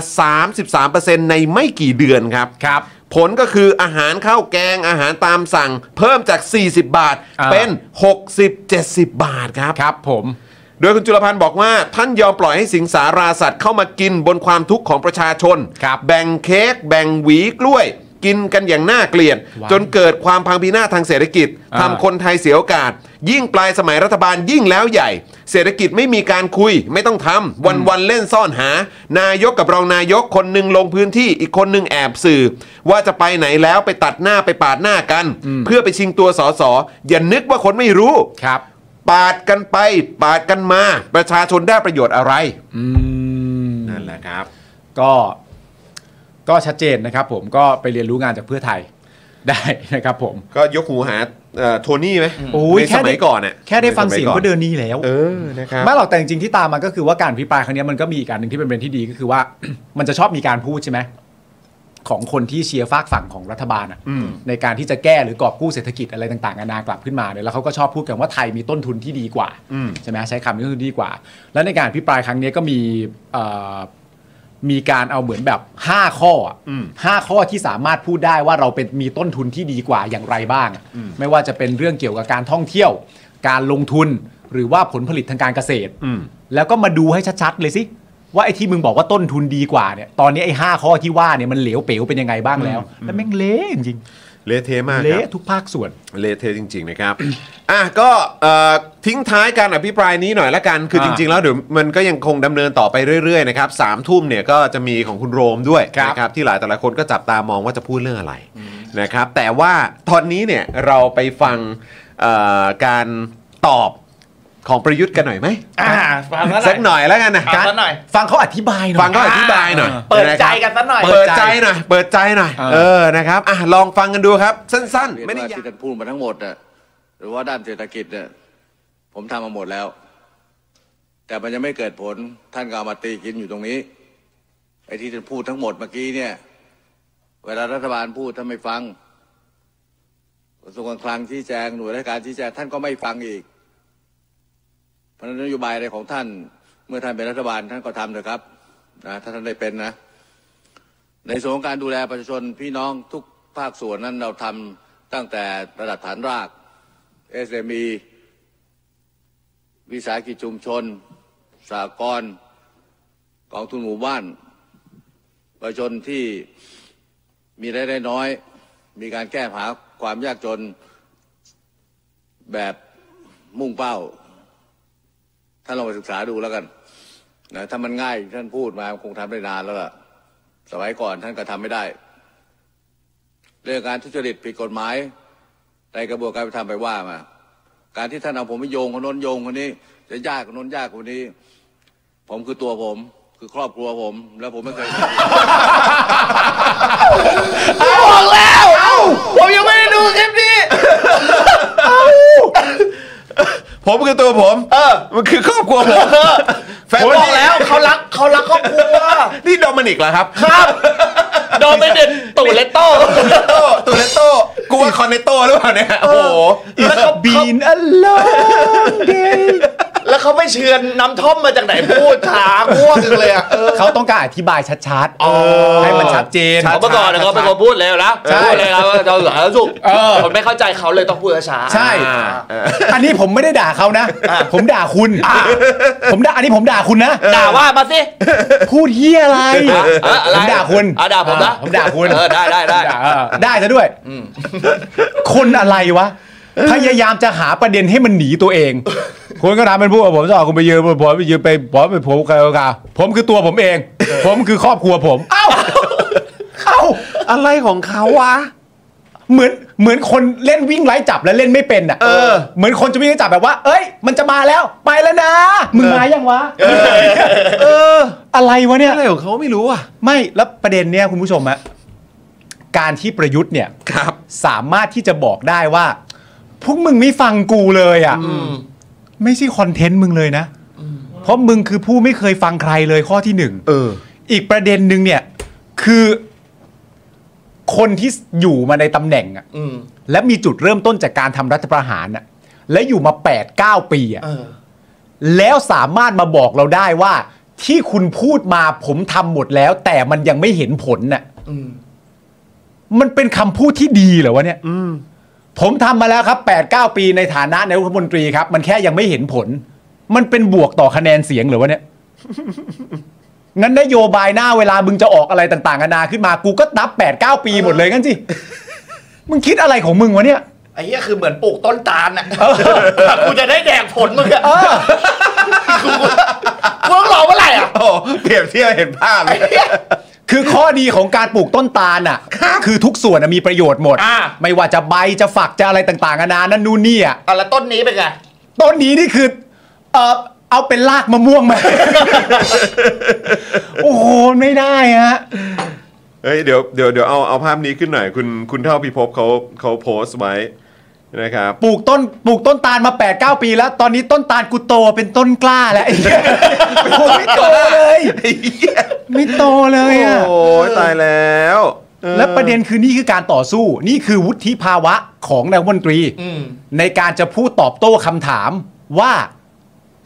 Speaker 1: 33%ในไม่กี่เดือนครับ
Speaker 2: ครับ
Speaker 1: ผลก็คืออาหารข้าวแกงอาหารตามสั่ง เพิ่มจาก 40 บาท
Speaker 2: อ่า
Speaker 1: เป็น 60-70 บาทครับ
Speaker 2: ครับผม
Speaker 1: โดยคุณจุลพันธ์บอกว่า ท่านยอมปล่อยให้สิงสาราสัตว์เข้ามากินบนความทุกข์ของประชาชน
Speaker 2: ครับ
Speaker 1: แบ่งเค้กแบ่งหวีกล้วย กินกันอย่างน่าเกลียด
Speaker 2: ว้าว
Speaker 1: จนเกิดความพังพินาศทางเศรษฐกิจ
Speaker 2: อ่า
Speaker 1: ทำคนไทยเสียโอกาส ยิ่งปลายสมัยรัฐบาลยิ่งแล้วใหญ่ เศรษฐกิจไม่มีการคุย ไม่ต้องทำวันวันๆเล่นซ่อนหา นายกกับรองนายกคนหนึ่งลงพื้นที่อีกคนหนึ่งแอบสื่อ ว่าจะไปไหนแล้วไปตัดหน้าไปปาดหน้ากัน เพื่อไปชิงตัวสสอย่านึกว่าคนไม่รู้
Speaker 2: ครับ
Speaker 1: ปาดกันไปปาดกันมา ประชาชนได้ประโยชน์อะไร
Speaker 2: อืม
Speaker 1: นั่นแหละครับ
Speaker 2: ก็ก็ชัดเจนนะครับผมก็ไปเรียนรู้งานจากเพื่อไทยได้นะครับผม
Speaker 1: ก็ยกหูหาเอ่อโทนี่ไหม
Speaker 2: โอ้ย
Speaker 1: ใน
Speaker 2: แค่
Speaker 1: ส
Speaker 2: ได้
Speaker 1: มัยก่อนน่ะ
Speaker 2: แค่ได้ฟังเสียง
Speaker 1: ใมั
Speaker 2: ก็เดินนี้แล้ว
Speaker 1: เออนะครับ
Speaker 2: ไม่หรอกแต่จริงๆที่ตามมาก็คือว่าการพิปรายครั้งเนี้ยมันก็มีอีกการหนึ่งที่เป็นประเด็นที่ดีก็คือว่า มันจะชอบมีการพูดใช่ไหมของคนที่เชียร์ฝากฝั่งของรัฐบาลอะ
Speaker 1: อืม
Speaker 2: ในการที่จะแก้หรือกอบกู้เศรษฐกิจอะไรต่างๆนานากลับขึ้นมาเนี่ยแล้วเขาก็ชอบพูดกันว่าไทยมีต้นทุนที่ดีกว่า
Speaker 1: อืม
Speaker 2: ใช่ไหมใช้คำนี้ต้นทุนที่ดีกว่า แล้วในการพิปรายครั้งเนี้ยก็มีเอ่อมีการเอาเหมือนแบบ 5 ข้ออะห้าข้อที่สามารถพูดได้ว่าเราเป็นมีต้นทุนที่ดีกว่าอย่างไรบ้างอะไม่ว่าจะเป็นเรื่องเกี่ยวกับการท่องเที่ยว การลงทุนหรือว่าผลผลิตทางการเกษตร
Speaker 1: อืม
Speaker 2: แล้วก็มาดูให้ชัดๆเลยสิ ว่าไอ้ที่มึงบอกว่าต้นทุนดีกว่าเนี่ยตอนนี้ไอ้ห้าข้อที่ว่าเนี่ยมันเหลวเป๋วเป็นยังไงบ้างแล้ว แล้วแม่งเละจริง
Speaker 1: เละเทะมากค
Speaker 2: ๆ
Speaker 1: รั
Speaker 2: เละ
Speaker 1: บ
Speaker 2: ทุกภาคส่วน
Speaker 1: เละเทะจริง ๆ นะครับ อ่ะก็เอ่อทิ้งท้ายการอภิปรายนี้หน่อยละกัน คือจ
Speaker 2: อ่า
Speaker 1: ริง ๆ แล้วเดี๋ยวมันก็ยังคงดำเนินต่อไปเรื่อย ๆ นะครับสามทุ่มเนี่ยก็จะมีของคุณโรมด้วย
Speaker 2: ครับ
Speaker 1: นะครับที่หลายแต่ละคนก็จับตามองว่าจะพูดเรื่องอะไรนะครับ แต่ว่าตอนนี้เนี่ยเราไปฟังเอ่อการตอบของประยุทธ์กันหน่อยไหม
Speaker 3: อ่าฟังซะ
Speaker 1: สัก
Speaker 3: ห
Speaker 1: ห
Speaker 3: น่อย
Speaker 1: น่อยแล้วกันนะ
Speaker 3: ฟังซะหน่อย
Speaker 2: ฟังเขาอธิบายหน่อย
Speaker 1: ฟังก็อธิบายหน่อย
Speaker 3: เปิดใจกันซะหน่อย
Speaker 1: เปิดใจหน่อย เปิดใจหน่อย
Speaker 2: เออ
Speaker 1: เออ นะครับ อ่ะ ลองฟังกันดูครับ สั้น ๆ
Speaker 4: เรียน
Speaker 1: ไม่
Speaker 4: ว่าย
Speaker 1: ได้าว
Speaker 4: ที่ท่านพูดมาทั้งหมดน่ะหรือว่าด้านเศรษฐกิจเนี่ยผมทำมาหมดแล้ว แต่มันยังไม่เกิดผลท่านก็เอามาตีกินอยู่ตรงนี้ไอ้ที่ท่านพูดทั้งหมดเมื่อกี้เนี่ย เวลารัฐบาลพูดท่านไม่ฟังกระทรวงการคลังชี้แจงหน่วยราชการชี้แจงท่านก็ไม่ฟังอีก เพราะฉะนั้นนโยบายอะไรของท่าน เมื่อท่านเป็นรัฐบาลท่านก็ทำเถอะครับนะถ้าท่านได้เป็นนะ ในส่วนของการดูแลประชาชนพี่น้องทุกภาคส่วนนั้นเราทำตั้งแต่ระดับฐานราก SME วิสาหกิจชุมชนสหกรณ์กองทุนหมู่บ้าน ประชาชนที่มีรายได้น้อย มีการแก้ปัญหาความยากจนแบบมุ่งเป้าท่านลองไปศึกษาดูแล้วกันนะถ้ามันง่ายท่านพูดมาคงทำได้นานแล้วล่ะ สมัยก่อนท่านก็ทำไม่ได้ เรื่องการทุจริตผิดกฎหมายในกระบวนการยุติธรรมไปว่ามา การที่ท่านเอาผมไปโยงคนโน้นโยงคนนี้ จะยากคนโน้นยากคนนี้ ผมคือตัวผม คือครอบครัวผม แล้วผมไม่เคย
Speaker 3: บอกแล้วผมยังไม่ได้ดูคลิปนี้
Speaker 1: ผมคือตัวผม
Speaker 3: เออ
Speaker 1: มันคือครอบครัวผมแฟน
Speaker 3: ผมบอก
Speaker 1: นี่
Speaker 3: แล้วเขารักเขารักครอบครัว
Speaker 1: นี่โดมินิกเหรอครับ
Speaker 3: ครับโดนไปเด็ดตูดเลตโต้
Speaker 1: โต้ตูเลโต้กูว่าคอนเนโต้หรือเปล่าเนี่ย โอ้โห
Speaker 3: แล้วเขา
Speaker 2: บีนอโลเดย์
Speaker 3: แล้วเขาไปเชือนน้ำท่อมมาจากไหนพูดถามง่วงจังเลยอะเออ
Speaker 2: เขาต้องการอธิบายชัดๆให้มันชัดเจน
Speaker 3: เขาเมื่อก่อนเนี่ยเขาเป็นคนพูดเร็วนะ
Speaker 2: ใช่
Speaker 3: พูดเลยครับว่าเราสาธารณสุข
Speaker 2: เออ
Speaker 3: ผมไม่เข้าใจเขาเลยต้องพูดช้าๆ
Speaker 2: ใช่
Speaker 3: อ่า
Speaker 2: อันนี้ผมไม่ได้ด่าเขานะ ผมด่าคุณ ผมด่าอันนี้ผมด่าคุณนะ
Speaker 3: ด่าว่ามาสิ
Speaker 2: พูดเฮียอะไร
Speaker 3: เอออะไร
Speaker 2: ผมด่าคุณ
Speaker 3: อ่ะด่าผมนะ
Speaker 2: อ่ผมด่าคุณ
Speaker 3: เออได้ได้ได้
Speaker 2: ผมด่าเออได้ซะด้วย คนอะไรวะ พยายามจะหาประเด็นให้มันหนีตัวเอง คนก็ถามเป็นผู้ว่าผมจะออกคุณไปยืนผมไปยืนไปผมไปผมใครก็าผมคือตัวผมเอง ผมคือครอบครัวผม เอ้าเอ้า
Speaker 1: อะไรของเขาวะ
Speaker 2: เหมือนเหมือนคนเล่นวิ่งไล่จับแล้วเล่นไม่เป็นอ่ะ
Speaker 1: อ
Speaker 2: เหมือนคนจะวิ่งไล่จับแบบว่า เอ้ย มันจะมาแล้ว ไปแล้วนะมึงมายังวะ
Speaker 1: เออ
Speaker 2: อะไรวะเนี่ย
Speaker 1: อะไรของเขาไม่รู้อ่ะ
Speaker 2: ไม่ แล้วประเด็นเนี้ยคุณผู้ชมอะการที่ประยุทธ์เนี่ย
Speaker 1: ครับ
Speaker 2: สามารถที่จะบอกได้ว่า พวกมึงไม่ฟังกูเลยอะ่ะไม่ใช่คอนเทนต์มึงเลยนะ เพราะมึงคือผู้ไม่เคยฟังใครเลยข้อที่หนึ่ง
Speaker 1: เออ
Speaker 2: อีกประเด็นหนึ่งเนี่ย คือ คนที่อยู่มาในตำแหน่งอะ
Speaker 3: อืม
Speaker 2: และมีจุดเริ่มต้นจากการทำรัฐประหารอะและอยู่มา 8 9 ปีอะ
Speaker 3: เออ
Speaker 2: แล้วสามารถมาบอกเราได้ว่า ที่คุณพูดมาผมทำหมดแล้ว แต่มันยังไม่เห็นผลน่ะ
Speaker 3: อืม
Speaker 2: มันเป็นคำพูดที่ดีเหรอวะเนี่ยผมทำมาแล้วครับ8ปดปีในฐานะนายกรัฐมนตรีครับ มันแค่ยังไม่เห็นผล มันเป็นบวกต่อคะแนนเสียงเหรอวะเนี่ย งั้นนโยบายหน้าเวลามึงจะออกอะไรต่างๆนานาขึ้นมา กูก็นับ8ปดปีหมดเลยงั้นสิ มึงคิดอะไรของมึงวะเนี่ย
Speaker 3: ไอ้เหี้ยคือเหมือนปลูกต้นตาลน่ะกูจะได้แดกผลมึงอะกูต้องรอเมื่อไหร่อ่ะ
Speaker 1: โอ้เปรียบเทียบเห็นภาพเลย
Speaker 2: คือข้อดีของการปลูกต้นตาลอ่ะ คือทุกส่วนน่ะมีประโยชน์หมด
Speaker 3: อ่า
Speaker 2: ไม่ว่าจะใบจะฝักจะอะไรต่างๆนานานั่นนู่นนี่อ่ะ
Speaker 3: เอาละต้นนี้เป็นไง
Speaker 2: ต้นนี้นี่คือ เออเอาเป็นลากมะม่วงมา โอ้โห ไม่ได้ฮะ
Speaker 1: เฮ้ยเดี๋ยวเดี๋ยวเดี๋ยวเอาเอาภาพนี้ขึ้นหน่อย คุณคุณเท่าพิภพเขาเขาโพสต์ไว้นะครับ
Speaker 2: ปลูกต้นปลูกต้นตาลมา 8 9 ปีแล้ว ตอนนี้ต้นตาลกูโตเป็นต้นกล้าแล้วไอ้เหี้ยโอ้โหไม่โตเลย ไม่โตเลย
Speaker 1: โอ้
Speaker 2: อ่ะ
Speaker 1: ยตายแล้ว
Speaker 2: และประเด็นคือนี่คือการต่อสู้ นี่คือวุฒิภาวะของนายกรัฐมนตรี
Speaker 3: อืม
Speaker 2: ในการจะพูดตอบโต้คำถามว่า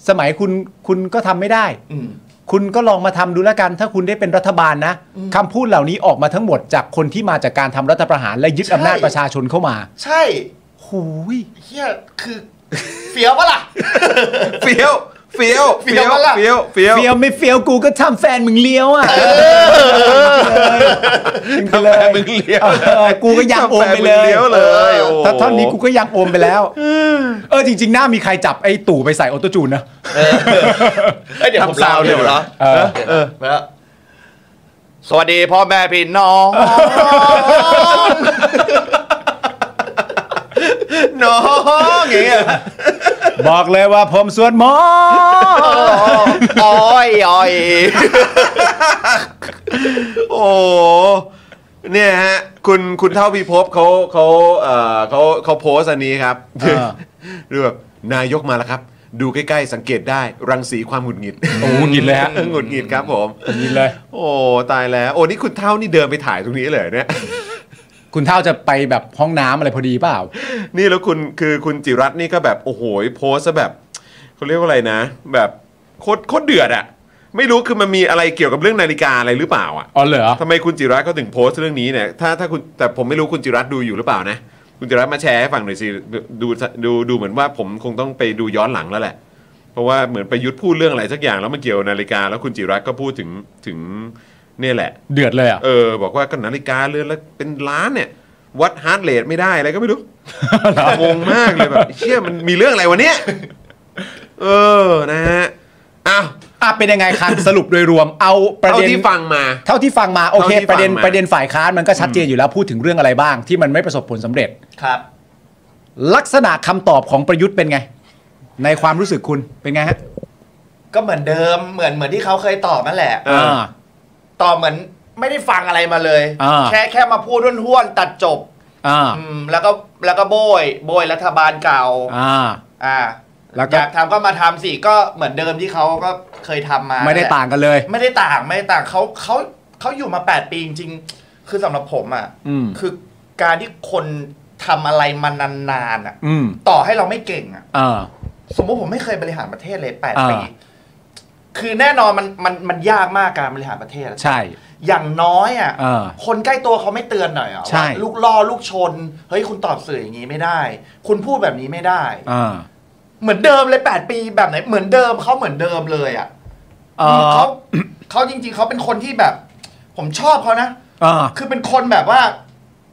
Speaker 2: สมัยคุณคุณก็ทำไม่ได้
Speaker 3: อืม
Speaker 2: คุณก็ลองมาทำดูแล้วกัน ถ้าคุณได้เป็นรัฐบาลนะคำพูดเหล่านี้ออกมาทั้งหมดจากคนที่มาจากการทำรัฐประหารและยึด
Speaker 3: ใช่
Speaker 2: อำนาจประชาชนเข้ามา
Speaker 3: ใช่
Speaker 2: หูย
Speaker 3: เหี้ยคือ เฟี้ยวปะล่ะ
Speaker 1: เฟี้ยวเฟี้ยว
Speaker 3: เฟี้ยวปะล่ะ
Speaker 1: เฟี้ยวเฟี้ยว
Speaker 2: เฟียวไม่เฟียวกูก็ทำแฟนมึงเลี้ยวอ่ะทิ้งไปเลย
Speaker 1: ทำไมึงเลี้ยว
Speaker 2: เออกูก็ยังโอมไปเล
Speaker 1: ทำมึง
Speaker 2: ย
Speaker 1: เลี้ยวเลยโ
Speaker 2: ถ้าท่อนนี้กูก็ยังโอมไปแล้ว เออจริง ๆ หน้ามีใครจับไอ้ตู่ไปใส่ออโตจูนนะ
Speaker 3: เอ้ยเดี๋ยวผม
Speaker 1: ทำซา
Speaker 3: เล่าว
Speaker 1: ด์
Speaker 3: เดี๋ยว
Speaker 1: เลยเหร
Speaker 3: เหร
Speaker 1: อ
Speaker 3: อ
Speaker 2: เออ
Speaker 3: เออแล้ว สวัสดีพ่อแม่พี่น้อง
Speaker 1: น้องอย่างเงี้ย
Speaker 2: บอกเลยว่าผมสวดมนต์
Speaker 3: อ้อยอ้อย
Speaker 1: โอ้เนี่ยฮะคุณคุณเท่าพิภพเขาเขาเอ่อเขาเขาโพสต์อันนี้ครับดูแบบนายกมาแล้วครับ ดูใกล้ๆสังเกตได้รังสีความหงุดหงิด
Speaker 2: โอ้โหกินเลยฮะ
Speaker 1: หงุดหงิดครับผม
Speaker 2: กินเลย
Speaker 1: โอ้ตายแล้ว โอ้นี่คุณเท่านี่เดินไปถ่ายตรงนี้เลยเนี่ย
Speaker 2: คุณเท่าจะไปแบบห้องน้ำอะไรพอดีเปล่า
Speaker 1: นี่แล้วคุณคือคุณจิรัตน์นี่ก็แบบโอ้โหโพสต์ซะแบบเขาเรียกว่าอะไรนะ แบบโคตรโคตรเดือดอะไม่รู้คือมันมีอะไรเกี่ยวกับเรื่องนาฬิกาอะไรหรือเปล่าอะ
Speaker 2: อ๋อเหรอ
Speaker 1: ทำไมคุณจิรัตน์เขาถึงโพสต์เรื่องนี้เนี่ยถ้าถ้าคุณแต่ผมไม่รู้คุณจิรัตน์ดูอยู่หรือเปล่านะ คุณจิรัตน์มาแชร์ให้ฟังหน่อยสิดูดูดูเหมือนว่าผมคงต้องไปดูย้อนหลังแล้วแหละ เพราะว่าเหมือนประยุทธ์พูดเรื่องอะไรสักอย่างแล้วมันเกี่ยวกับนาฬิกา แล้วคุณจิรัตน์ก็พูดถึงถึงเนี่ยแหละ
Speaker 2: เดือดเลยอ่ะ
Speaker 1: เออบอกว่าก็นาฬิกาเรือนละเป็นล้านเนี่ย วัดฮาร์ดเรทไม่ได้อะไรก็ไม่รู้ งงมากเลยแบบเชี่ยมันมีเรื่องอะไรวะเนี่ยเออนะฮะอ้าว
Speaker 2: อ่ะเป็นยังไงครับ สรุปโดยรวมเอาประ
Speaker 1: เท่า
Speaker 2: เด็น
Speaker 1: ที่ฟังมา
Speaker 2: เท่าที่ฟังมาโอเค
Speaker 1: เท่าที่ฟังมา
Speaker 2: ประเด็นประเด็นฝ่ายค้านมันก็ชัดเจนอยู่แล้วพูดถึงเรื่องอะไรบ้าง ที่มันไม่ประสบผลสำเร็จ
Speaker 3: ครับ
Speaker 2: ลักษณะคำตอบของประยุทธ์เป็นไง ในความรู้สึกคุณเป็นไงฮะ
Speaker 3: ก็เหมือนเดิม เหมือนเหมือนที่เขาเคยตอบนั่นแหละ
Speaker 1: เออ
Speaker 2: อ่า
Speaker 3: ตอบเหมือนไม่ได้ฟังอะไรมาเลย
Speaker 2: อ่า
Speaker 3: แค่แค่มาพูดห้วนๆตัดจบ
Speaker 2: อ่า
Speaker 3: อืม แล้วก็แล้วก็โบย โบยรัฐบาลเก่า
Speaker 2: อ่า
Speaker 3: อ่า
Speaker 2: แล้วก็
Speaker 3: อยากทำก็มาทำสิ ก็เหมือนเดิมที่เขาก็เคยทำมา
Speaker 2: ไม่ได้ต่างกันเลย
Speaker 3: ไม่ได้ต่าง ไม่ได้ต่างเขาเขาเขาอยู่มา 8 ปีจริงๆ คือสำหรับผมอ่ะ
Speaker 2: อืม
Speaker 3: คือการที่คนทำอะไรมานานๆอ่ะ
Speaker 2: อืม
Speaker 3: ต่อให้เราไม่เก่งอ่ะ
Speaker 2: อ่า
Speaker 3: สมมติผมไม่เคยบริหารประเทศเลยแปด
Speaker 2: อ่า
Speaker 3: ปี คือแน่นอนมันมันมันยากมากการบริหารประเทศอะ
Speaker 2: ใช่
Speaker 3: อย่างน้อยอ่ะ
Speaker 2: เออ
Speaker 3: คนใกล้ตัวเขาไม่เตือนหน่อยเหรอ
Speaker 2: ใช่
Speaker 3: ว่าลูกล่อลูกชน เฮ้ยคุณตอบสื่ออย่างนี้ไม่ได้ คุณพูดแบบนี้ไม่ได้
Speaker 2: อ่า
Speaker 3: เหมือนเดิมเลยแปดปีแบบไหน เหมือนเดิมเขาเหมือนเดิมเลยอ่ะ
Speaker 2: เอ่อ
Speaker 3: เขาเขาจริง ๆเขาเป็นคนที่แบบ ผมชอบเขานะ
Speaker 2: อ่า
Speaker 3: คือเป็นคนแบบว่า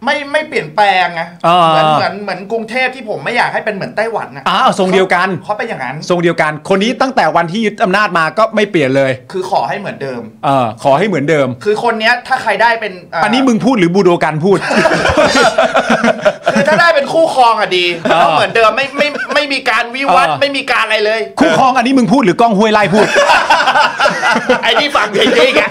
Speaker 3: ไม่ไม่เปลี่ยนแปลงไง
Speaker 2: อ่า
Speaker 3: เหมือนเหมือนเหมือนกรุงเทพที่ผมไม่อยากให้เป็นเหมือนไต้หวันนะ
Speaker 2: อ้าวทรงเดียวกัน
Speaker 3: เขาเป็นอย่างนั้น
Speaker 2: ทรงเดียวกัน คนนี้ตั้งแต่วันที่ยึดอำนาจมาก็ไม่เปลี่ยนเลย
Speaker 3: คือขอให้เหมือนเดิม
Speaker 2: เออขอให้เหมือนเดิม
Speaker 3: คือคนเนี้ยถ้าใครได้เป็นเ
Speaker 2: อันนี้มึงพูดหรือบูโดกันพูด
Speaker 3: คือถ้าได้เป็นคู่ครองอะดี
Speaker 2: อ่า
Speaker 3: เพราะเหมือนเดิมไม่ไม่ไม่ไม่มีการวิวัฒน์
Speaker 2: อ่า
Speaker 3: ไม่มีการอะไรเลย
Speaker 2: คู่ครองอันนี้มึงพูดหรือกล้องห้วยไล่พูด
Speaker 3: ไอ้นี่ฟังเพลงนี้ไง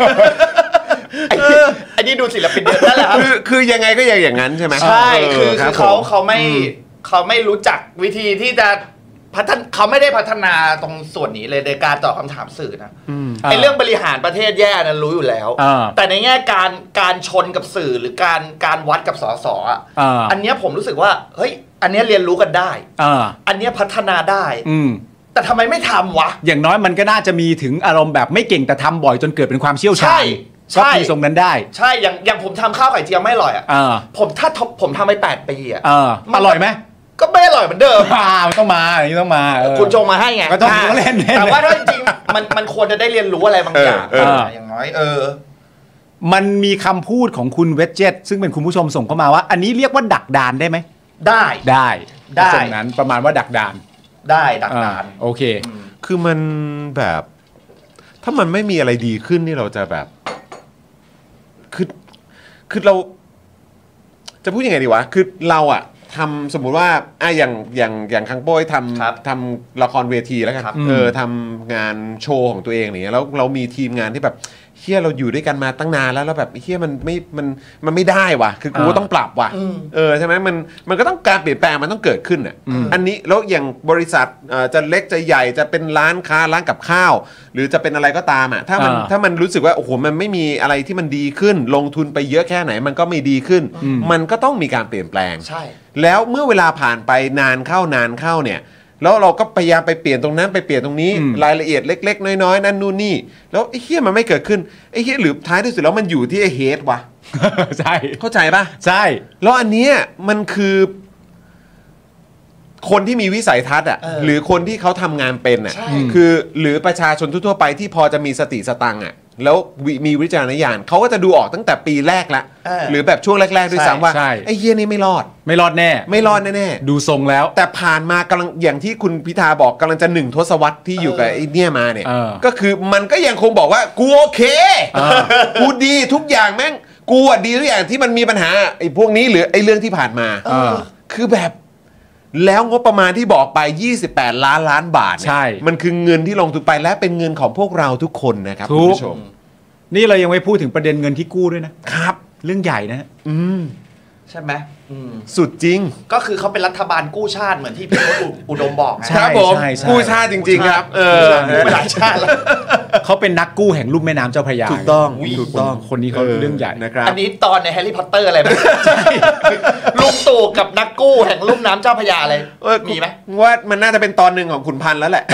Speaker 3: ไอ้นี่ไอ้นี่ดูศิลปินเดิมนั่นแหละครับ
Speaker 1: คือคือยังไงก็ยังอย่างนั้นใช่ไหม
Speaker 3: ใช่
Speaker 1: เ
Speaker 3: คือ
Speaker 1: รั
Speaker 3: คื
Speaker 1: บ
Speaker 3: อเขา
Speaker 1: ผม
Speaker 3: เขาไม่เขาไม่รู้จักวิธีที่จะพัฒนเขาไม่ได้พัฒนาตรงส่วนนี้เลยในการตอบคำถามสื่อนะไอ้เรื่องบริหารประเทศแย่นั้นรู้อยู่แล้ว
Speaker 2: อ่า
Speaker 3: แต่ในแง่การการชนกับสื่อหรือการการวัดกับสอสออ่ะ
Speaker 2: อ่า
Speaker 3: อันเนี้ยผมรู้สึกว่าเฮ้ยอันเนี้ยเรียนรู้กันได้
Speaker 2: อ่า
Speaker 3: อันเนี้ยพัฒนาได้
Speaker 2: อืม
Speaker 3: แต่ทำไมไม่ทำวะ
Speaker 2: อย่างน้อยมันก็น่าจะมีถึงอารมณ์แบบไม่เก่งแต่ทำบ่อยจนเกิดเป็นความเชี่ยวชาญ
Speaker 3: ใช่
Speaker 2: ก็
Speaker 3: ใช่
Speaker 2: มีทรงนั้นได้
Speaker 3: ใช่อย่างอย่างผมทำข้าวไข่เจียวไม่อร่อยอ่ะ
Speaker 2: เออ
Speaker 3: ผมถ้าทบผมทำไปแปดปีอ่ะ
Speaker 2: เอออร่อยไหม
Speaker 3: ก็ไม่อร่อยเหมือนเดิม
Speaker 2: อ่ามันต้องมาอย่างนี้ต้องมาเออ
Speaker 3: คุณจงมาให้ไง
Speaker 2: ก็ต้อง
Speaker 3: า
Speaker 2: เล่นเล่น
Speaker 3: แต่ว่าถ้าจริงๆมันมันควรจะได้เรียนรู้อะไรบางอย่าง
Speaker 1: เออเออ
Speaker 3: เอออย่างน้อยเออ
Speaker 2: มันมีคำพูดของคุณเวจเจตซึ่งเป็นคุณผู้ชมส่งเข้ามาว่า อันนี้เรียกว่าดักดานได้ไหม
Speaker 3: ได้
Speaker 2: ได้
Speaker 3: ได้
Speaker 2: ตรงนั้นประมาณว่าดักดาน
Speaker 3: ได้ดักดาน
Speaker 2: อ่โอเค
Speaker 1: คือมันแบบ ถ้ามันไม่มีอะไรดีขึ้นนี่เราจะแบบ คือคือเรา จะพูดยังไงดีวะ คือเราอะทำสมมุติว่าอ่ะอย่างอย่างอย่างคังโป้ยท
Speaker 3: ครับ
Speaker 1: ำทำละครเวทีแล้วกัน
Speaker 3: ครับ
Speaker 1: เออทำงานโชว์ของตัวเองอะไรเนี่ยแล้วเรามีทีมงานที่แบบเฮียเราอยู่ด้วยกันมาตั้งนานแล้วแล้วแบบเฮียมันไม่มันมันไม่ได้ว่ะ คือกู
Speaker 2: อ่า
Speaker 1: ก็ต้องปรับว่ะ เออใช่ไหมมันมันก็ต้องการเปลี่ยนแปลงมันต้องเกิดขึ้นอ่ะอันนี้แล้วอย่างบริษัทเอ่อจะเล็กจะใหญ่จะเป็นร้านค้าร้านกับข้าว หรือจะเป็นอะไรก็ตามอ่ะถ้ามัน
Speaker 2: อ่า
Speaker 1: ถ้ามันรู้สึกว่าโอ้โหมันไม่มีอะไรที่มันดีขึ้น ลงทุนไปเยอะแค่ไหนมันก็ไม่ดีขึ้น มันก็ต้องมีการเปลี่ยนแปลง
Speaker 3: ใช่
Speaker 1: แล้วเมื่อเวลาผ่านไปนานเข้านานเข้าเนี่ย แล้วเราก็พยายามไปเปลี่ยนตรงนั้นไปเปลี่ยนตรงนี้
Speaker 2: อืม
Speaker 1: รายละเอียดเล็ก ๆ น้อยๆนั่นนู่นนี่แล้วไอ้เฮียมันไม่เกิดขึ้นไอ้เฮียหรือท้ายที่สุดแล้วมันอยู่ที่ไอ้เฮดวะ
Speaker 2: ใช่
Speaker 1: เข้าใจปะ
Speaker 2: ใช่
Speaker 1: แล้วอันเนี้ยมันคือ คนที่มีวิสัยทัศน์อ่ะ
Speaker 3: เออ
Speaker 1: หรือคนที่เขาทำงานเป็นอ่ะ
Speaker 3: ใช่
Speaker 1: คือหรือประชาชนทั่วๆไปที่พอจะมีสติสตังค์อ่ะ แล้ววิมีวิจารณญาณเขาก็จะดูออกตั้งแต่ปีแรกละ
Speaker 3: เออ
Speaker 1: หรือแบบช่วงแรกๆด้วยซ้ำว่า
Speaker 2: ใช่
Speaker 1: ไอ้เฮียนี่ไม่รอด
Speaker 2: ไม่รอดแน่
Speaker 1: ไม่รอดแน่
Speaker 2: ดูทรงแล้ว
Speaker 1: ๆแต่ผ่านมากำลังอย่างที่คุณพิธาบอกกำลังจะหนึ่งทศวรรษที่อยู่กับไอ้เนี่ยมาเนี่ย
Speaker 2: เออ
Speaker 1: ก็คือมันก็ยังคงบอกว่ากูโอเค
Speaker 2: เออ
Speaker 1: กูดีทุกอย่างแม่งกูอะดีทุกอย่างที่มันมีปัญหาไอ้พวกนี้หรือไอ้เรื่องที่ผ่านมา
Speaker 2: เออ
Speaker 1: คือแบบแล้วงบประมาณที่บอกไป 28 ล้านล้านบาทเนี่ย
Speaker 2: ใช่
Speaker 1: มันคือเงินที่ลงทุนไปและเป็นเงินของพวกเราทุกคนนะครับคุณผู้ชม
Speaker 2: นี่เรายังไม่พูดถึงประเด็นเงินที่กู้ด้วยนะ
Speaker 1: ครับ
Speaker 2: เรื่องใหญ่นะฮะ
Speaker 1: อืม
Speaker 3: ใช่ไหมอืม
Speaker 1: สุดจริง
Speaker 3: ก็คือเขาเป็นรัฐบาลกู้ชาติเหมือนที่พี่อุอุดมบอกไง
Speaker 2: ใช่
Speaker 1: ครับผม
Speaker 2: ใช่ใช่
Speaker 1: กู้ชาติจริง ๆ ครับ เออ
Speaker 3: กู้ไปหลายชาติแล้ว
Speaker 2: เขาเป็นนักกู้แห่งลุ่มแม่น้ำเจ้าพระยา
Speaker 1: ถูกต้อง
Speaker 2: ย
Speaker 1: ถูกต้อง
Speaker 2: คนนี้เขาเรื่องใหญ่
Speaker 1: นะครับ
Speaker 3: อันนี้ตอนในแฮร์รี่พอตเตอร์อะไรไหมลุงตู่กับนักกู้แห่งลุ่มน้ำเจ้าพระยาอะไร
Speaker 1: เออ
Speaker 3: มีไหม
Speaker 1: ว่ามันน่าจะเป็นตอนหนึ่งของขุนพันธ์แล้วแหละ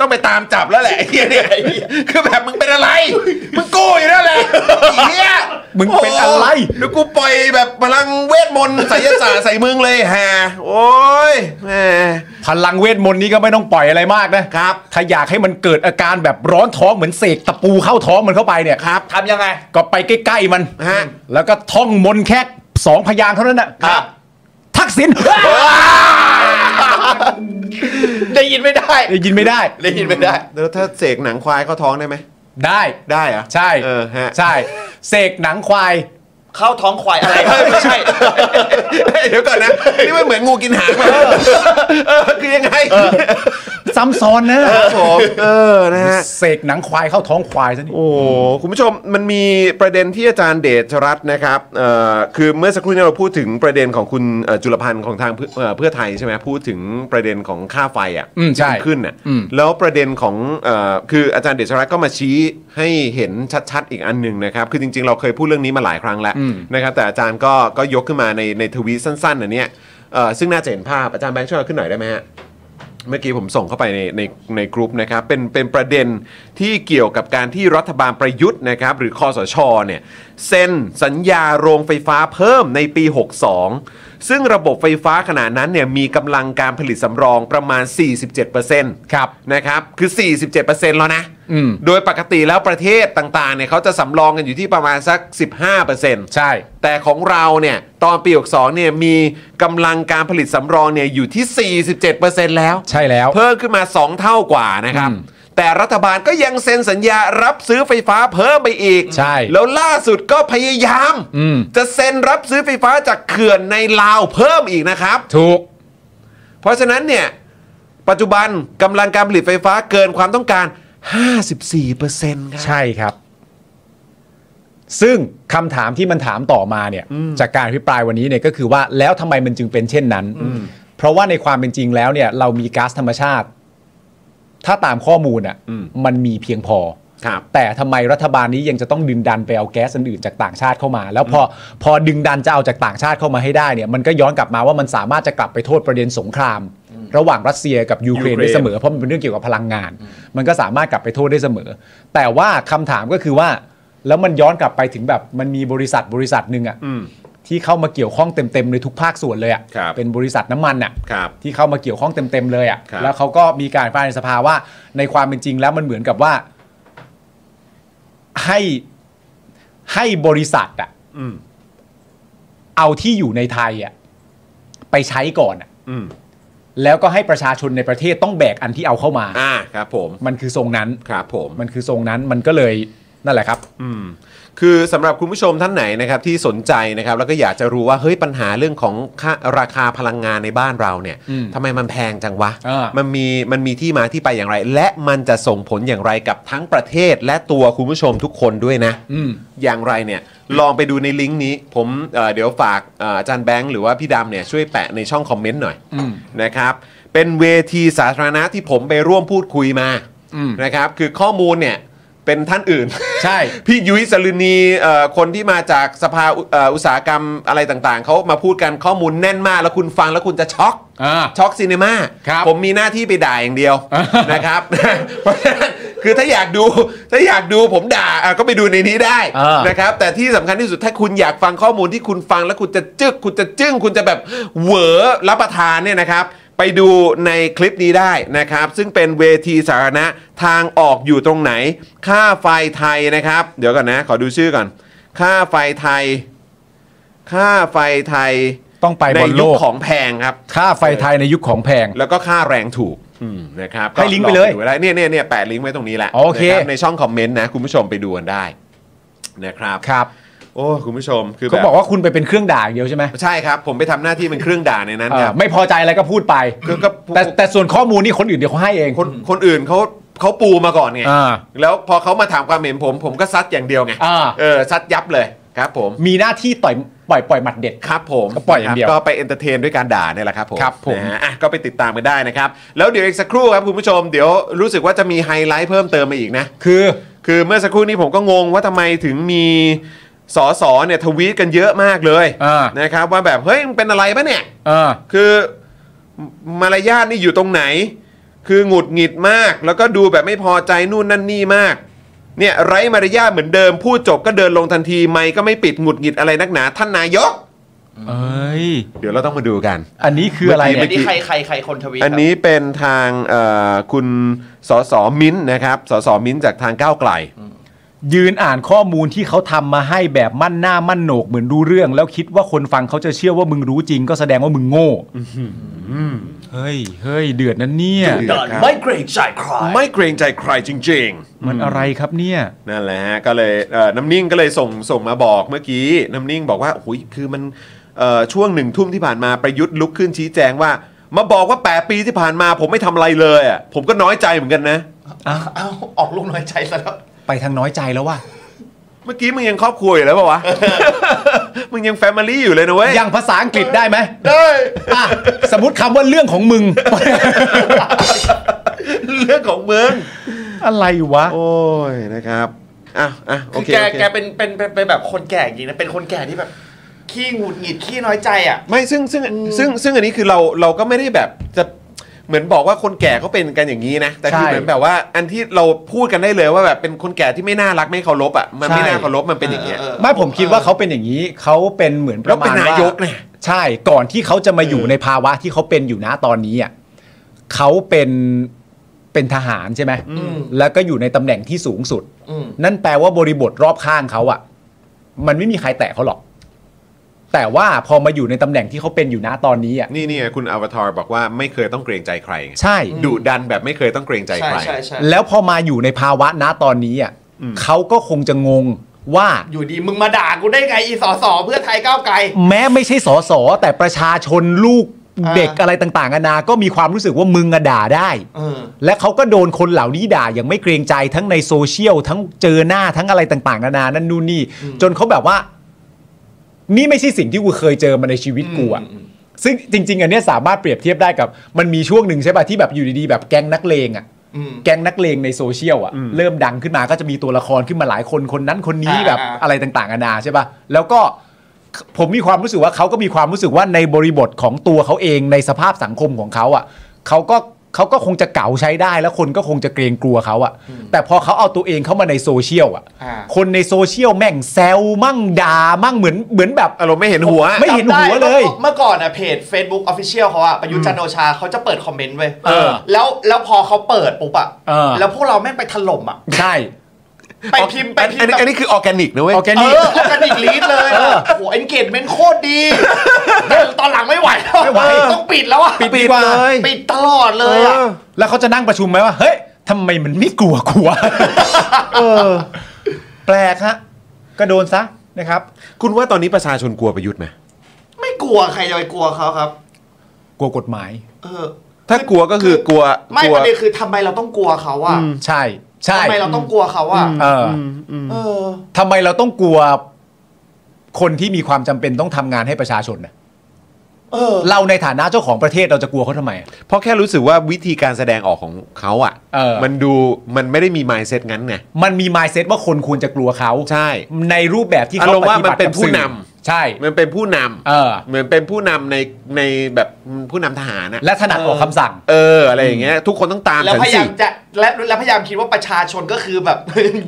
Speaker 1: ต้องไปตามจับแล้วแห ละไอ้เหี้ยเนี่ยคือแบบมึงเป็นอะไร มึงกู้อยู่นั่นแหละไอ้เหี้ย
Speaker 2: มึงเป็นอะไร
Speaker 1: โยเดี๋ยวกูปล่อยแบบพลังเวทมนต์ไสยศาสตร์ใส่ มึงเลยแฮะโอ้ยแหม
Speaker 2: พลังเวทมนต์นี้ก็ไม่ต้องปล่อยอะไรมากนะครับ ถ้าอยากให้มันเกิดอาการแบบร้อนท้องเหมือนเสกตะปูเข้าท้องมันเข้าไปเนี่ย
Speaker 1: ครับ
Speaker 3: ทำยังไง
Speaker 2: ก็ไปใกล้ๆมัน
Speaker 1: ฮะ
Speaker 2: แล้วก็ท่องมนต์แค่สองพยางค์เท่านั้นนะครับ ทัก ษิณ
Speaker 3: ได้ยินไม่ได้
Speaker 2: ได้ยินไม่ได้
Speaker 3: ได้ยินไม่ได้
Speaker 1: แล้วถ้าเสกหนังควายเข้าท้องได้ไหม
Speaker 2: ได้
Speaker 1: ได้เหรอะ
Speaker 2: ใช่
Speaker 1: เออฮะ
Speaker 2: ใช่ เสกหนังควาย
Speaker 3: เข้าท้องควายอะไร ไม่ใช่
Speaker 1: เดี๋ยวก่อน นะนี่มันเหมือนงูกินหางมาเออคือยังไง
Speaker 2: ซ้ำซ้อนนะ
Speaker 1: ครับผมเออนะฮะ
Speaker 2: เสกหนังควายเข้าท้องควายซะนี่
Speaker 1: โอ้โหคุณผู้ชมมันมีประเด็นที่อาจารย์เดชรัตน์นะครับเอ่อคือเมื่อสักครู่นี้เราพูดถึงประเด็นของคุณเอ่อจุลพันธ์ของทางเพื่อเอ่อเพื่อไทยใช่ไหมพูดถึงประเด็นของค่าไฟอ่ะ
Speaker 2: อืมใช่
Speaker 1: ที่นขึ้นอ่ะ
Speaker 2: อืม
Speaker 1: แล้วประเด็นของเอ่อคืออาจารย์เดชรัตน์ก็มาชี้ให้เห็นชัดๆ อีกอันหนึ่งนะครับ คือจริงๆ เราเคยพูดเรื่องนี้มาหลายครั้งแล้ว
Speaker 2: อืม
Speaker 1: นะครับแต่อาจารย์ก็ก็ยกขึ้นมาในในทวีตสั้นๆอันเนี้ยเอ่อซึ่งน่าจะเห็นภาพอาจารย์แบงค์ช่วยเอาขึ้นหน่อยได้ไหมฮะ เมื่อกี้ผมส่งเข้าไปในในในกรุ๊ปนะครับ เป็นเป็นประเด็นที่เกี่ยวกับการที่รัฐบาลประยุทธ์นะครับ หรือคอสชเนี่ยเซ็นสัญญาโรงไฟฟ้าเพิ่มในปี 62 ซึ่งระบบไฟฟ้าขณะนั้นเนี่ยมีกำลังการผลิตสำรองประมาณ 47%
Speaker 2: ครับ
Speaker 1: นะครับ คือ 47%แล้วนะ
Speaker 2: อืม
Speaker 1: โดยปกติแล้วประเทศต่างๆเนี่ยเขาจะสำรองกันอยู่ที่ประมาณสัก 15%
Speaker 2: ใช่
Speaker 1: แต่ของเราเนี่ยตอนปี62เนี่ยมีกำลังการผลิตสำรองเนี่ยอยู่ที่ 47%แล้ว
Speaker 2: ใช่แล้ว
Speaker 1: เพิ่มขึ้นมา 2 เท่ากว่านะครับ
Speaker 2: อืม
Speaker 1: แต่รัฐบาลก็ยังเซ็นสัญญารับซื้อไฟฟ้าเพิ่มไปอีก
Speaker 2: ใช่
Speaker 1: แล้วล่าสุดก็พยายาม
Speaker 2: อืม
Speaker 1: จะเซ็นรับซื้อไฟฟ้าจากเขื่อนในลาวเพิ่มอีกนะครับ
Speaker 2: ถูก
Speaker 1: เพราะฉะนั้นเนี่ย ปัจจุบันกำลังการผลิตไฟฟ้าเกินความต้องการ 54%ครับ
Speaker 2: ใช่ครับ ซึ่งคำถามที่มันถามต่อมาเนี่ย จากการอภิปรายวันนี้เนี่ยก็คือว่าแล้วทำไมมันจึงเป็นเช่นนั้น เพราะว่าในความเป็นจริงแล้วเนี่ย เรามีก๊าซธรรมชาติ ถ้าตามข้อมูลอ่ะ
Speaker 1: อืม
Speaker 2: มันมีเพียงพอ
Speaker 1: ครับ
Speaker 2: แต่ทำไมรัฐบาลนี้ยังจะต้องดึงดันไปเอาแก๊สอนอื่นจากต่างชาติเข้ามา แล้วพอพอดึงดันจะเอาจากต่างชาติเข้ามาให้ได้เนี่ยมันก็ย้อนกลับมาว่ามันสามารถจะกลับไปโทษประเด็นสงคราม ระหว่างรัสเซียกับยูเครน
Speaker 1: ยูเครน
Speaker 2: ได้เสมอเพราะมันเป็นเรื่องเกี่ยวกับพลังงาน มันก็สามารถกลับไปโทษได้เสมอ แต่ว่าคำถามก็คือว่า แล้วมันย้อนกลับไปถึงแบบมันมีบริษัทบริษัทหนึ่งอะ
Speaker 1: อืม
Speaker 2: ที่เข้ามาเกี่ยวข้องเต็มๆเลยทุกภาคส่วนเลยอะ
Speaker 1: ครับ
Speaker 2: เป็นบริษัทน้ำมันอะ
Speaker 1: ครับ
Speaker 2: ที่เข้ามาเกี่ยวข้องเต็ม ๆ เลย
Speaker 1: ครับ
Speaker 2: อะ่ะ แล้วเขาก็มีการฟ้าในสภาว่า ในความเป็นจริงแล้วมันเหมือนกับว่า ให้ให้บริษัทอะ่ะ
Speaker 1: อืม
Speaker 2: เอาที่อยู่ในไทยอะ่ะไปใช้ก่อนอะ
Speaker 1: อืม
Speaker 2: แล้วก็ให้ประชาชนในประเทศต้องแบกอันที่เอาเข้ามา
Speaker 1: อ่าครับผม
Speaker 2: มันคือทรงนั้น
Speaker 1: ครับผม
Speaker 2: มันคือทรงนั้นมันก็เลยนั่นแหละครับ
Speaker 1: อืมคือสำหรับคุณผู้ชมท่านไหนนะครับที่สนใจนะครับแล้วก็อยากจะรู้ว่าเฮ้ยปัญหาเรื่องของค่าราคาพลังงานในบ้านเราเนี่ย
Speaker 2: อืม
Speaker 1: ทำไมมันแพงจังวะ
Speaker 2: อ่ามั
Speaker 1: มันมีมันมีที่มาที่ไปอย่างไร และมันจะส่งผลอย่างไรกับทั้งประเทศและตัวคุณผู้ชมทุกคนด้วยนะ
Speaker 2: อืม
Speaker 1: อย่างไรเนี่ยลองไปดูในลิงก์นี้ ผมเอ่อเดี๋ยวฝากเอ่ออาจารย์แบงค์หรือว่าพี่ดำเนี่ยช่วยแปะในช่องคอมเมนต์หน่อย
Speaker 2: อืม
Speaker 1: นะครับเป็นเวทีสาธารณะที่ผมไปร่วมพูดคุยมา
Speaker 2: อืม
Speaker 1: นะครับคือข้อมูลเนี่ยเป็นท่านอื่น
Speaker 2: ใช่
Speaker 1: พี่ยุ้ยสลินีเอ่อคนที่มาจากสภาอุเอ่ออุตสาหกรรมอะไรต่างๆ เขามาพูดกันข้อมูลแน่นมาก แล้วคุณฟังแล้วคุณจะช็อก
Speaker 2: อ่า
Speaker 1: ช็อกซีเนมา
Speaker 2: ครับ
Speaker 1: ผมมีหน้าที่ไปด่าอย่างเดี ยว
Speaker 2: อ่า
Speaker 1: นะครับ เพราะฉะนั้นคือถ้าอยากดูถ้าอยากดูผมด่าอ่ะก็ไปดูในนี้ได้
Speaker 2: อ่าน
Speaker 1: นะครับ แต่ที่สำคัญที่สุดถ้าคุณอยากฟังข้อมูลที่คุณฟังแล้วคุณจะจึกคุณจะจึ้งคุณจะแบบเหวอรับประทานเนี่ยนะครับ ไปดูในคลิปนี้ได้นะครับ ซึ่งเป็นเวทีสาธารณะทางออกอยู่ตรงไหน ค่าไฟไทยนะครับ เดี๋ยวก่อนนะ ขอดูชื่อก่อน ค่าไฟไทย ค่าไฟไทย
Speaker 2: ต้องไป
Speaker 1: ใน
Speaker 2: บนโล
Speaker 1: ยุค
Speaker 2: ก
Speaker 1: ของแพงครับ
Speaker 2: ค่าไฟไทยในยุคของแพง
Speaker 1: แล้วก็ค่าแรงถูกนะครับ
Speaker 2: ให้ลิงก์ไปเลย
Speaker 1: ดูด้เนี่ยเนี่ยเนี่ยแปะลิงก์ไว้ตรงนี้แหละ
Speaker 2: โอเค
Speaker 1: นะครับในช่องคอมเมนต์นะ คุณผู้ชมไปดูกันได้นะครับ
Speaker 2: ครับ
Speaker 1: โอ้คุณผู้ชมคือ
Speaker 2: เขา
Speaker 1: แบบ
Speaker 2: บอกว่าคุณไปเป็นเครื่องด่าอย่างเดียวใช่ไหม
Speaker 1: ใช่ครับ ผมไปทำหน้าที่เป็นเครื่องด่าในนั้น
Speaker 2: เอ
Speaker 1: ค
Speaker 2: อ
Speaker 1: รับ
Speaker 2: ไม่พอใจอะไรก็พูดไป
Speaker 1: คือก็
Speaker 2: แต่แต่ส่วนข้อมูลนี่คนอื่นเดี๋ยวเขาให้เอง
Speaker 1: คนคนอื่นเขาเขาปูมาก่อนไง
Speaker 2: อ่า
Speaker 1: แล้วพอเขามาถามความเห็นผม ผมก็ซัดอย่างเดียวไง
Speaker 2: อ่า
Speaker 1: เออซัดยับเลยครับ ผม
Speaker 2: มีหน้าที่ต่อยปล่อยปล่อยหมัดเด็ด
Speaker 1: ครับผม
Speaker 2: ก็ปล่อยอย่างเดียว
Speaker 1: ก็ไปเอนเตอร์เทนด้วยการด่าเนี่ยแหละครับผม
Speaker 2: ครับผม
Speaker 1: นะฮะอ่ะก็ไปติดตามกันได้นะครับ แล้วเดี๋ยวอีกสักครู่ครับคุณผู้ชมเดี๋ยวรู้สึกว่าจะมีไฮไลท์เพิ่มเติมมาอีกนะ
Speaker 2: คือ
Speaker 1: คือเมื่อสักครู่นี้ผมก็งงว่าทำไมถึงมีสอสอเนี่ยทวีตกันเยอะมากเลย
Speaker 2: อ่า
Speaker 1: นะครับว่าแบบเฮ้ยมึงเป็นอะไรปะเนี่ย
Speaker 2: เออ
Speaker 1: คือมารยาทนี่อยู่ตรงไหน คือหงุดหงิดมาก แล้วก็ดูแบบไม่พอใจนู่นนั่นนี่มาก เนี่ยไร้มารยาทเหมือนเดิมพูดจบก็เดินลงทันทีไม่ก็ไม่ปิดหงุดหงิดอะไรนักหนา ท่านนายก
Speaker 2: เอ้ย
Speaker 1: เดี๋ยวเราต้องมาดูกัน
Speaker 2: อันนี้คืออะไร
Speaker 1: เมื่
Speaker 5: อัน
Speaker 2: เนี่ย
Speaker 1: กี้
Speaker 5: นี้ใครใครใครคนทวีต
Speaker 1: อันนี้เป็นทางเอ่อคุณสอสอมิ้นท์นะครับสอสอมิ้นท์จากทางก้าวไกล
Speaker 2: ยืนอ่านข้อมูลที่เขาทำมาให้แบบมั่นหน้ามั่นโหนกเหมือนรู้เรื่อง แล้วคิดว่าคนฟังเขาจะเชื่อว่ามึงรู้จริงก็แสดงว่ามึงโง่เฮ้ยเฮ้ยเดือดนั้นเนี่ย
Speaker 1: เดือ
Speaker 5: ดอนไม่เกรงใจใคร
Speaker 1: ไม่เกรงใจใครจริง ๆ
Speaker 2: มันอะไรครับเนี่ย
Speaker 1: นั่นแหละฮะก็เลยเอ่อน้ำนิ่งก็เลยส่งส่งมาบอกเมื่อกี้ น้ำนิ่งบอกว่าโอ้ยคือมันเอ่อช่วงหนึ่งทุ่มที่ผ่านมาประยุทธ์ลุกขึ้นชี้แจงว่า มาบอกว่า 8 ปีที่ผ่านมาผมไม่ทำอะไรเลยอ่ะผมก็น้อยใจเหมือนกันนะ
Speaker 5: เอ้าออกลูกน้อยใจซะแล้ว
Speaker 2: ไปทางน้อยใจแล้วว่ะ
Speaker 1: เมื่อกี้มึงยังครอบครัวอยู่แล้วปะ วะ มึงยังแฟมิลี่อยู่เลยนะเว้ย
Speaker 2: อย่างภาษาอังกฤษได้ไหม
Speaker 1: ได้
Speaker 2: อ่ะสมมติคำว่าเรื่องของมึง
Speaker 1: เรื่องของมึง
Speaker 2: อะไรวะ
Speaker 1: โอ้ยนะครับอ่ะอ่ะโอ
Speaker 5: คือ
Speaker 1: เค
Speaker 5: แก
Speaker 1: โอเค
Speaker 5: แกเป็นเป็นเป็นเป็นแบบคนแก่จริงนะ เป็นคนแก่ที่แบบ ขี้หงุดหงิดขี้น้อยใจอ่ะ
Speaker 1: ไม่ซึ่งซึ่งซึ่งซึ่งอันนี้คือเราเราก็ไม่ได้แบบจะเหมือนบอกว่าคนแก่เขาเป็นกันอย่างนี้นะ แต่คือ
Speaker 2: ใช่
Speaker 1: เหมือนแบบว่าอันที่เราพูดกันได้เลยว่าแบบเป็นคนแก่ที่ไม่น่ารักไม่เคารพอ่ะมันไม่
Speaker 2: ใช่
Speaker 1: น่าเคารพมันเป็นอย่างเงี้ย
Speaker 5: เออเออ
Speaker 2: ไม่ผมคิดว่าเขาเป็นอย่างนี้เขาเป็นเหมือนประมา
Speaker 1: แล้ว
Speaker 2: ณ
Speaker 1: เป็นนายกเนี่ย
Speaker 2: ใช่ก่อนที่เขาจะมาอยู่ในภาวะที่เขาเป็นอยู่นะตอนนี้อ่ะเขาเป็น เป็นทหารใช่ไหม
Speaker 5: อืม
Speaker 2: แล้วก็อยู่ในตำแหน่งที่สูงสุด
Speaker 5: อืม
Speaker 2: นั่นแปลว่าบริบทรอบข้างเขาอะมันไม่มีใครแตะเขาหรอก แต่ว่าพอมาอยู่ในตำแหน่งที่เขาเป็นอยู่นะตอนนี้อะ
Speaker 1: นี่นี่ไงคุณอวตารบอกว่าไม่เคยต้องเกรงใจใครไง
Speaker 2: ใช่
Speaker 1: ดุดันแบบไม่เคยต้องเกรงใจ
Speaker 5: ใช่
Speaker 1: ใคร
Speaker 5: ใช่ใช่
Speaker 2: แล้วพอมาอยู่ในภาวะนะตอนนี้อะ
Speaker 1: อืม
Speaker 2: เขาก็คงจะงงว่า
Speaker 5: อยู่ดีมึงมาด่ากูได้ไงอีสอสอเพื่อไทยก้าวไกล
Speaker 2: แม้ไม่ใช่สอสอแต่ประชาชนลูก
Speaker 5: อ่า
Speaker 2: เด็กอะไรต่างๆนานาก็มีความรู้สึกว่ามึงอะด่าได้
Speaker 5: เออ
Speaker 2: และเขาก็โดนคนเหล่านี้ด่าอย่างไม่เกรงใจทั้งในโซเชียลทั้งเจอหน้าทั้งอะไรต่างๆนานานั่นนู่นนี่
Speaker 5: อืม
Speaker 2: จนเขาแบบว่า นี่ไม่ใช่สิ่งที่กูเคยเจอมาในชีวิตกูอะซึ่งจริง ๆ อันเนี้ยสามารถเปรียบเทียบได้กับ มันมีช่วงหนึ่งใช่ป่ะที่แบบอยู่ดีๆแบบแก๊งนักเลงอะ
Speaker 5: อืม
Speaker 2: แก๊งนักเลงในโซเชียลอะ
Speaker 1: อืม
Speaker 2: เริ่มดังขึ้นมาก็จะมีตัวละครขึ้นมาหลายคนคนนั้นคนนี้
Speaker 5: อ่า
Speaker 2: แบบ
Speaker 5: อ่า
Speaker 2: อะไรต่างๆนานาใช่ป่ะแล้วก็ผมมีความรู้สึกว่าเขาก็มีความรู้สึกว่าในบริบทของตัวเขาเองในสภาพสังคมของเขาอะเขาก็เขาก็คงจะเก่าใช้ได้ แล้วคนก็คงจะเกรงกลัวเขาอะแต่พอเขาเอาตัวเองเข้ามาในโซเชียลอะ
Speaker 5: อ่า
Speaker 2: คนในโซเชียลแม่งแซวมั่งด่ามั่งเหมือนเหมือนแบบ
Speaker 1: อารมณ์ไม่เห็นหัว
Speaker 2: ไม่ เห็นหัวเลย
Speaker 5: จำได้เมื่อก่อนอะเพจ Facebook Official เขาอะประยุทธ์จันทร์โอชาเขาจะเปิดคอมเมนต์เว้ย
Speaker 2: เออ
Speaker 5: แล้วแล้วพอเขาเปิดปุ๊บอะ
Speaker 2: เออ
Speaker 5: แล้วพวกเราแม่งไปถล่มอะ
Speaker 2: ใช่
Speaker 5: ไปพิมพ์ไปพิม
Speaker 1: อั
Speaker 5: พ์
Speaker 1: นนี้อันนี้คือออร์แกนิกนะเว้ย
Speaker 2: ออร์แก
Speaker 5: เอ
Speaker 2: นิก
Speaker 5: อออร์แกนิกลีดเลยอะโอ้โหเอนเกจเมนต์โคตรดีแต่ตอนหลังไม่ไหวแล้ว
Speaker 2: ไม่ไหว
Speaker 5: ต้องปิดแล้วอะ
Speaker 1: ปิดดีกว่า
Speaker 5: ปิดตลอดเลยอะ
Speaker 2: แล้วเขาจะนั่งประชุมไหมว่า เฮ้ยทำไมมันไม่กลัวกลัว เออ แปลกฮะ ก็โดนซะนะครับ
Speaker 1: คุณว่าตอนนี้ประชาชนกลัวประยุทธ์ไหม
Speaker 5: ไม่กลัวใครจะไปกลัวเขาครับ
Speaker 2: กลัวกฎหมาย
Speaker 5: เออ
Speaker 1: ถ้ากลัวก็คือกลัว
Speaker 5: ไม่
Speaker 1: กลัว
Speaker 5: ประเด็นคือทำไมเราต้องกลัวเขาอะ
Speaker 2: ใช่ ใช่
Speaker 5: ทำไมเราต้องกลัวเขาอะ
Speaker 2: เอออ
Speaker 5: เออ
Speaker 2: ทำไมเราต้องกลัว คนที่มีความจำเป็นต้องทำงานให้ประชาชนนะ
Speaker 5: เออ
Speaker 2: เราในฐานะเจ้าของประเทศเราจะกลัวเขาทำไมอะ
Speaker 1: เพราะแค่รู้สึกว่าวิธีการแสดงออกของเขาอ่ะ
Speaker 2: เออ
Speaker 1: มันดูมันไม่ได้มีมายเซ็ตงั้นไง
Speaker 2: มันมีมายเซตว่าคนควรจะกลัวเขา
Speaker 1: ใช่
Speaker 2: ในรูปแบบที่
Speaker 1: อา
Speaker 2: เขา
Speaker 1: รมณ์ว่ามันเป็น
Speaker 2: กับ
Speaker 1: ผู้
Speaker 2: สื่อน ใช่
Speaker 1: มันเป็นผู้นำ
Speaker 2: เออ
Speaker 1: เหมือนเป็นผู้นำในในแบบผู้นำทหารอะ
Speaker 2: และถนัดออกคำสั่ง
Speaker 1: เอออะไรอย่างเงี้ยทุกคนต้องตาม
Speaker 5: แล้ว
Speaker 1: ฉัน
Speaker 5: พยา
Speaker 1: สิ
Speaker 5: ยามจะและแล้วพยายามคิดว่าประชาชนก็คือ แบบ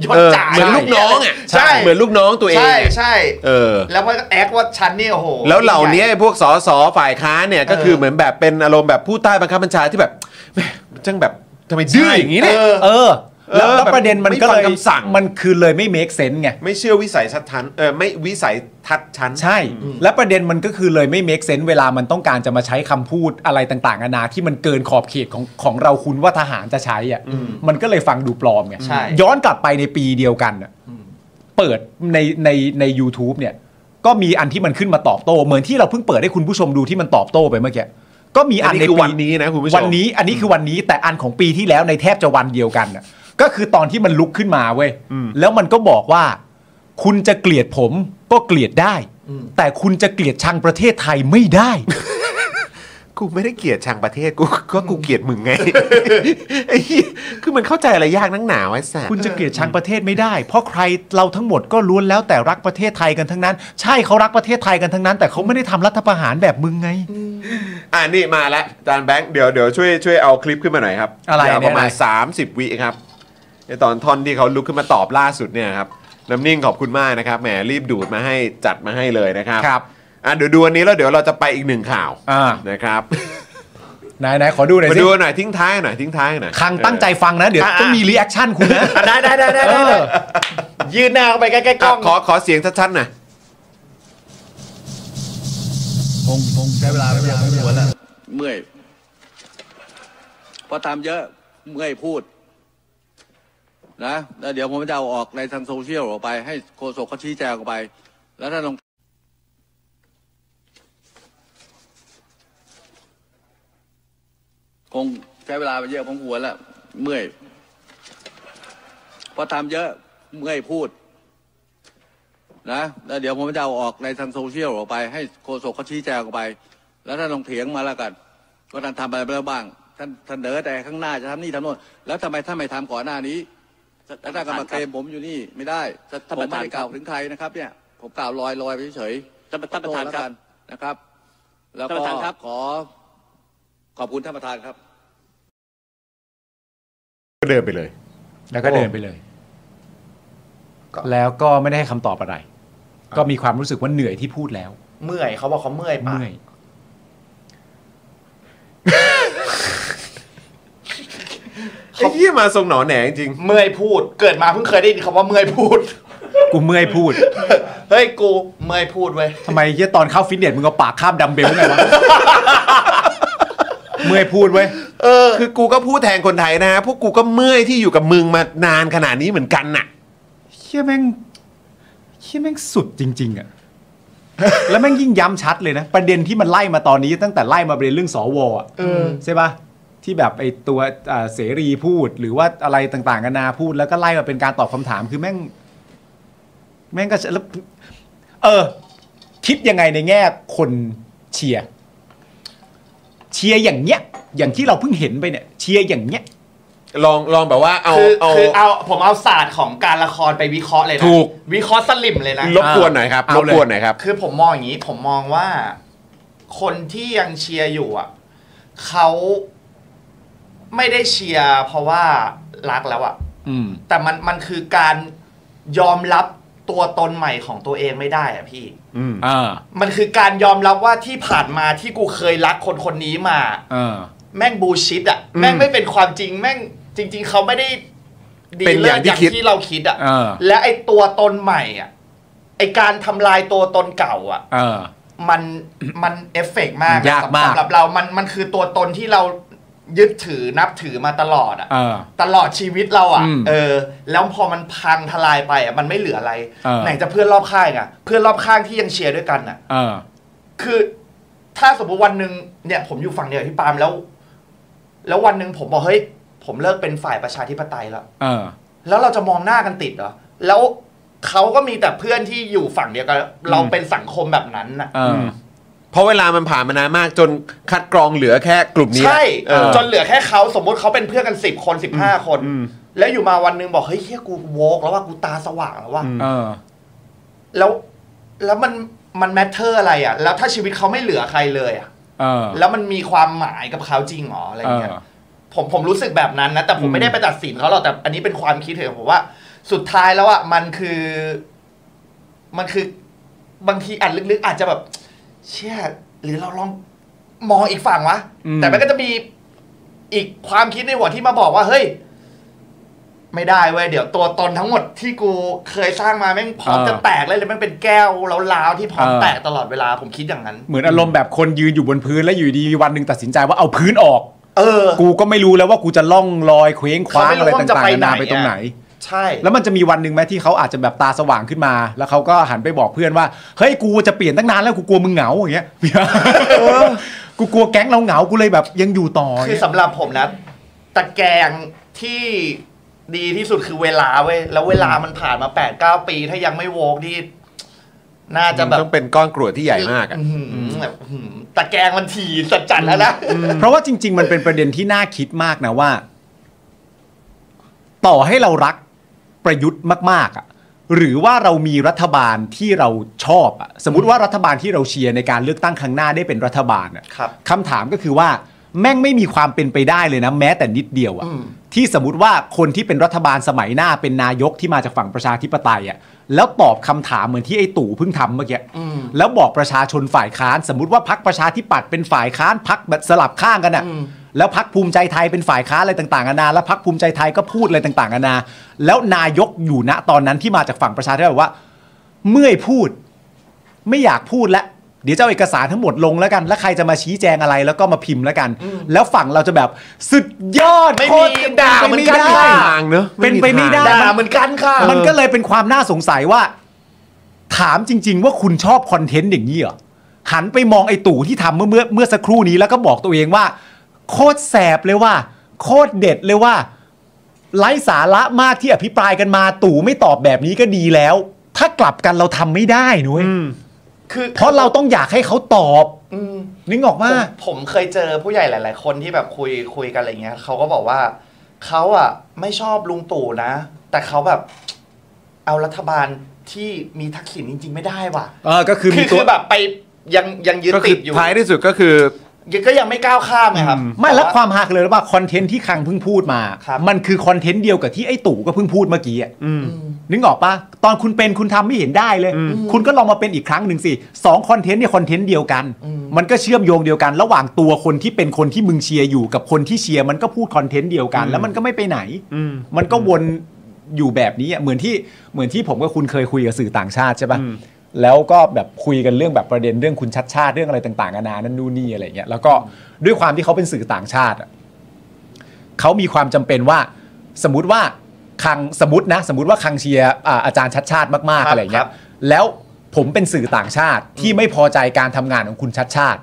Speaker 5: ยศ
Speaker 1: เออ
Speaker 5: จ่า
Speaker 1: เหมือนลูกน้องอ่ะ
Speaker 5: ใช่
Speaker 1: เหมือนลูกน้องตัวเอง
Speaker 5: ใช่
Speaker 1: อะ
Speaker 5: ใช่
Speaker 1: เออ
Speaker 5: แล้วว่าแอคว่าฉันนี่โอ้โห
Speaker 1: แล้วเหล่านี้ไอ้พวกสสฝ่ายค้านเนี่ยก็คือ
Speaker 5: เออ
Speaker 1: เหมือนแบบเป็นอารมณ์แบบผู้ใต้บังคับบัญชาที่แบบแหม่จังแบบทำไมดื้ออย่างนี้เนี่ย
Speaker 5: เออ
Speaker 2: เออ แล้ว
Speaker 1: เออ
Speaker 2: แล้วประเด็นมัน
Speaker 1: ไม่
Speaker 2: ก็เล
Speaker 1: ฟั
Speaker 2: ย
Speaker 1: งคำสั่ง
Speaker 2: มันคือเลยไม่เมคเซน s ์ไง
Speaker 1: ไม่เชื่อวิสัยทัศน์ทันเออไม่วิสัยทัศน์ชั้น
Speaker 2: ใช่ และประเด็นมันก็คือเลยไม่เมคเซน s ์เวลามันต้องการจะมาใช้คำพูดอะไรต่างๆนานาที่มันเกินขอบเขตของของเราคุณว่าทหารจะใช้อ่ะมันก็เลยฟังดูปลอมไง
Speaker 5: ใช่
Speaker 2: ย้อนกลับไปในปีเดียวกันน่ะเปิดในในใน u t u b e เนี่ย ก็มีอันที่มันขึ้นมาตอบโต้เหมือนที่เราเพิ่งเปิดให้คุณผู้ชมดูที่มันตอบโต้ไปเมื่อกี้ก็มีอัน
Speaker 1: อันนี้
Speaker 2: ใน
Speaker 1: คือ
Speaker 2: ปี
Speaker 1: วันนี้นะคุณผู้ชม
Speaker 2: วันนี้อันนี้คือวันนี้แต่อันของปีที่แล้วในแทบจะวันเดียวกันน่ะก็คือตอนที่มันลุกขึ้นมาเว้ยแล้วมันก็บอกว่า คุณจะเกลียดผมก็เกลียดได้ แต่คุณจะเกลียดชังประเทศไทยไม่ได้
Speaker 1: กูไม่ได้เกลียดชังประเทศกูก็กูเกลียดมึง ไงไอ้เหี้ยคือมันเข้าใจอะไรยากนักหนาไอ้สัส
Speaker 2: คุณจะเกลียดชังประเทศไม่ได้ เพราะใครเราทั้งหมดก็ล้วนแล้วแต่รักประเทศไทยกันทั้งนั้น ใช่เขารักประเทศไทยกันทั้งนั้น แต่เขาไม่ได้ทำรัฐประหารแบบมึงไง
Speaker 1: อ่านี่มาแล้วจานแบงค์เดี๋ยวเดี๋ยวช่วยช่วยเอาคลิปขึ้นมาหน่อยครับ
Speaker 2: อะไร
Speaker 1: ยาวประมาณ
Speaker 2: เนี่ยอะไร
Speaker 1: 30 วิครับในตอนท่อนที่เขาลุกขึ้นมาตอบล่าสุดเนี่ยครับน้ำนิ่งขอบคุณมากนะครับแหมรีบดูดมาให้จัดมาให้เลยนะครับ
Speaker 2: ครับ
Speaker 1: อ่ะเดี๋ยวดูอันนี้แล้วเดี๋ยวเราจะไปอีกหนึ่งข่าว
Speaker 2: อ่า
Speaker 1: นะครับ
Speaker 2: ไหนไหนขอดูหน่อย
Speaker 1: มา
Speaker 2: สิ
Speaker 1: ดูหน่อยทิ้งท้ายหน่อยทิ้งท้ายหน่อย
Speaker 2: คังตั้งใจฟังนะ เดี๋ยวต้องมีรีแอคชั่นคุณนะ
Speaker 5: ได้ได้ได้ได้
Speaker 2: เอ
Speaker 5: ได้
Speaker 2: อ
Speaker 5: ยืนหน้าเข้าไปใกล้ๆก
Speaker 1: เออ
Speaker 5: ล้
Speaker 1: อ่ะ
Speaker 5: อง
Speaker 1: ขอขอเสียงชัดๆหน่อย
Speaker 4: เมื่อยเพอทำเยอะเมื่อยพูด นะแล้วเดี๋ยวผมจะเอาออกในทางโซเชียลออกไป ให้โฆษกเขาชี้แจงออกไป แล้วถ้าลง คงใช้เวลาไปเยอะของหัวแล้วเมื่อยเพอทำเยอะเมื่อยพูด นะแล้วเดี๋ยวผมจะเอาออกในทางโซเชียลออกไป ให้โฆษกเขาชี้แจงออกไป แล้วท่านลองเถียงมาแล้วกันว่าท่านทำอะไรไปแล้วบ้าง ท่านเสนอแต่ข้างหน้าจะทำนี่ทำโน่นแล้วทำไมท่านไม่ทำก่อนหน้านี้แล้วท่านก็มาเคลมผมอยู่นี่ไม่ได้ผมไม่ได้กล่าวถึงใครนะครับ เนี่ย ผมกล่าวลอยลอยๆไปเฉยๆท่านประธานครับนะครับ แล้วก็ขอ ขอบคุณท่านประธานครับ
Speaker 1: ก็เดินไปเลย
Speaker 2: แล้วก็เดินไปเลย แล้วก็ไม่ได้ให้คำตอบอะไร ก็มีความรู้สึกว่าเหนื่อยที่พูดแล้ว
Speaker 5: เมื่อยเขาบอกเขาเมื่อยปาก
Speaker 2: เมื่อย
Speaker 1: ไอ้เหี้ยมาทรงหนอแหนจริง
Speaker 3: เมื่อยพูดเกิดมาเพิ่งเคยได้ยินคำว่าเมื่อยพูด
Speaker 2: กูเมื่อยพูด
Speaker 3: เฮ้ยกูเมื่อยพูดเว้ย
Speaker 2: ทำไมเฮียตอนเข้าฟิตเนสมึงเอาปากคาบดัมเบลไง วะ เมื่อยพูดเว้ย
Speaker 1: คือกูก็พูดแทนคนไทยนะฮะ พวกกูก็เมื่อยที่อยู่กับมึงมานานขนาดนี้เหมือนกันน่ะ
Speaker 2: เฮียแม่งเฮียแม่งสุดจริง ๆอะ แล้วแม่งยิ่งย้ำชัดเลยนะ ประเด็นที่มันไล่มาตอนนี้ตั้งแต่ไล่มาประเด็นเรื่องสวอะใช่ปะที่แบบไอ้ตัวอ่าเสรีพูดหรือว่าอะไรต่างๆกันานาพูดแล้วก็ไล่มาเป็นการตอบคำถามคือแม่ง แม่งก็แล้วเออ คิดยังไงในแง่คนเชียร์เชียร์อย่างเงี้ย อย่างที่เราเพิ่งเห็นไปเนี่ย เชียร์อย่างเงี้ย
Speaker 1: ลองลองแบบว่าเอา
Speaker 3: คือ
Speaker 1: เอา
Speaker 3: คือเอาผมเอาศาสตร์ของการละครไปวิเคราะห์เลยนะ
Speaker 1: ถูก
Speaker 3: วิเคราะห์สลิมเลยนะ
Speaker 1: รบกวนหน่อยครับ
Speaker 2: เอา
Speaker 1: ร
Speaker 2: เล
Speaker 1: บ
Speaker 2: ย
Speaker 1: กวนหน่อยครับ
Speaker 3: คือผมมองอย่างนี้ผมมองว่าคนที่ยังเชียร์อยู่อ่ะเขาไม่ได้เชียร์เพราะว่ารักแล้วอ่ะ
Speaker 2: อืม
Speaker 3: แต่มันมันคือการยอมรับตัวตนใหม่ของตัวเองไม่ได้อ่ะพี่
Speaker 1: อืม
Speaker 2: อ่า
Speaker 3: มันคือการยอมรับว่าที่ผ่านมาที่กูเคยรักคนคนนี้มา
Speaker 2: อ่า
Speaker 3: แม่งบูชิดอ่ะ
Speaker 1: อืม
Speaker 3: แม่งไม่เป็นความจริงแม่งจริง ๆเขาไม่ได้ดี
Speaker 1: เป็น
Speaker 3: เลิ
Speaker 1: อ
Speaker 3: ศ
Speaker 1: ย่างที่
Speaker 3: อย่าง
Speaker 1: คิด
Speaker 3: ที่เราคิดอ่ะ
Speaker 2: เออ
Speaker 3: และไอตัวตนใหม่อ่ะไอการทำลายตัวตนเก่าอ่ะ
Speaker 2: อ่า
Speaker 3: มัน มันเอฟเฟกต์มาก
Speaker 2: ยากมาก
Speaker 3: สำหรับเรา มันมันคือตัวตนที่เรายึดถือนับถือมาตลอดอ่ะ
Speaker 2: อ่า
Speaker 3: ตลอดชีวิตเราอ่ะ
Speaker 2: อืม
Speaker 3: เออ แล้วพอมันพังทลายไปอ่ะ มันไม่เหลืออะไร
Speaker 2: เออ
Speaker 3: ไหนจะเพื่อนรอบข้างอ่ะ เพื่อนรอบข้างที่ยังเชียร์ด้วยกันอ่ะ
Speaker 2: อ่า
Speaker 3: คือถ้าสมมติวันหนึ่งเนี่ย ผมอยู่ฝั่งเดียวกับพี่ปาล์มแล้ว แล้ววันหนึ่งผมบอกเฮ้ย ผมเลิกเป็นฝ่ายประชาธิปไตยแล้ว
Speaker 2: เออ
Speaker 3: แล้วเราจะมองหน้ากันติดเหรอ แล้วเขาก็มีแต่เพื่อนที่อยู่ฝั่งเดียวกัน เราเป็นสังคมแบบนั้นน่ะ
Speaker 2: เออ
Speaker 1: เพราะเวลามันผ่านมานานมากจนคัดกรองเหลือแค่กลุ่มนี้
Speaker 3: ใช่
Speaker 1: เออ
Speaker 3: จนเหลือแค่เขาสมมติเขาเป็นเพื่อนกันสิบคนสิบห้าคน
Speaker 1: อืม
Speaker 3: แล้วอยู่มาวันหนึงบอกเฮ้ยเฮียกูโวกแล้วว่ากูตาสว่างแล้วว่า
Speaker 2: เออ
Speaker 3: แล้วแล้วมันมันแมทเทอร์อะไรอ่ะ แล้วถ้าชีวิตเขาไม่เหลือใครเลยอ่ะ
Speaker 2: เออ
Speaker 3: แล้วมันมีความหมายกับเขาจริงเหรออะไรเงี้ย
Speaker 2: เออ
Speaker 3: ผมผมรู้สึกแบบนั้นนะ แต่ผมไม่ได้ไปตัดสินเขาหรอกแต่อันนี้เป็นความคิดเห็นของผมว่า สุดท้ายแล้วอ่ะมันคือ มันคือบางทีอันลึกๆ อาจจะแบบ เชี่ยหรือเราลองมองอีกฝั่งวะ
Speaker 2: อืม
Speaker 3: แต่มันก็จะมีอีกความคิดในหัวที่มาบอกว่า เฮ้ย ไม่ได้เว้ยเดี๋ยวตัวตนทั้งหมดที่กูเคยสร้างมาแม่งพร้อม
Speaker 2: เออ
Speaker 3: จะแตกเลยเลยแม่งเป็นแก้วล้าวๆที่พร้อม
Speaker 2: เออ
Speaker 3: แตกตลอดเวลาผมคิดอย่างนั้น
Speaker 2: เหมือนอารมณ์แบบคนยืนอยู่บนพื้นแล้วอยู่ดีวันหนึ่งตัดสินใจว่าเอาพื้นออก
Speaker 3: เออ
Speaker 2: กูก็ไม่รู้แล้วว่ากูจะล่องลอยเคว้งคว้าง
Speaker 3: เขาไม่รู้
Speaker 2: อะไร
Speaker 3: ว่ามันจะ
Speaker 2: ต่าง
Speaker 3: ไป
Speaker 2: ๆนานา
Speaker 3: ไหน
Speaker 2: ไปตรง
Speaker 3: อะ
Speaker 2: ไหน
Speaker 3: ใช่
Speaker 2: แล้วมันจะมีวันหนึ่งไหมที่เขาอาจจะแบบตาสว่างขึ้นมา แล้วเขาก็หันไปบอกเพื่อนว่า เฮ้ยกูจะเปลี่ยนตั้งนานแล้วกูกลัวมึงเหงาอย่างเงี้ ยเออกูกลัวแก๊งเราเหงากูเลยแบบยังอยู่ต่ออย่าง
Speaker 3: คือ
Speaker 2: เงี้ย
Speaker 3: สำหรับผมนะตะแกรงที่ดีที่สุดคือเวลาเว้ยแล้วเวลามันผ่านมาแปดเก้าปี ถ้ายังไม่โวกนี่น่าจะแบบ
Speaker 1: ต้องเป็นก้อนกรวดที่ใหญ่มากอะ
Speaker 3: อื้อหือแบบอื้อหือตะแกรงมันทีสัจจันแล้วนะ
Speaker 2: เพราะว่าจริง ๆ มันเป็นประเด็นที่น่าคิดมากนะว่า ต่อให้เรารักประยุทธ์มากๆอะหรือว่าเรามีรัฐบาลที่เราชอบอะสมมติว่ารัฐบาลที่เราเชียร์ในการเลือกตั้งครั้งหน้าได้เป็นรัฐบาลอะ
Speaker 3: ครับ
Speaker 2: คำถามก็คือว่า แม่งไม่มีความเป็นไปได้เลยนะ แม้แต่นิดเดียวอะ
Speaker 3: อืม
Speaker 2: ที่สมมติว่าคนที่เป็นรัฐบาลสมัยหน้าเป็นนายกที่มาจากฝั่งประชาธิปไตยอะแล้วตอบคำถามเหมือนที่ไอ้ตู่เพิ่งทำเมื่อกี้ แล้วบอกประชาชนฝ่ายค้าน สมมติว่าพักประชาธิปัตย์เป็นฝ่ายค้านพักแบบสลับข้างกันอ่ะแล้วพักภูมิใจไทยเป็นฝ่ายค้านอะไรต่างๆนานาแล้วพักภูมิใจไทยก็พูดอะไรต่างๆนานาแล้วนายกอยู่ณตอนนั้นที่มาจากฝั่งประชาธิปไตยบอกว่า เมื่อยพูด ไม่อยากพูดแล้วเดี๋ยวจะเอาเอกสารทั้งหมดลงแล้วกัน แล้วใครจะมาชี้แจงอะไรแล้วก็มาพิมพ์แล้วกัน แล้วฝั่งเราจะแบบสุดยอด
Speaker 3: ไม่มี
Speaker 2: โคตรจะ
Speaker 3: ด่า
Speaker 2: เป็
Speaker 3: มัน
Speaker 2: ไม่
Speaker 3: กัน
Speaker 2: ได้
Speaker 1: ไม่มีทางเนอะไม่
Speaker 2: เป็น
Speaker 1: มี
Speaker 2: ไปไม่
Speaker 1: ทาง
Speaker 2: ได้
Speaker 3: ด่าเหมือนกันค่ะ
Speaker 2: มันก็เลยเป็นความน่าสงสัยว่า ถามจริง ๆ ว่าคุณชอบคอนเทนต์อย่างนี้เหรอหันไปมองไอ้ตู่ที่ทำเมื่อเมื่อเมื่อสักครู่นี้แล้วก็บอกตัวเองว่า โคตรแสบเลยว่า โคตรเด็ดเลยว่า ไร้สาระมากที่อภิปรายกันมาตู่ไม่ตอบแบบนี้ก็ดีแล้ว ถ้ากลับกันเราทำไม่ได้นุ้ย
Speaker 3: คือ
Speaker 2: เพราะเราต้องอยากให้เขาตอบ
Speaker 3: อืม
Speaker 2: นึกออ
Speaker 3: ผม
Speaker 2: กาม
Speaker 3: ผมเคยเจอผู้ใหญ่หลาย ๆ คนที่แบบคุยคุยกันอะไรเงี้ยเขาก็บอกว่าเขาอ่ะ ไม่ชอบลุงตู่นะ แต่เขาแบบ เอารัฐบาลที่มีทักษิณจริง ๆ ไม่ได้ว่ะ
Speaker 2: เออก็คือ
Speaker 3: คื
Speaker 2: มี
Speaker 3: อ
Speaker 2: ตั
Speaker 3: คื
Speaker 2: ว
Speaker 3: อแบบไปยังยังยึด
Speaker 1: ก็คือ
Speaker 3: ติดอยู่
Speaker 1: ท้ายที่สุดก็คือ
Speaker 5: ยังก็ยังไม่ก้าวข้ามไงครับ
Speaker 2: ไม่แล้วความฮาคือเลยว่าคอนเทนต์ที่คังเพิ่งพูดมา
Speaker 5: ครับ
Speaker 2: มันคือคอนเทนต์เดียวกับที่ไอ้ตู่ก็เพิ่งพูดเมื่อกี้อะนึกออกปะตอนคุณเป็นคุณทำไม่เห็นได้เลย คุณก็ลองมาเป็นอีกครั้งหนึ่งสิสองคอนเทนต์เนี่ยคอนเทนต์เดียวกัน มันก็เชื่อมโยงเดียวกัน ระหว่างตัวคนที่เป็นคนที่มึงเชียร์อยู่กับคนที่เชียร์มันก็พูดคอนเทนต์เดียวกัน แล้วมันก็ไม่ไปไหน มันก็วนอยู่แบบนี้อะเหมือนที่เหมือนที่ผมกับคุณเคยคุยกับสื่อต่างชาติใช่ปะแล้วก็แบบคุยกันเรื่องแบบประเด็นเรื่องคุณชัดชาติเรื่องอะไรต่างๆนานานั่นนู่นนี่อะไรเงี้ยแล้วก็ด้วยความที่เขาเป็นสื่อต่างชาติอะเขามีความจำเป็นว่า สมมติว่าคังสมมตินะ สมมติว่าคังเชียร์อ่าอาจารย์ชัดชาติมาก
Speaker 5: ครับ
Speaker 2: ๆอะไรเงี้
Speaker 5: ครั
Speaker 2: ย
Speaker 5: บ
Speaker 2: แล้วผมเป็นสื่อต่างชาติที่ไม่พอใจการทำงานของคุณชัดชาติ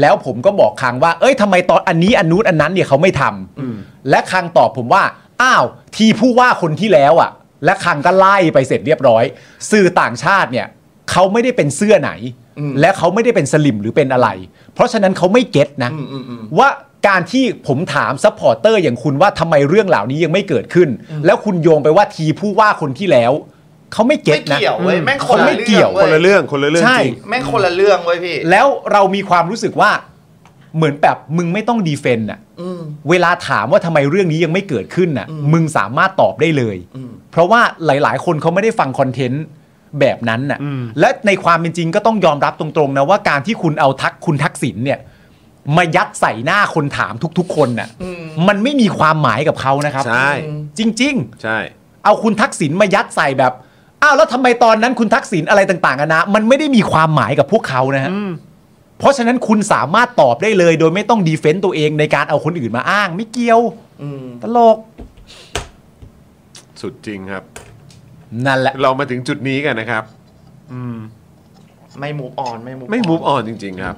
Speaker 2: แล้วผมก็บอกคังว่า เอ้ยทำไมตอนอันนี้อันนู้นอันนั้นเนี่ยเขาไม่ทำและคังตอบผมว่า อ้าว ทีผู้ว่าคนที่แล้วอะ่ะ และคังก็ไล่ไปเสร็จเรียบร้อย สื่อต่างชาติเนี่ยเขาไม่ได้เป็นเสื้อไหน และเขาไม่ได้เป็นสลิมหรือเป็นอะไร เพราะฉะนั้นเขาไม่เก็ตนะ ว่าการที่ผมถามซัพพอร์เตอร์อย่างคุณว่าทำไมเรื่องเหล่านี้ยังไม่เกิดขึ้น แล้วคุณโยงไปว่าทีผู้ว่าคนที่แล้วเขาไม่เก็
Speaker 5: ไม่
Speaker 2: ตนะ
Speaker 5: เกี่ยวเว้ยแม่งคน
Speaker 2: คนไม่
Speaker 5: ละ
Speaker 2: เกี่
Speaker 5: เรื่อ
Speaker 2: ย
Speaker 5: ง
Speaker 2: ว
Speaker 1: ค
Speaker 5: เว้
Speaker 1: น
Speaker 5: ย
Speaker 1: ละเรื่องคนละเรื่อง
Speaker 2: ใช่
Speaker 1: จริง
Speaker 5: แม่งคนละเรื่องเว้ยพี่
Speaker 2: แล้วเรามีความรู้สึกว่าเหมือนแบบมึงไม่ต้องดีเฟนต์อ่ะเวลาถามว่าทำไมเรื่องนี้ยังไม่เกิดขึ้นน่ะ มึงสามารถตอบได้เลย เพราะว่าหลาย ๆ คนเขาไม่ได้ฟังคอนเทนต์แบบนั้นน่ะ และในความเป็นจริงก็ต้องยอมรับตรง ๆ นะว่าการที่คุณเอาทักคุณทักษิณเนี่ย มายัดใส่หน้าคนถามทุก ๆ คนน่ะ มันไม่มีความหมายกับเขานะครับ
Speaker 1: ใช่
Speaker 2: จริง ๆ
Speaker 1: ใช่
Speaker 2: เอาคุณทักษิณมายัดใส่แบบ อ้าวแล้วทำไมตอนนั้นคุณทักษิณอะไรต่างๆอะนะ มันไม่ได้มีความหมายกับพวกเขานะฮะ เพราะฉะนั้นคุณสามารถตอบได้เลย โดยไม่ต้องดีเฟนต์ตัวเองในการเอาคนอื่นมาอ้าง ไม่เกี่ยวตลก
Speaker 1: สุดจริงครับ
Speaker 2: นั่นแหละ
Speaker 1: เรามาถึงจุดนี้กันนะครับ
Speaker 5: ไม่มูฟออนไม่มูฟ
Speaker 1: ไม่ move on จริง ๆ ครับ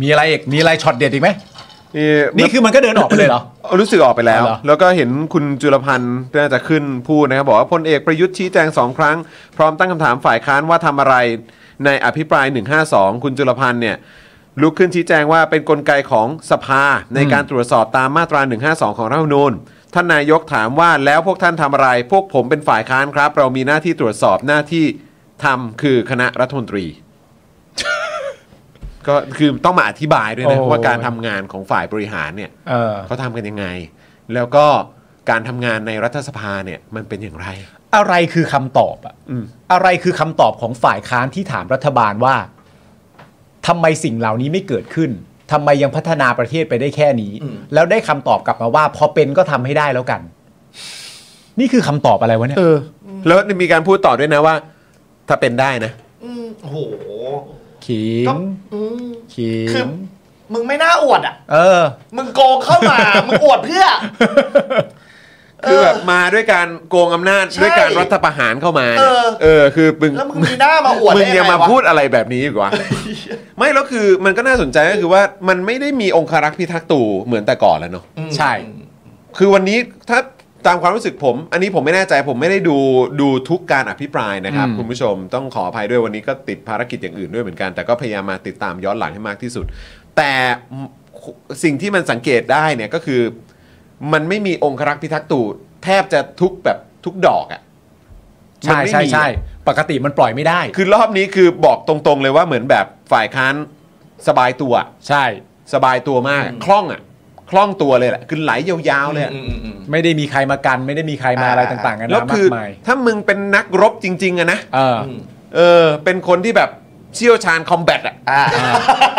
Speaker 2: มีอะไรอีก มีอะไรช็อตเด็ดอีกไหม
Speaker 1: นี่
Speaker 2: นี่คือมันก็เดินออกไปเลยเหรอ
Speaker 1: รู้สึกออกไปแล้ว
Speaker 2: อ๋อเหรอ
Speaker 1: แล้วก็เห็นคุณจุลพันธ์น่าจะขึ้นพูดนะครับ บอกว่าพลเอกประยุทธ์ชี้แจงสองครั้ง พร้อมตั้งคำถามฝ่ายค้านว่าทำอะไรในอภิปราย 152 คุณจุลพันธ์เนี่ย ลุกขึ้นชี้แจงว่าเป็นนกลไกของสภาในการตรวจสอบตามมาตรา 152 ของรัฐธรรมนูญ ท่านนายกถามว่าแล้วพวกท่านทำอะไร พวกผมเป็นฝ่ายค้านครับ เรามีหน้าที่ตรวจสอบหน้าที่ทำคือคณะรัฐมนตรี ก็คือต้องมาอธิบายด้วยนะ
Speaker 2: โอ้
Speaker 1: ว่าการทำงานของฝ่ายบริหารเนี่ย
Speaker 2: เออ
Speaker 1: เขาทำกันยังไง แล้วก็การทำงานในรัฐสภาเนี่ยมันเป็นอย่างไร
Speaker 2: อะไรคือคำตอบอะ
Speaker 1: อืม
Speaker 2: อะไรคือคำตอบของฝ่ายค้านที่ถามรัฐบาลว่าทำไมสิ่งเหล่านี้ไม่เกิดขึ้นทำไมยังพัฒนาประเทศไปได้แค่นี้ แล้วได้คำตอบกลับมาว่า พอเป็นก็ทำให้ได้แล้วกัน นี่คือคำตอบอะไรวะเนี่ย
Speaker 1: เออ แล้วมีการพูดต่อด้วยนะว่า ถ้าเป็นได้นะ
Speaker 5: อืมโอ้โห
Speaker 2: ขิง
Speaker 5: ก็ อืม
Speaker 2: ขิ
Speaker 5: คื
Speaker 2: ง
Speaker 5: อ มึงไม่น่าอวดอ่ะ
Speaker 2: เออ
Speaker 5: มึงโกงเข้ามา มึงอวดเพื่อ
Speaker 1: คือแบบมาด้วยการโกงอำนาจ
Speaker 5: ใช่
Speaker 1: ด้วยการรัฐประหารเข้ามานี่ย
Speaker 5: เออ
Speaker 1: เออ คือมึง
Speaker 5: แล้วมึงมีหน้ามาอวด
Speaker 1: มึง
Speaker 5: ได้
Speaker 1: ยังมาว
Speaker 5: ไงะ
Speaker 1: พูดอะไรแบบนี้อีกวะไม่แล้วคือมันก็น่าสนใจก็คือว่ามันไม่ได้มีองคารักษ์พิทักษ์ตู่เหมือนแต่ก่อนแล้วเนาะ
Speaker 5: อืม
Speaker 2: ใช่
Speaker 1: คือวันนี้ถ้าตามความรู้สึกผม อันนี้ผมไม่แน่ใจผมไม่ได้ดูดูทุกการอภิปรายนะครับ
Speaker 2: อืม
Speaker 1: คุณผู้ชมต้องขออภัยด้วยวันนี้ก็ติดภารกิจอย่างอื่นด้วยเหมือนกัน แต่ก็พยายามมาติดตามย้อนหลังให้มากที่สุด แต่สิ่งที่มันสังเกตได้เนี่ยก็คือ มันไม่มีองครักษ์พิทักษ์ตู่แทบจะทุกแบบทุกดอกอะ่ะ
Speaker 2: ใช่
Speaker 1: มันไม่
Speaker 2: ใช่
Speaker 1: มี
Speaker 2: ใช่ปกติมันปล่อยไม่ได้
Speaker 1: คือรอบนี้คือบอกตรงๆเลยว่าเหมือนแบบฝ่ายค้านสบายตัวอะ
Speaker 2: ใช่
Speaker 1: สบายตัวมากอะคล่องอะ่ะคล่องตัวเลยแหละคือไหลยาวๆเลยอะ
Speaker 5: อืมอืมอืม
Speaker 2: ไม่ได้มีใครมากัน ไม่ได้มีใครมาอะไรต่างๆกันา
Speaker 1: แล้ว
Speaker 2: นามากมาย
Speaker 1: ถ้ามึงเป็นนักรบจริง ๆอะนะ
Speaker 2: เออ
Speaker 1: เออ เป็นคนที่แบบเชี่ยวชาญคอมแบทอะ
Speaker 5: อ่า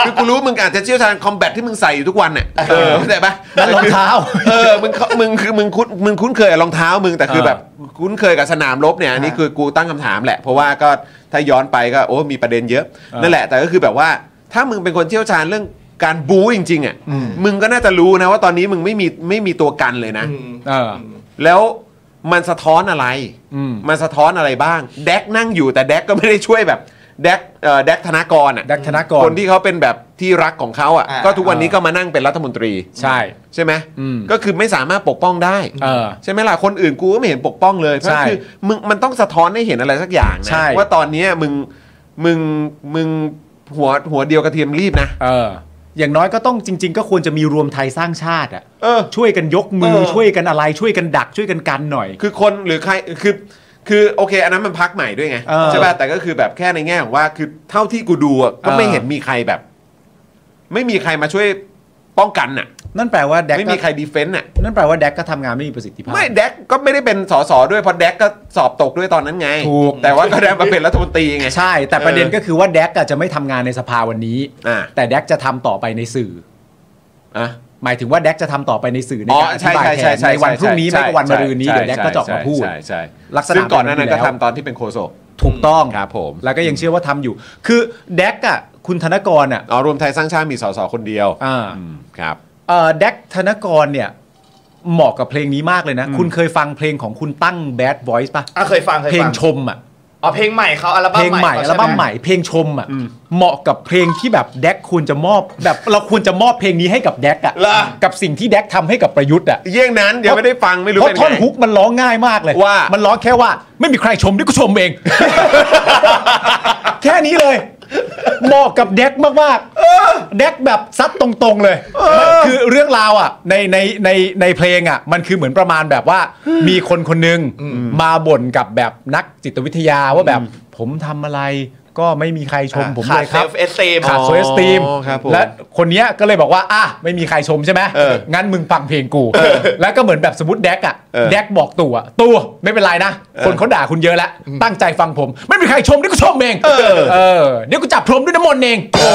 Speaker 1: คือกูรู้มึงอาจจะเชี่ยวชาญคอมแบทที่มึงใส่อยู่ทุกวันน่ะเออเข้าใจปะ
Speaker 2: นั่นรองเท้า
Speaker 1: เออ มึงเขามึงคือมึงคุ้นมึงคุ้นเคยกับรองเท้ามึงแต่คือ
Speaker 2: เออ
Speaker 1: แบบคุ้นเคยกับสนามรบเนี่ยอันนี้คือกูตั้งคำถามแหละ เพราะว่าก็ถ้าย้อนไปก็โอ้มีประเด็นเยอะนั่นแหละ แต่ก็คือแบบว่า ถ้ามึงเป็นคนเชี่ยวชาญเรื่องการบู๊จริงๆอะมึงก็น่าจะรู้นะว่าตอนนี้มึงไม่มีไม่มีตัวกันเลยนะ
Speaker 5: อืม
Speaker 2: เออ
Speaker 1: แล้วมันสะท้อนอะไร
Speaker 2: อืม
Speaker 1: มันสะท้อนอะไรบ้าง แดกนั่งอยู่แต่แดกก็ไม่ได้ช่วยแบบแดกเอ่อแดกธนากรอ่ะ
Speaker 2: แดกธนากร
Speaker 1: คนที่เขาเป็นแบบที่รักของเขาอ่ะ
Speaker 5: อ่า
Speaker 1: ก็ทุกวันนี้ก็มานั่งเป็นรัฐมนตรี
Speaker 2: ใช่
Speaker 1: ใช่ไหม
Speaker 2: อืม
Speaker 1: ก็คือไม่สามารถปกป้องได้
Speaker 2: เออ
Speaker 1: ใช่ไหมล่ะ คนอื่นกูก็ไม่เห็นปกป้องเลยเพราะฉะ
Speaker 2: ใช่
Speaker 1: นั้นคือมึงมันต้องสะท้อนให้เห็นอะไรสักอย่างนะ
Speaker 2: ใช่
Speaker 1: ว่าตอนเนี้ยมึงมึงมึงหัวหัวเดียวกระเทียมรีบนะ
Speaker 2: เออ อย่างน้อยก็ต้องจริง ๆ ก็ควรจะมีรวมไทยสร้างชาติอ่ะ
Speaker 1: เออ
Speaker 2: ช่วยกันยกมือ
Speaker 1: เออ
Speaker 2: ช่วยกันอะไรช่วยกันดักช่วยกันกันหน่อย
Speaker 1: คือคนหรือใครคือคือโอเค อันนั้นมันพักใหม่ด้วยไง
Speaker 2: เออ
Speaker 1: ใช่ป่ะแต่ก็คือแบบแค่ในแง่ของว่าคือเท่าที่กูดูอะก็
Speaker 2: เออ
Speaker 1: ไม่เห็นมีใครแบบ ไม่มีใครมาช่วยป้องกันน่ะ
Speaker 2: นั่นแปลว่าแดก
Speaker 1: ไม่มีใครดีเฟนต์น่ะ
Speaker 2: นั่นแปลว่าแดกก็ทำงานไม่มีประสิทธิภาพ
Speaker 1: ไม่แดกก็ไม่ได้เป็นสสด้วยเพราะแดกก็สอบตกด้วยตอนนั้นไง
Speaker 2: ถูก
Speaker 1: แต่ว่าก็ได้มาเป็นรัฐมนตรีไง
Speaker 2: ใช่ แต่ประเด็น
Speaker 1: เออ
Speaker 2: ก็คือว่าแดกอะจะไม่ทำงานในสภาวันนี้
Speaker 1: อ่า
Speaker 2: แต่แดกจะทำต่อไปในสื่อ
Speaker 1: อ่ะ
Speaker 2: หมายถึงว่าแดกจะทำต่อไปในสื่อใน
Speaker 1: อ๋อ
Speaker 2: การอ
Speaker 1: ใช่
Speaker 2: ธิบาย
Speaker 1: ใช่
Speaker 2: แท
Speaker 1: ใช่
Speaker 2: น
Speaker 1: ใช่
Speaker 2: ในวันพรุ่งนี้
Speaker 1: ใช่
Speaker 2: ไม่ก็วันมะรืนนี้
Speaker 1: ใช่
Speaker 2: เดี๋ยวแดกก็จะออกมาพูด
Speaker 1: ใช่ใช่
Speaker 2: ลักษณะ
Speaker 1: ซึ่งก่อนหนานั้น
Speaker 2: แบบนี้
Speaker 1: ก็
Speaker 2: แล้ว
Speaker 1: ทำตอนที่เป็นโคศก
Speaker 2: ถูกต้อง
Speaker 1: ครับผม
Speaker 2: แล้วก็ยังเชื่อว่าทำอยู่ คือแดกอะคุณธนกรอะ
Speaker 1: อ๋อรวมไทยสร้างชาติมีสสคนเดียว
Speaker 2: อ่า
Speaker 1: อืมครับ
Speaker 2: เอ่อแดกธนกรเนี่ย เหมาะกับเพลงนี้มากเลยนะ คุณเคยฟังเพลงของคุณตั้ง Bad Voice ปะ
Speaker 5: อ่ะเคยฟังเคย
Speaker 2: เพลง
Speaker 5: ฟัง
Speaker 2: ชมอ่ะ
Speaker 5: อ๋อเพลงใหม่เขาอัล
Speaker 2: เพ
Speaker 5: บั้ม
Speaker 2: ลง
Speaker 5: ใหม่
Speaker 2: ใหม่อั
Speaker 5: เขา
Speaker 2: ล
Speaker 5: ช่ไ
Speaker 2: บั้มใหม่เพลงชมอ่ะเหมาะกับเพลงที่แบบแดกควรจะมอบ แบบเราควรจะมอบเพลงนี้ให้กับแดกอ่ะ
Speaker 1: เหรอ
Speaker 2: กับสิ่งที่แดกทำให้กับประยุทธ์อ่ะ
Speaker 1: เยี่ยงนั้นยังไม่ได้ฟังไม่รู้
Speaker 2: เพ
Speaker 1: เป็น
Speaker 2: ราะท่อน
Speaker 1: ไง
Speaker 2: ฮุกมันร้องง่ายมากเลย
Speaker 1: ว่ามั
Speaker 2: นร้องแค่ว่าไม่มีใครชมด้วยก็ชมเอง แค่นี้เลยเหมาะกับแดกมากๆแดกแบบซัดตรงๆเลยคือเรื่องราวอ่ะในในในในเพลงอ่ะ มันคือเหมือนประมาณแบบว่า มีคนคนหนึงมาบ่นกับแบบนักจิตวิทยาว่าแบบผมทำอะไรก็ไม่มีใครชมผม
Speaker 5: ขา
Speaker 2: เล
Speaker 5: ด
Speaker 2: ย
Speaker 5: เซ
Speaker 2: ครับ
Speaker 5: ลฟ์เอสเซม
Speaker 2: ขาดโซเอสตีม
Speaker 1: อ๋อครับผม
Speaker 2: และคนเนี้ยก็เลยบอกว่าอ่ะไม่มีใครชมใช่ไหม
Speaker 1: เออ
Speaker 2: งั้นมึงฟังเพลงกู แล้วก็เหมือนแบบสมมติแดกอ่ะ
Speaker 1: เออ
Speaker 2: แดกบอกตู่อ่ะตู่ไม่เป็นไรนะ คนเขาด่าคุณเยอะแล้ว ตั้งใจฟังผม ไม่มีใครชมนี่กูชมเองเอ
Speaker 1: อ
Speaker 2: อเดี๋ยวกูจับพรมด้วยน้ำมนต์เองโอ้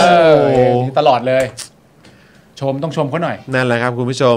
Speaker 2: ตลอดเลย ชมต้องชมเขาหน่อย
Speaker 1: นั่นแหละครับคุณผู้ชม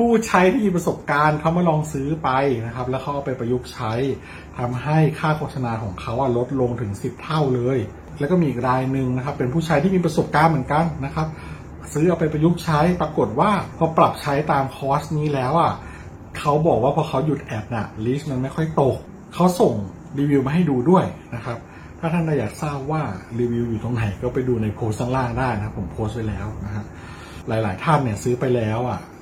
Speaker 6: ผู้ใช้ที่มีประสบการณ์เขามาลองซื้อไปนะครับ แล้วเขาเอาไปประยุกต์ใช้ทำให้ค่าโฆษณาของเขาอะลดลงถึง 10 เท่าเลย แล้วก็มีอีกรายหนึ่งนะครับ เป็นผู้ใช้ที่มีประสบการณ์เหมือนกันนะครับ ซื้อเอาไปประยุกต์ใช้ปรากฏว่าพอปรับใช้ตามคอร์สนี้แล้วอ่ะเขาบอกว่าพอเขาหยุดแอดน่ะลิสต์มันไม่ค่อยตกเขาส่งรีวิวมาให้ดูด้วยนะครับ ถ้าท่านอยากทราบว่ารีวิวอยู่ตรงไหนก็ไปดูในโพสต์ข้างล่างได้นะครับผมโพสต์ไว้แล้วนะฮะ หลาย ๆ ท่านเนี่ยซื้อไปแล้วอ่ะ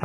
Speaker 6: ถ้